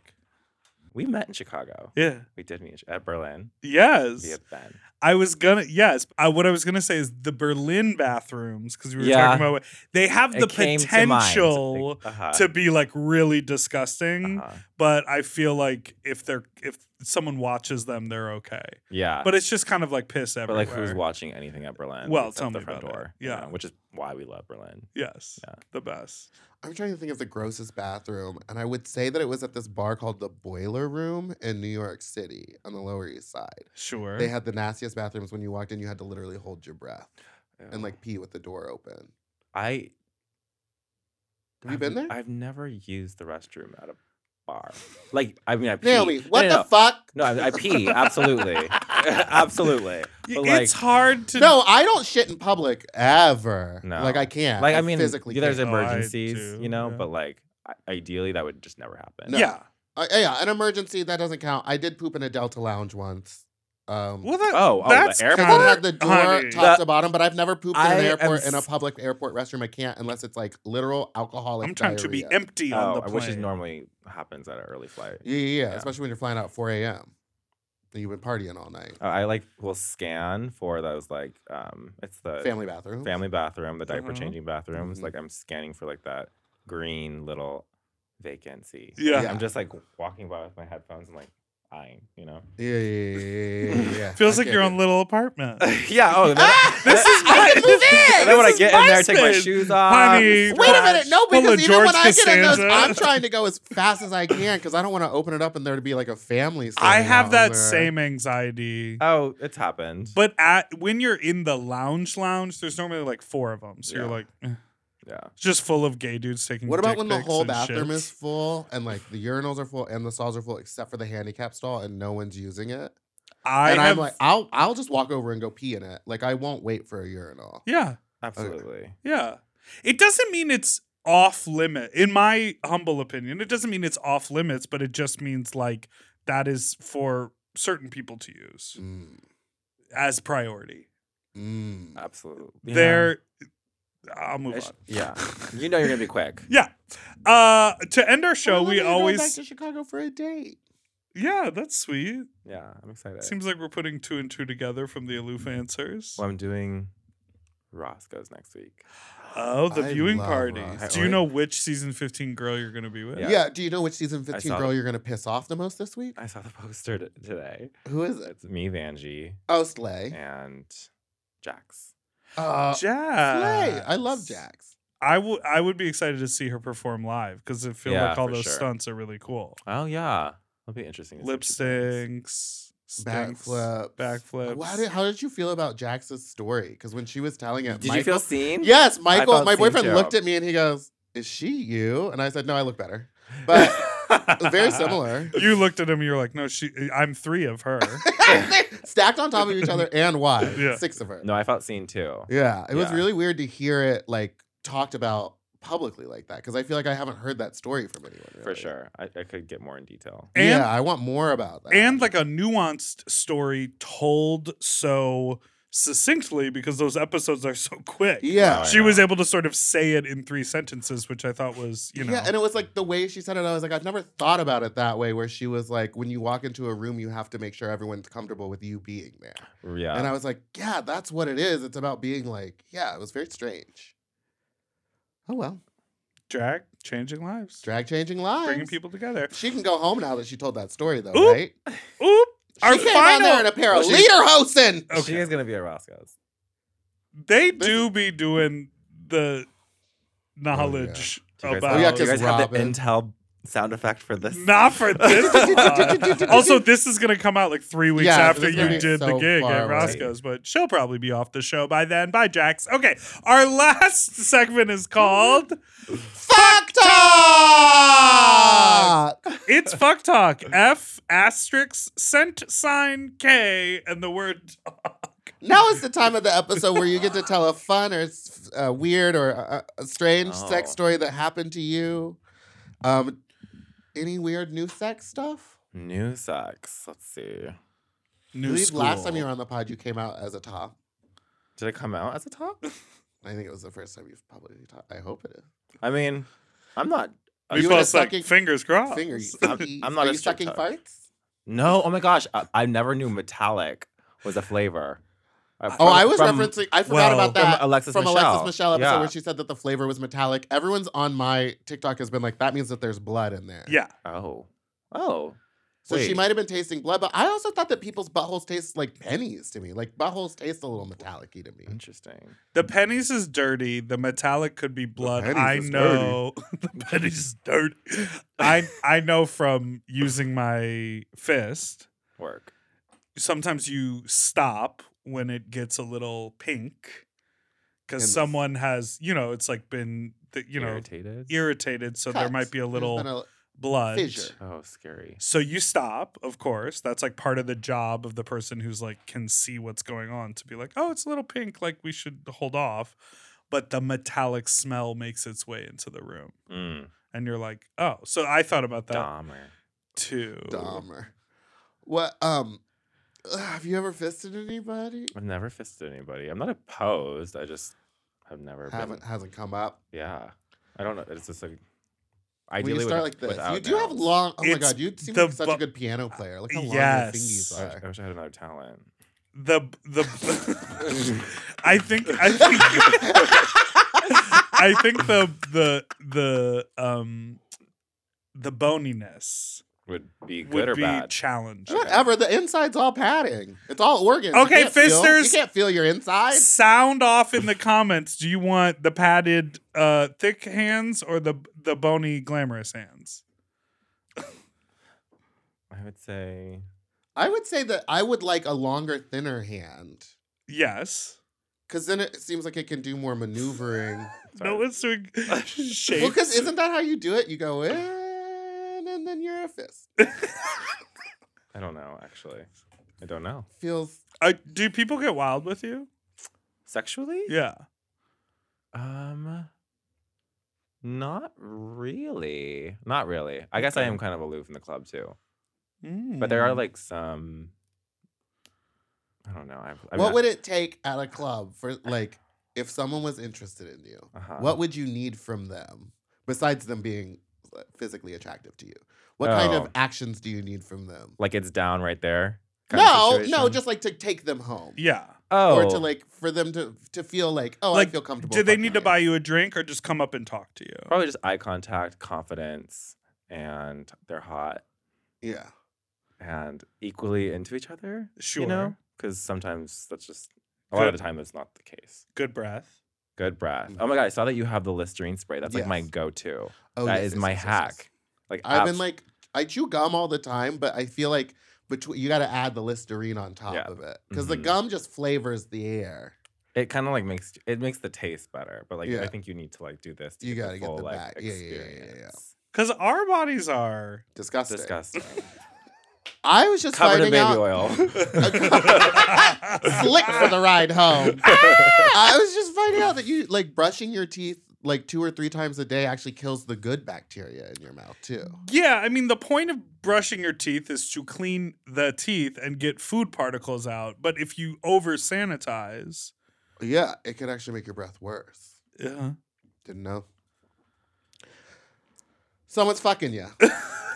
Speaker 3: We met in Chicago.
Speaker 2: Yeah.
Speaker 3: We did meet at Berlin.
Speaker 2: Yes.
Speaker 3: Via Ben.
Speaker 2: I was gonna. Yes. I, what I was gonna say is the Berlin bathrooms because we were
Speaker 3: Yeah.
Speaker 2: talking about they have the
Speaker 3: It came to mind.
Speaker 2: potential
Speaker 3: Like, uh-huh,
Speaker 2: to be like really disgusting,
Speaker 3: uh-huh.
Speaker 2: but I feel like if they're if someone watches them, they're okay.
Speaker 3: Yeah.
Speaker 2: But it's just kind of like piss
Speaker 3: Uh, But
Speaker 2: everywhere.
Speaker 3: like, who's watching anything at Berlin?
Speaker 2: Well,
Speaker 3: except
Speaker 2: tell
Speaker 3: the
Speaker 2: me
Speaker 3: front
Speaker 2: about it.
Speaker 3: door. you
Speaker 2: Yeah.
Speaker 3: know, which is why we love Berlin.
Speaker 2: Yes.
Speaker 3: Yeah.
Speaker 2: The best.
Speaker 1: I'm trying to think of the grossest bathroom, and I would say that it was at this bar called the Boiler Room in New York City on the Lower East Side.
Speaker 2: Sure.
Speaker 1: They had the nastiest bathrooms. When you walked in, you had to literally hold your breath
Speaker 3: Ew.
Speaker 1: and like pee with the door open.
Speaker 3: I.
Speaker 1: Have you been
Speaker 3: I've-
Speaker 1: there?
Speaker 3: I've never used the restroom at a bar. Like, I mean, I pee.
Speaker 1: Naomi,
Speaker 3: No,
Speaker 1: what
Speaker 3: no,
Speaker 1: the
Speaker 3: no.
Speaker 1: fuck?
Speaker 3: No, I, I pee. Absolutely, absolutely.
Speaker 2: Y-
Speaker 3: But
Speaker 2: it's
Speaker 3: like,
Speaker 2: hard to
Speaker 1: No, I don't shit in public ever.
Speaker 3: No.
Speaker 1: Like I can't.
Speaker 3: like I mean,
Speaker 1: physically.
Speaker 3: there's
Speaker 1: can't.
Speaker 2: Oh, I
Speaker 3: emergencies,
Speaker 2: do,
Speaker 3: you know.
Speaker 2: yeah.
Speaker 3: But like, I- ideally, that would just never happen.
Speaker 1: No.
Speaker 2: Yeah.
Speaker 1: Uh, yeah, an emergency that doesn't count. I did poop in a Delta Lounge once. Um,
Speaker 2: Well, that,
Speaker 3: Oh, oh, the
Speaker 2: that's
Speaker 3: airport?
Speaker 1: Because it
Speaker 2: kinda-
Speaker 1: had the door
Speaker 2: honey.
Speaker 1: top
Speaker 3: That-
Speaker 1: to bottom, but I've never pooped in
Speaker 3: I
Speaker 1: an
Speaker 3: am
Speaker 1: airport in a
Speaker 3: s-
Speaker 1: public airport restroom. I can't unless it's like literal alcoholic.
Speaker 2: I'm trying to be
Speaker 1: diarrhea.
Speaker 2: empty on
Speaker 3: Oh,
Speaker 2: the plane.
Speaker 3: which is normally happens at an early flight.
Speaker 1: Yeah, yeah, yeah,
Speaker 3: Yeah.
Speaker 1: Especially when you're flying out at 4 a.m. and you've been partying all night.
Speaker 3: Uh, I like will scan for those like um, it's the
Speaker 1: Family bathroom.
Speaker 3: family bathroom, the diaper
Speaker 2: Uh-huh.
Speaker 3: changing bathrooms.
Speaker 1: Mhm.
Speaker 3: Like I'm scanning for like that green little vacancy.
Speaker 2: Yeah.
Speaker 1: Yeah.
Speaker 3: I'm just like walking by with my headphones and like dying, you know?
Speaker 1: Yeah, yeah, yeah, yeah, yeah, yeah.
Speaker 2: Feels
Speaker 1: I
Speaker 2: like your
Speaker 1: can't
Speaker 2: own little apartment.
Speaker 3: yeah. Oh, then,
Speaker 2: this is
Speaker 1: I can move in.
Speaker 3: and then when
Speaker 2: this
Speaker 3: I
Speaker 2: is
Speaker 3: get in there, I take my
Speaker 2: MySpace.
Speaker 3: shoes off.
Speaker 1: Wait a
Speaker 2: Honey.
Speaker 1: minute. No,
Speaker 2: Full
Speaker 1: because
Speaker 2: of
Speaker 1: even
Speaker 2: George
Speaker 1: when I get in those,
Speaker 2: Costanza.
Speaker 1: I'm trying to go as fast as I can because I don't want to open it up and there to be like a family.
Speaker 2: I
Speaker 1: sitting
Speaker 2: have
Speaker 1: down
Speaker 2: that
Speaker 1: there.
Speaker 2: same anxiety.
Speaker 3: Oh, it's happened.
Speaker 2: But at when you're in the lounge, lounge, there's normally like four of them. So you're
Speaker 3: Yeah.
Speaker 2: like, eh.
Speaker 3: yeah.
Speaker 2: It's just full of gay dudes taking.
Speaker 1: What about
Speaker 2: dick
Speaker 1: when the
Speaker 2: pics
Speaker 1: whole
Speaker 2: and
Speaker 1: bathroom
Speaker 2: shits?
Speaker 1: is full and like the urinals are full and the stalls are full except for the handicap stall and no one's using it?
Speaker 2: I
Speaker 1: and
Speaker 2: have,
Speaker 1: I'm like, I'll I'll just walk over and go pee in it. Like I won't wait for a urinal.
Speaker 2: yeah,
Speaker 3: Absolutely.
Speaker 2: yeah. It doesn't mean it's off limit, in my humble opinion. It doesn't mean it's off limits, but it just means like that is for certain people to use
Speaker 1: Mm,
Speaker 2: as priority.
Speaker 1: mm.
Speaker 3: Absolutely.
Speaker 2: There, I'll move
Speaker 3: It's-
Speaker 2: on.
Speaker 3: Yeah. You know you're going to be quick.
Speaker 2: Yeah. Uh, to end our show,
Speaker 1: Well,
Speaker 2: we
Speaker 1: maybe you're going
Speaker 2: always
Speaker 1: back to Chicago for a date.
Speaker 2: yeah, that's sweet.
Speaker 3: Yeah. I'm excited.
Speaker 2: Seems like we're putting two and two together from the aloof answers.
Speaker 3: well, I'm doing Roscoe's next week.
Speaker 2: Oh, the
Speaker 1: I
Speaker 2: viewing
Speaker 1: love
Speaker 2: party.
Speaker 1: Ross.
Speaker 2: Do you know which season 15 girl you're going to be with?
Speaker 1: Yeah.
Speaker 3: Yeah.
Speaker 1: Do you know which season 15
Speaker 3: saw
Speaker 1: girl
Speaker 3: that.
Speaker 1: you're gonna piss off the most this week?
Speaker 3: I saw the poster t- today.
Speaker 1: Who is it?
Speaker 3: It's me, Vanjie,
Speaker 1: Oh, Slay.
Speaker 3: and Jax.
Speaker 1: Uh, Slay.
Speaker 2: Jax.
Speaker 1: I love Jax.
Speaker 2: I would I would be excited to see her perform live because I feel
Speaker 3: Yeah,
Speaker 2: like all
Speaker 3: for
Speaker 2: those
Speaker 3: sure.
Speaker 2: stunts are really cool.
Speaker 3: Oh, yeah. That'll be interesting. to see
Speaker 2: Lip
Speaker 3: what she plays.
Speaker 2: syncs, stinks,
Speaker 1: Backflips.
Speaker 2: backflips.
Speaker 1: Why did, how did you feel about Jax's story? Because when she was telling it,
Speaker 3: Did
Speaker 1: Michael,
Speaker 3: you feel seen?
Speaker 1: Yes, Michael.
Speaker 3: felt
Speaker 1: My
Speaker 3: seen
Speaker 1: boyfriend
Speaker 3: too.
Speaker 1: looked at me and he goes, "Is she you?" And I said, "No, I look better." But it was very similar.
Speaker 2: you looked at him and you're like, no, she. I'm three of her.
Speaker 1: Stacked on top of each other and why?
Speaker 2: Yeah.
Speaker 1: Six of her.
Speaker 3: No, I felt seen too.
Speaker 1: Yeah, it was
Speaker 3: Yeah.
Speaker 1: really weird to hear it like talked about publicly like that because I feel like I haven't heard that story from anyone.
Speaker 3: For
Speaker 1: really.
Speaker 3: sure. I, I could get more in detail.
Speaker 2: And-
Speaker 1: yeah, I want more about that.
Speaker 2: and like a nuanced story told so succinctly because those episodes are so quick.
Speaker 1: yeah,
Speaker 3: Wow.
Speaker 2: She was able to sort of say it in three sentences, which I thought was, you know,
Speaker 1: Yeah, and it was like the way she said it. I was like, I've never thought about it that way. Where she was like, when you walk into a room, you have to make sure everyone's comfortable with you being there.
Speaker 3: Yeah.
Speaker 1: And I was like, yeah, that's what it is. It's about being like, yeah, it was very strange. Oh well,
Speaker 2: drag changing lives,
Speaker 1: drag changing lives.
Speaker 2: bringing people together.
Speaker 1: She can go home now that she told that story, though,
Speaker 2: Oop.
Speaker 1: right?
Speaker 2: Oop! Our
Speaker 1: she came on
Speaker 2: final.
Speaker 1: there in a pair of
Speaker 3: Well, she's-
Speaker 1: lederhosen.
Speaker 2: okay.
Speaker 3: She is going to be at Roscoe's.
Speaker 2: they do be doing the knowledge
Speaker 3: Do you guys,
Speaker 2: about.
Speaker 1: Oh, yeah,
Speaker 3: do you
Speaker 1: 'cause
Speaker 3: guys have the
Speaker 1: Robin-
Speaker 3: intel sound effect for this?
Speaker 2: not for this. one. also, this is gonna come out like three weeks
Speaker 1: Yeah,
Speaker 2: after
Speaker 1: this is
Speaker 2: you
Speaker 1: gonna be
Speaker 2: did the
Speaker 1: so
Speaker 2: gig
Speaker 1: far
Speaker 2: at
Speaker 1: away.
Speaker 2: Roscoe's, but she'll probably be off the show by then. Bye, Jax. Okay, our last segment is called
Speaker 1: Fuck talk.
Speaker 2: It's Fuck Talk. F asterisk cent sign K and the word
Speaker 1: Now is the time of the episode where you get to tell a fun or s- uh, weird or uh, a strange sex
Speaker 3: Oh.
Speaker 1: story that happened to you. Um, any weird new sex stuff?
Speaker 3: New sex. Let's see.
Speaker 1: I
Speaker 2: new
Speaker 1: believe last time you were on the pod, you came out as a top.
Speaker 3: Did it come out as a top?
Speaker 1: I think it was the first time you've publicly talked. I hope it is.
Speaker 3: I mean, I'm not.
Speaker 2: We
Speaker 1: You were
Speaker 2: both like
Speaker 1: sucking-
Speaker 2: fingers crossed.
Speaker 1: Finger.
Speaker 3: Oh. I'm- I'm not
Speaker 1: Are
Speaker 3: a
Speaker 1: you
Speaker 3: strip
Speaker 1: sucking
Speaker 3: tug.
Speaker 1: farts?
Speaker 3: No. Oh my gosh. I, I never knew metallic was a flavor. Uh,
Speaker 1: Oh,
Speaker 3: from-
Speaker 1: I was
Speaker 3: from-
Speaker 1: referencing. I forgot
Speaker 2: well,
Speaker 1: about
Speaker 3: from
Speaker 1: that.
Speaker 3: Alexis
Speaker 1: from
Speaker 3: Michelle.
Speaker 1: Alexis Michelle episode
Speaker 3: Yeah.
Speaker 1: where she said that the flavor was metallic. Everyone's on my TikTok has been like, that means that there's blood in there.
Speaker 2: Yeah.
Speaker 3: Oh. Oh.
Speaker 1: So she
Speaker 3: wait.
Speaker 1: might have been tasting blood, but I also thought that people's buttholes taste like pennies to me. Like buttholes taste a little metallic to me.
Speaker 3: Interesting.
Speaker 2: The pennies is dirty. The metallic could be blood.
Speaker 1: pennies
Speaker 2: I
Speaker 1: is
Speaker 2: know the pennies is dirty. I I know from using my fist.
Speaker 3: Work.
Speaker 2: Sometimes you stop when it gets a little pink
Speaker 1: And-
Speaker 2: because someone has you know it's like been th- you know
Speaker 3: Irritated.
Speaker 2: irritated, so there
Speaker 1: Cut.
Speaker 2: might be a
Speaker 1: There's
Speaker 2: little
Speaker 1: been a-
Speaker 2: blood.
Speaker 1: fissure.
Speaker 3: oh, scary.
Speaker 2: So you stop, of course. That's like part of the job of the person who's like can see what's going on to be like, oh, it's a little pink, like we should hold off. But the metallic smell makes its way into the room.
Speaker 3: Mm,
Speaker 2: And you're like, oh. So I thought about that
Speaker 3: Dahmer.
Speaker 2: too.
Speaker 1: Dahmer. What? Um, ugh, have you ever fisted anybody?
Speaker 3: I've never fisted anybody. I'm not opposed. I just have never been.
Speaker 1: Haven't hasn't come up.
Speaker 3: Yeah. I don't know. It's just like
Speaker 1: When you
Speaker 3: ideally
Speaker 1: start
Speaker 3: with-
Speaker 1: like this,
Speaker 3: without
Speaker 1: you do have
Speaker 3: nails.
Speaker 1: long. Oh my
Speaker 2: It's
Speaker 1: god, you seem
Speaker 2: the
Speaker 1: like such a
Speaker 2: bu-
Speaker 1: good piano player. Look how long your
Speaker 2: Yes.
Speaker 3: I wish,
Speaker 1: fingies
Speaker 3: I
Speaker 1: are.
Speaker 3: wish I had another talent.
Speaker 2: The the I think I think I think the the the um the boniness
Speaker 3: would be good
Speaker 2: would
Speaker 3: or
Speaker 2: be
Speaker 3: bad.
Speaker 2: challenged.
Speaker 1: Whatever. The inside's all padding. It's all organs.
Speaker 2: Okay,
Speaker 1: you can't feel-
Speaker 2: fisters.
Speaker 1: you can't feel your inside.
Speaker 2: Sound off in the comments. Do you want the padded, uh, thick hands or the the bony, glamorous hands?
Speaker 3: I would say
Speaker 1: I would say that I would like a longer, thinner hand.
Speaker 2: Yes.
Speaker 1: Because then it seems like it can do more maneuvering.
Speaker 2: No
Speaker 3: Sorry.
Speaker 2: one's doing shapes.
Speaker 1: well, because isn't that how you do it? You go in and then you're a fist.
Speaker 3: I don't know actually. I don't know.
Speaker 1: Feels
Speaker 2: Uh, do people get wild with you?
Speaker 3: Sexually?
Speaker 2: Yeah.
Speaker 3: Um not really. Not really. I guess I am kind of aloof in the club too.
Speaker 2: Mm.
Speaker 3: But there are
Speaker 2: Hmm.
Speaker 3: like some I don't know. I've, I've
Speaker 1: what would it take at a club for like if someone was interested in you?
Speaker 3: uh
Speaker 1: What would you need from them besides them being physically attractive to you? What kind of
Speaker 3: Oh.
Speaker 1: actions do you need from them?
Speaker 3: like it's down right there? kind of
Speaker 1: No, no,
Speaker 3: situation?
Speaker 1: just like to take them home.
Speaker 2: Yeah.
Speaker 3: oh.
Speaker 1: Or to like for them to to feel like, oh,
Speaker 2: Like,
Speaker 1: I feel comfortable.
Speaker 2: Do they
Speaker 1: fucking
Speaker 2: need to
Speaker 1: you.
Speaker 2: buy you a drink or just come up and talk to you?
Speaker 3: probably just eye contact, confidence, and they're hot
Speaker 1: Yeah.
Speaker 3: and equally into each other.
Speaker 2: Sure.
Speaker 3: You know? Because sometimes that's just a lot of
Speaker 2: Good.
Speaker 3: the time that's not the case.
Speaker 2: Good breath.
Speaker 3: Good breath. Oh my god, I saw that you have the Listerine spray. That's like my
Speaker 1: Mm. Yes.
Speaker 3: go-to.
Speaker 1: Oh,
Speaker 3: That
Speaker 1: yes,
Speaker 3: is
Speaker 1: yes,
Speaker 3: my
Speaker 1: yes, yes,
Speaker 3: hack.
Speaker 1: yes.
Speaker 3: Like
Speaker 1: I've
Speaker 3: abs-
Speaker 1: been like I chew gum all the time, but I feel like between you got to add the Listerine on top
Speaker 3: Yeah.
Speaker 1: of it because the
Speaker 2: Mm-hmm.
Speaker 3: Mhm.
Speaker 1: gum just flavors the air.
Speaker 3: it kind of like makes it makes the taste better, but like
Speaker 1: Yeah.
Speaker 3: I think you need to like do this. To
Speaker 1: You
Speaker 3: got
Speaker 1: gotta
Speaker 3: to
Speaker 1: get
Speaker 3: full,
Speaker 1: the
Speaker 3: like,
Speaker 1: back. Yeah, yeah, yeah, yeah, yeah.
Speaker 3: experience.
Speaker 2: Because our bodies are.
Speaker 1: Disgusting.
Speaker 3: Disgusting.
Speaker 1: I was just
Speaker 3: Covered in
Speaker 1: finding
Speaker 3: baby
Speaker 1: out.
Speaker 3: oil.
Speaker 1: Slick for the ride home. I was just finding out that you like brushing your teeth like two or three times a day actually kills the good bacteria in your mouth too.
Speaker 2: Yeah, I mean, the point of brushing your teeth is to clean the teeth and get food particles out. But if you over sanitize,
Speaker 1: Yeah, it could actually make your breath worse.
Speaker 2: yeah.
Speaker 1: Didn't know. Someone's fucking you.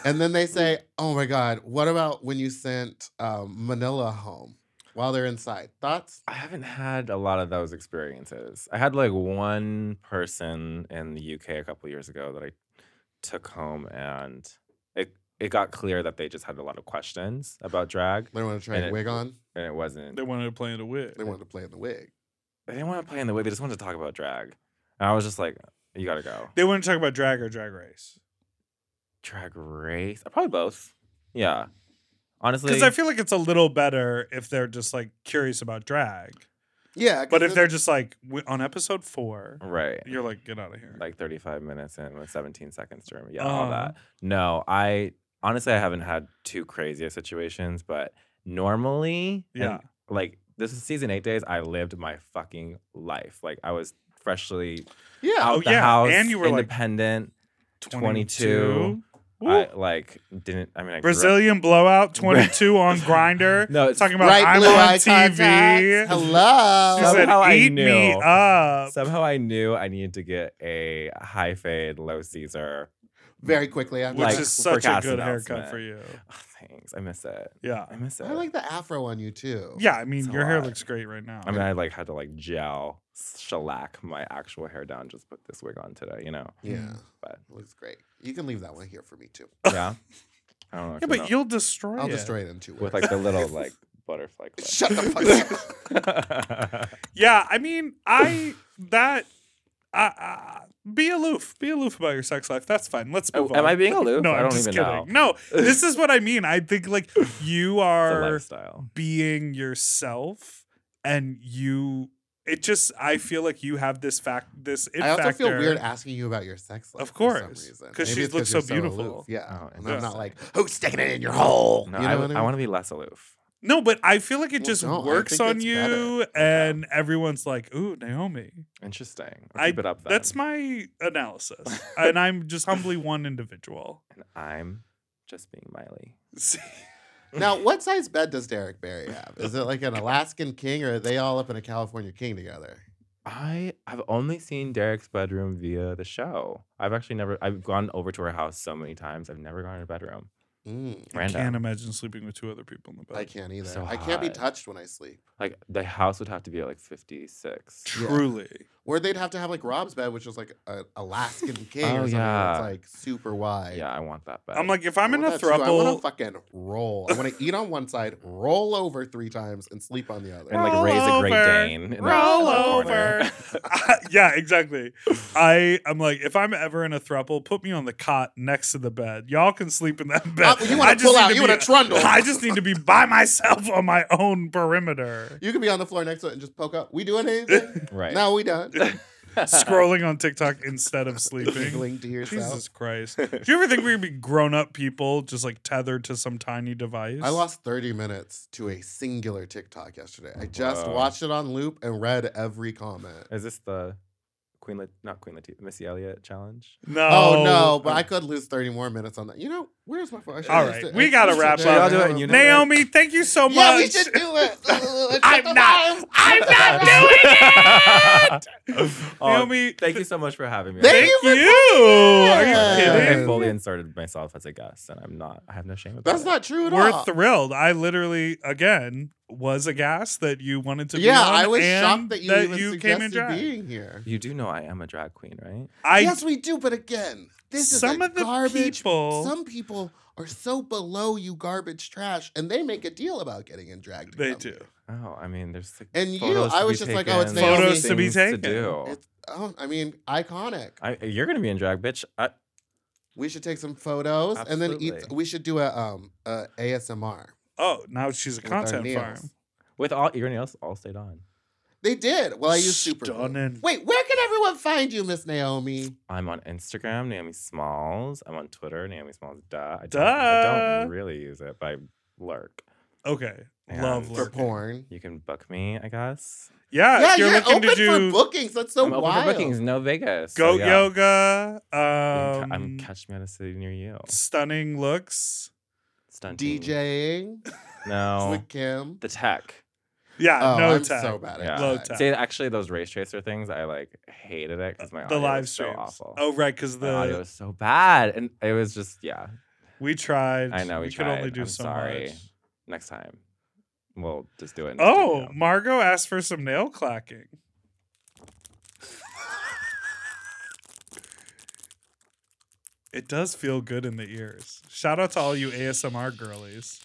Speaker 1: and then they say, oh my God, what about when you sent um, Manila home while they're inside? Thoughts?
Speaker 3: I haven't had a lot of those experiences. I had like one person in the UK a couple years ago that I took home, and it it got clear that they just had a lot of questions about drag,
Speaker 1: They want to try
Speaker 3: And
Speaker 1: a
Speaker 3: it-
Speaker 1: wig on.
Speaker 3: and it wasn't.
Speaker 2: They wanted to play in a wig.
Speaker 1: They wanted to play in the wig.
Speaker 3: They didn't want to play in the way. They just wanted to talk about drag, and I was just like, "You gotta go."
Speaker 2: They wanted to talk about drag or drag race.
Speaker 3: Drag race, Uh, probably both. Yeah, honestly,
Speaker 2: Because I feel like it's a little better if they're just like curious about drag.
Speaker 1: Yeah. 'cause
Speaker 2: But if
Speaker 1: it-
Speaker 2: they're just like "We- on episode four,
Speaker 3: right.
Speaker 2: you're like, get out of here.
Speaker 3: like 35 minutes in with 17 seconds to remember. Yeah, all
Speaker 2: Uh-huh.
Speaker 3: that. No, I honestly I haven't had too crazy of situations, but normally, and,
Speaker 2: Yeah.
Speaker 3: like this is season eight days. I lived my fucking life. Like I was freshly
Speaker 1: yeah.
Speaker 3: out
Speaker 2: Oh,
Speaker 3: the
Speaker 2: yeah,
Speaker 3: house,
Speaker 2: and you were, like,
Speaker 3: independent.
Speaker 2: 22. Ooh.
Speaker 3: I like didn't. I mean, I grew up-
Speaker 2: Brazilian blowout 22 on Grinder.
Speaker 3: No, it's-
Speaker 2: talking about I'm
Speaker 1: blue
Speaker 2: on
Speaker 1: eye
Speaker 2: TV.
Speaker 1: contacts. Hello.
Speaker 2: She said,
Speaker 3: Somehow I
Speaker 2: "Eat me
Speaker 3: knew.
Speaker 2: up."
Speaker 3: Somehow I knew I needed to get a high fade, low Caesar.
Speaker 1: Very quickly. After
Speaker 2: Which
Speaker 3: like,
Speaker 1: that.
Speaker 2: is such a
Speaker 3: forecast
Speaker 2: good haircut
Speaker 3: announcement.
Speaker 2: for you.
Speaker 3: Oh, thanks. I miss it.
Speaker 2: Yeah.
Speaker 3: I miss it.
Speaker 1: I like the afro on you too.
Speaker 2: Yeah, I mean,
Speaker 3: It's a
Speaker 2: your hair
Speaker 3: lot.
Speaker 2: looks great right now.
Speaker 3: I mean, I like had to like gel, shellac my actual hair down, just put this wig on today, you know?
Speaker 1: Yeah.
Speaker 2: Mm.
Speaker 3: But
Speaker 1: Looks great. You can leave that one here for me too.
Speaker 3: yeah, I don't know.
Speaker 2: yeah,
Speaker 3: if you
Speaker 2: but
Speaker 3: know.
Speaker 2: you'll destroy
Speaker 1: I'll
Speaker 2: it.
Speaker 1: destroy it in two
Speaker 3: with
Speaker 1: weeks.
Speaker 3: like the little like butterfly. clip.
Speaker 1: Shut the fuck up.
Speaker 2: Yeah, I mean, I that uh, uh, be aloof, be aloof about your sex life. That's fine. Let's
Speaker 3: Oh,
Speaker 2: move on.
Speaker 3: am I being aloof?
Speaker 2: No,
Speaker 3: I
Speaker 2: am
Speaker 3: don't
Speaker 2: just
Speaker 3: even
Speaker 2: kidding. No, this is what I mean. I think like you
Speaker 3: It's a
Speaker 2: are
Speaker 3: lifestyle.
Speaker 2: being yourself, and you. It just, I feel like you have this fact. This it
Speaker 1: I also
Speaker 2: factor.
Speaker 1: feel weird asking you about your sex life.
Speaker 2: Of
Speaker 1: for some
Speaker 2: course,
Speaker 1: reason.
Speaker 2: 'cause
Speaker 1: Maybe
Speaker 2: she
Speaker 1: it's
Speaker 2: looks
Speaker 1: you're
Speaker 2: so beautiful.
Speaker 1: aloof. Yeah,
Speaker 3: Oh,
Speaker 1: and I'm not
Speaker 2: interesting.
Speaker 1: like who's sticking it in your hole.
Speaker 3: No,
Speaker 1: you
Speaker 3: I,
Speaker 1: know what I, mean?
Speaker 3: want to be less aloof.
Speaker 2: No, but I feel like it
Speaker 1: Well,
Speaker 2: just
Speaker 1: no, I
Speaker 2: works
Speaker 1: think
Speaker 2: on
Speaker 1: it's
Speaker 2: you, and everyone's like, "Ooh, Naomi."
Speaker 3: Interesting. I'll
Speaker 2: I
Speaker 3: keep it up. Then.
Speaker 2: that's my analysis, and I'm just humbly one individual.
Speaker 3: And I'm just being Miley.
Speaker 2: See?
Speaker 1: Now, what size bed does Derek Barry have? Is it like an Alaskan king, or are they all up in a California king together?
Speaker 3: I have only seen Derek's bedroom via the show. I've actually never. I've gone over to her house so many times. I've never gone in her bedroom.
Speaker 1: Mm,
Speaker 2: I
Speaker 3: Random.
Speaker 2: can't imagine sleeping with two other people in the bed.
Speaker 1: I can't either.
Speaker 3: So
Speaker 1: I can't be
Speaker 3: hot.
Speaker 1: touched when I sleep.
Speaker 3: Like the house would have to be at like 56.
Speaker 2: Truly,
Speaker 1: Or they'd have to have like Rob's bed, which was like an Alaskan king
Speaker 3: Oh,
Speaker 1: or something that's
Speaker 3: yeah.
Speaker 1: like super wide.
Speaker 3: Yeah, I want that. Bed.
Speaker 2: I'm like, if I'm
Speaker 1: I
Speaker 2: in a
Speaker 1: want that too. I want
Speaker 2: throuple,
Speaker 1: to fucking roll. I want to eat on one side, roll over three times, and sleep on the other.
Speaker 3: and like
Speaker 2: Roll
Speaker 3: raise a Great
Speaker 2: over.
Speaker 3: Dane. in the- in the
Speaker 2: Roll
Speaker 3: corner.
Speaker 2: over. yeah, exactly. I I'm like, if I'm ever in a throuple, put me on the cot next to the bed. Y'all can sleep in that bed.
Speaker 1: Uh, you want
Speaker 2: I
Speaker 1: to
Speaker 2: just
Speaker 1: pull
Speaker 2: need
Speaker 1: out?
Speaker 2: to
Speaker 1: You
Speaker 2: be-
Speaker 1: want to trundle?
Speaker 2: I just need to be by myself on my own perimeter,
Speaker 1: You can be on the floor next to it and just poke up. We doing anything?
Speaker 3: right.
Speaker 1: No, we don't.
Speaker 2: scrolling on TikTok instead of sleeping.
Speaker 1: Giggling to yourself.
Speaker 2: Jesus Christ! Do you ever think we'd be grown up people just like tethered to some tiny device?
Speaker 1: I lost 30 minutes to a singular TikTok yesterday. I just
Speaker 3: Wow.
Speaker 1: watched it on loop and read every comment.
Speaker 3: Is this the Queen? Lat- not Queen Latifah, Missy Elliott challenge.
Speaker 2: No.
Speaker 1: Oh, no, but I could lose 30 more minutes on that. You know, where's my phone? I should've
Speaker 2: All
Speaker 1: used
Speaker 2: right,
Speaker 1: it.
Speaker 2: we
Speaker 1: I
Speaker 2: gotta
Speaker 1: should-
Speaker 2: wrap
Speaker 1: should
Speaker 2: up.
Speaker 1: have
Speaker 3: Y'all do it,
Speaker 1: it.
Speaker 3: you know-
Speaker 2: Naomi, thank you so much.
Speaker 1: yeah, we should do it.
Speaker 2: I'm not- I'm not doing it.
Speaker 3: Oh,
Speaker 2: Naomi,
Speaker 3: Thank you so much for having me.
Speaker 1: Thank
Speaker 2: Thank
Speaker 1: you
Speaker 2: you.
Speaker 1: for
Speaker 2: Are you
Speaker 1: coming.
Speaker 2: kidding?
Speaker 3: I fully inserted myself as a guest, and I'm not. I have no shame about
Speaker 1: That's
Speaker 3: it.
Speaker 1: not true at
Speaker 2: We're
Speaker 1: all.
Speaker 2: thrilled. I literally, again, was aghast that you wanted to.
Speaker 1: yeah,
Speaker 2: be on
Speaker 1: I was
Speaker 2: and
Speaker 1: shocked that you even
Speaker 2: came
Speaker 1: suggested
Speaker 2: in drag.
Speaker 1: being here.
Speaker 3: You do know I am a drag queen, right?
Speaker 2: I
Speaker 1: yes, we do, but again, this is
Speaker 2: some
Speaker 1: a
Speaker 2: of the
Speaker 1: garbage
Speaker 2: people.
Speaker 1: Some people are so below you, garbage trash, and they make a deal about getting in drag. to
Speaker 2: they
Speaker 1: come
Speaker 2: do.
Speaker 1: here.
Speaker 3: Oh, I mean, there's like
Speaker 1: And you,
Speaker 3: photos to
Speaker 1: I
Speaker 3: be
Speaker 1: was just like, oh, it's
Speaker 3: taken,
Speaker 1: Naomi.
Speaker 2: Photos to be
Speaker 3: things
Speaker 2: taken.
Speaker 3: do.
Speaker 1: It's, oh, I mean, iconic.
Speaker 3: I, you're gonna be in drag, bitch. I,
Speaker 1: We should take some photos and then eat.
Speaker 3: Absolutely.
Speaker 1: We should do a um a ASMR.
Speaker 2: Oh, now she's a
Speaker 1: with our
Speaker 2: content
Speaker 1: nails.
Speaker 2: farm.
Speaker 3: with all your nails all stayed on.
Speaker 1: They did. Well, I used super. glue.
Speaker 2: Stunning.
Speaker 1: Wait, where can everyone find you, Miss Naomi?
Speaker 3: I'm on Instagram, Naomi Smalls. I'm on Twitter, Naomi Smalls. Duh. I don't, I
Speaker 2: Duh.
Speaker 3: don't really use it, but I lurk.
Speaker 2: Okay,
Speaker 3: And
Speaker 2: love
Speaker 1: For
Speaker 2: lurking.
Speaker 1: porn.
Speaker 3: You can book me, I guess.
Speaker 2: Yeah,
Speaker 1: yeah,
Speaker 2: if you're,
Speaker 1: you're,
Speaker 2: looking
Speaker 1: open
Speaker 2: to do
Speaker 1: for bookings. That's so
Speaker 3: I'm open
Speaker 1: wild.
Speaker 3: for bookings. No Vegas.
Speaker 1: Oh,
Speaker 2: goat
Speaker 3: so yeah.
Speaker 2: yoga,
Speaker 3: You can
Speaker 2: um,
Speaker 3: ca- I'm catch me at a city near you.
Speaker 2: stunning looks.
Speaker 3: Stunting.
Speaker 1: DJing
Speaker 3: No.
Speaker 1: with Kim.
Speaker 3: The tech.
Speaker 2: Yeah,
Speaker 1: oh,
Speaker 2: Ah, no
Speaker 1: I'm
Speaker 2: tag.
Speaker 1: so bad at
Speaker 3: Yeah.
Speaker 2: Low
Speaker 1: that.
Speaker 2: tech.
Speaker 3: See, actually, those race tracer things, I like hated it because my
Speaker 2: the
Speaker 3: audio
Speaker 2: live
Speaker 3: was so
Speaker 2: streams.
Speaker 3: awful.
Speaker 2: Oh, right, because
Speaker 3: my audio
Speaker 2: the
Speaker 3: was so bad, and it was just yeah.
Speaker 2: we tried.
Speaker 3: I know we,
Speaker 2: we could only
Speaker 3: tried.
Speaker 2: do
Speaker 3: I'm
Speaker 2: so
Speaker 3: sorry.
Speaker 2: much.
Speaker 3: Next time, we'll just do it. In the
Speaker 2: Oh,
Speaker 3: studio.
Speaker 2: Margot asked for some nail clacking. it does feel good in the ears. Shout out to all you ASMR girlies.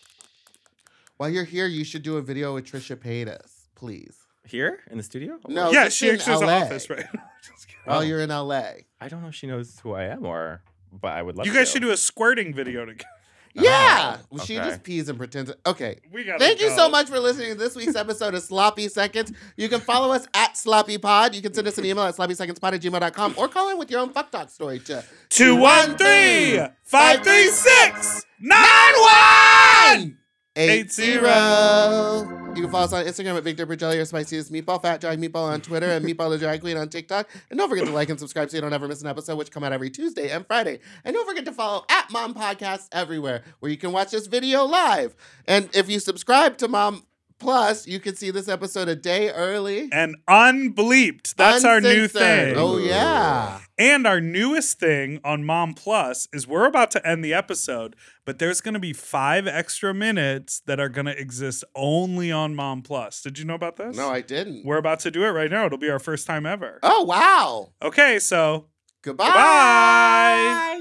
Speaker 1: While you're here, you should do a video with Trisha Paytas, please.
Speaker 3: here in the studio?
Speaker 1: No. Oh,
Speaker 2: yeah,
Speaker 1: just
Speaker 2: she
Speaker 1: in
Speaker 2: actually has an
Speaker 1: LA.
Speaker 2: office right now. Just kidding.
Speaker 1: While
Speaker 3: Oh.
Speaker 1: you're in LA.
Speaker 3: I don't know if she knows who I am, or but I would love.
Speaker 2: you guys
Speaker 3: to.
Speaker 2: should do a squirting video together.
Speaker 1: Yeah. Well, She
Speaker 3: okay.
Speaker 1: just pees and pretends. it- Okay.
Speaker 2: We got.
Speaker 1: Thank you so much for listening to this week's episode of Sloppy Seconds. You can follow us at Sloppy Pod. You can send us an email at sloppysecondspod at gmail.com or call in with your own fuck talk story too.
Speaker 2: Two one three five three six nine one.
Speaker 1: Eight
Speaker 2: Eight
Speaker 1: zero.
Speaker 2: zero.
Speaker 1: You can follow us on Instagram at Big Dipper Jelly or Spiciest Meatball, Fat Drag Meatball on Twitter, and Meatball the Drag Queen on TikTok. And don't forget to like and subscribe so you don't ever miss an episode, which come out every Tuesday and Friday. And don't forget to follow at Mom Podcast everywhere, where you can watch this video live. And if you subscribe to Mom Plus, you can see this episode a day early.
Speaker 2: And unbleeped. That's our new
Speaker 1: Uncensored.
Speaker 2: thing.
Speaker 1: Oh yeah.
Speaker 2: And our newest thing on Mom Plus is we're about to end the episode, but there's going to be five extra minutes that are going to exist only on Mom Plus. Did you know about this?
Speaker 1: No, I didn't.
Speaker 2: We're about to do it right now. It'll be our first time ever.
Speaker 1: Oh wow.
Speaker 2: Okay, so
Speaker 1: Goodbye.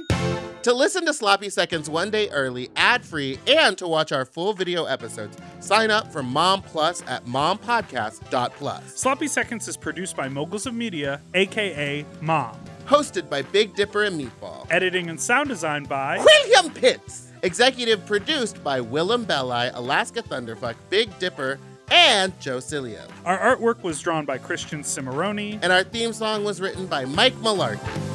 Speaker 2: Goodbye.
Speaker 1: To listen to Sloppy Seconds one day early, ad free, and to watch our full video episodes, sign up for Mom Plus at mompodcast.plus.
Speaker 2: Sloppy Seconds is produced by Moguls of Media, aka Mom.
Speaker 1: Hosted by Big Dipper and Meatball.
Speaker 2: Editing and sound design by
Speaker 1: William Pitts. Executive produced by Willem Belli, Alaska Thunderfuck, Big Dipper, and Joe Cilio.
Speaker 2: Our artwork was drawn by Christian Cimarroni.
Speaker 1: And our theme song was written by Mike Malarkey.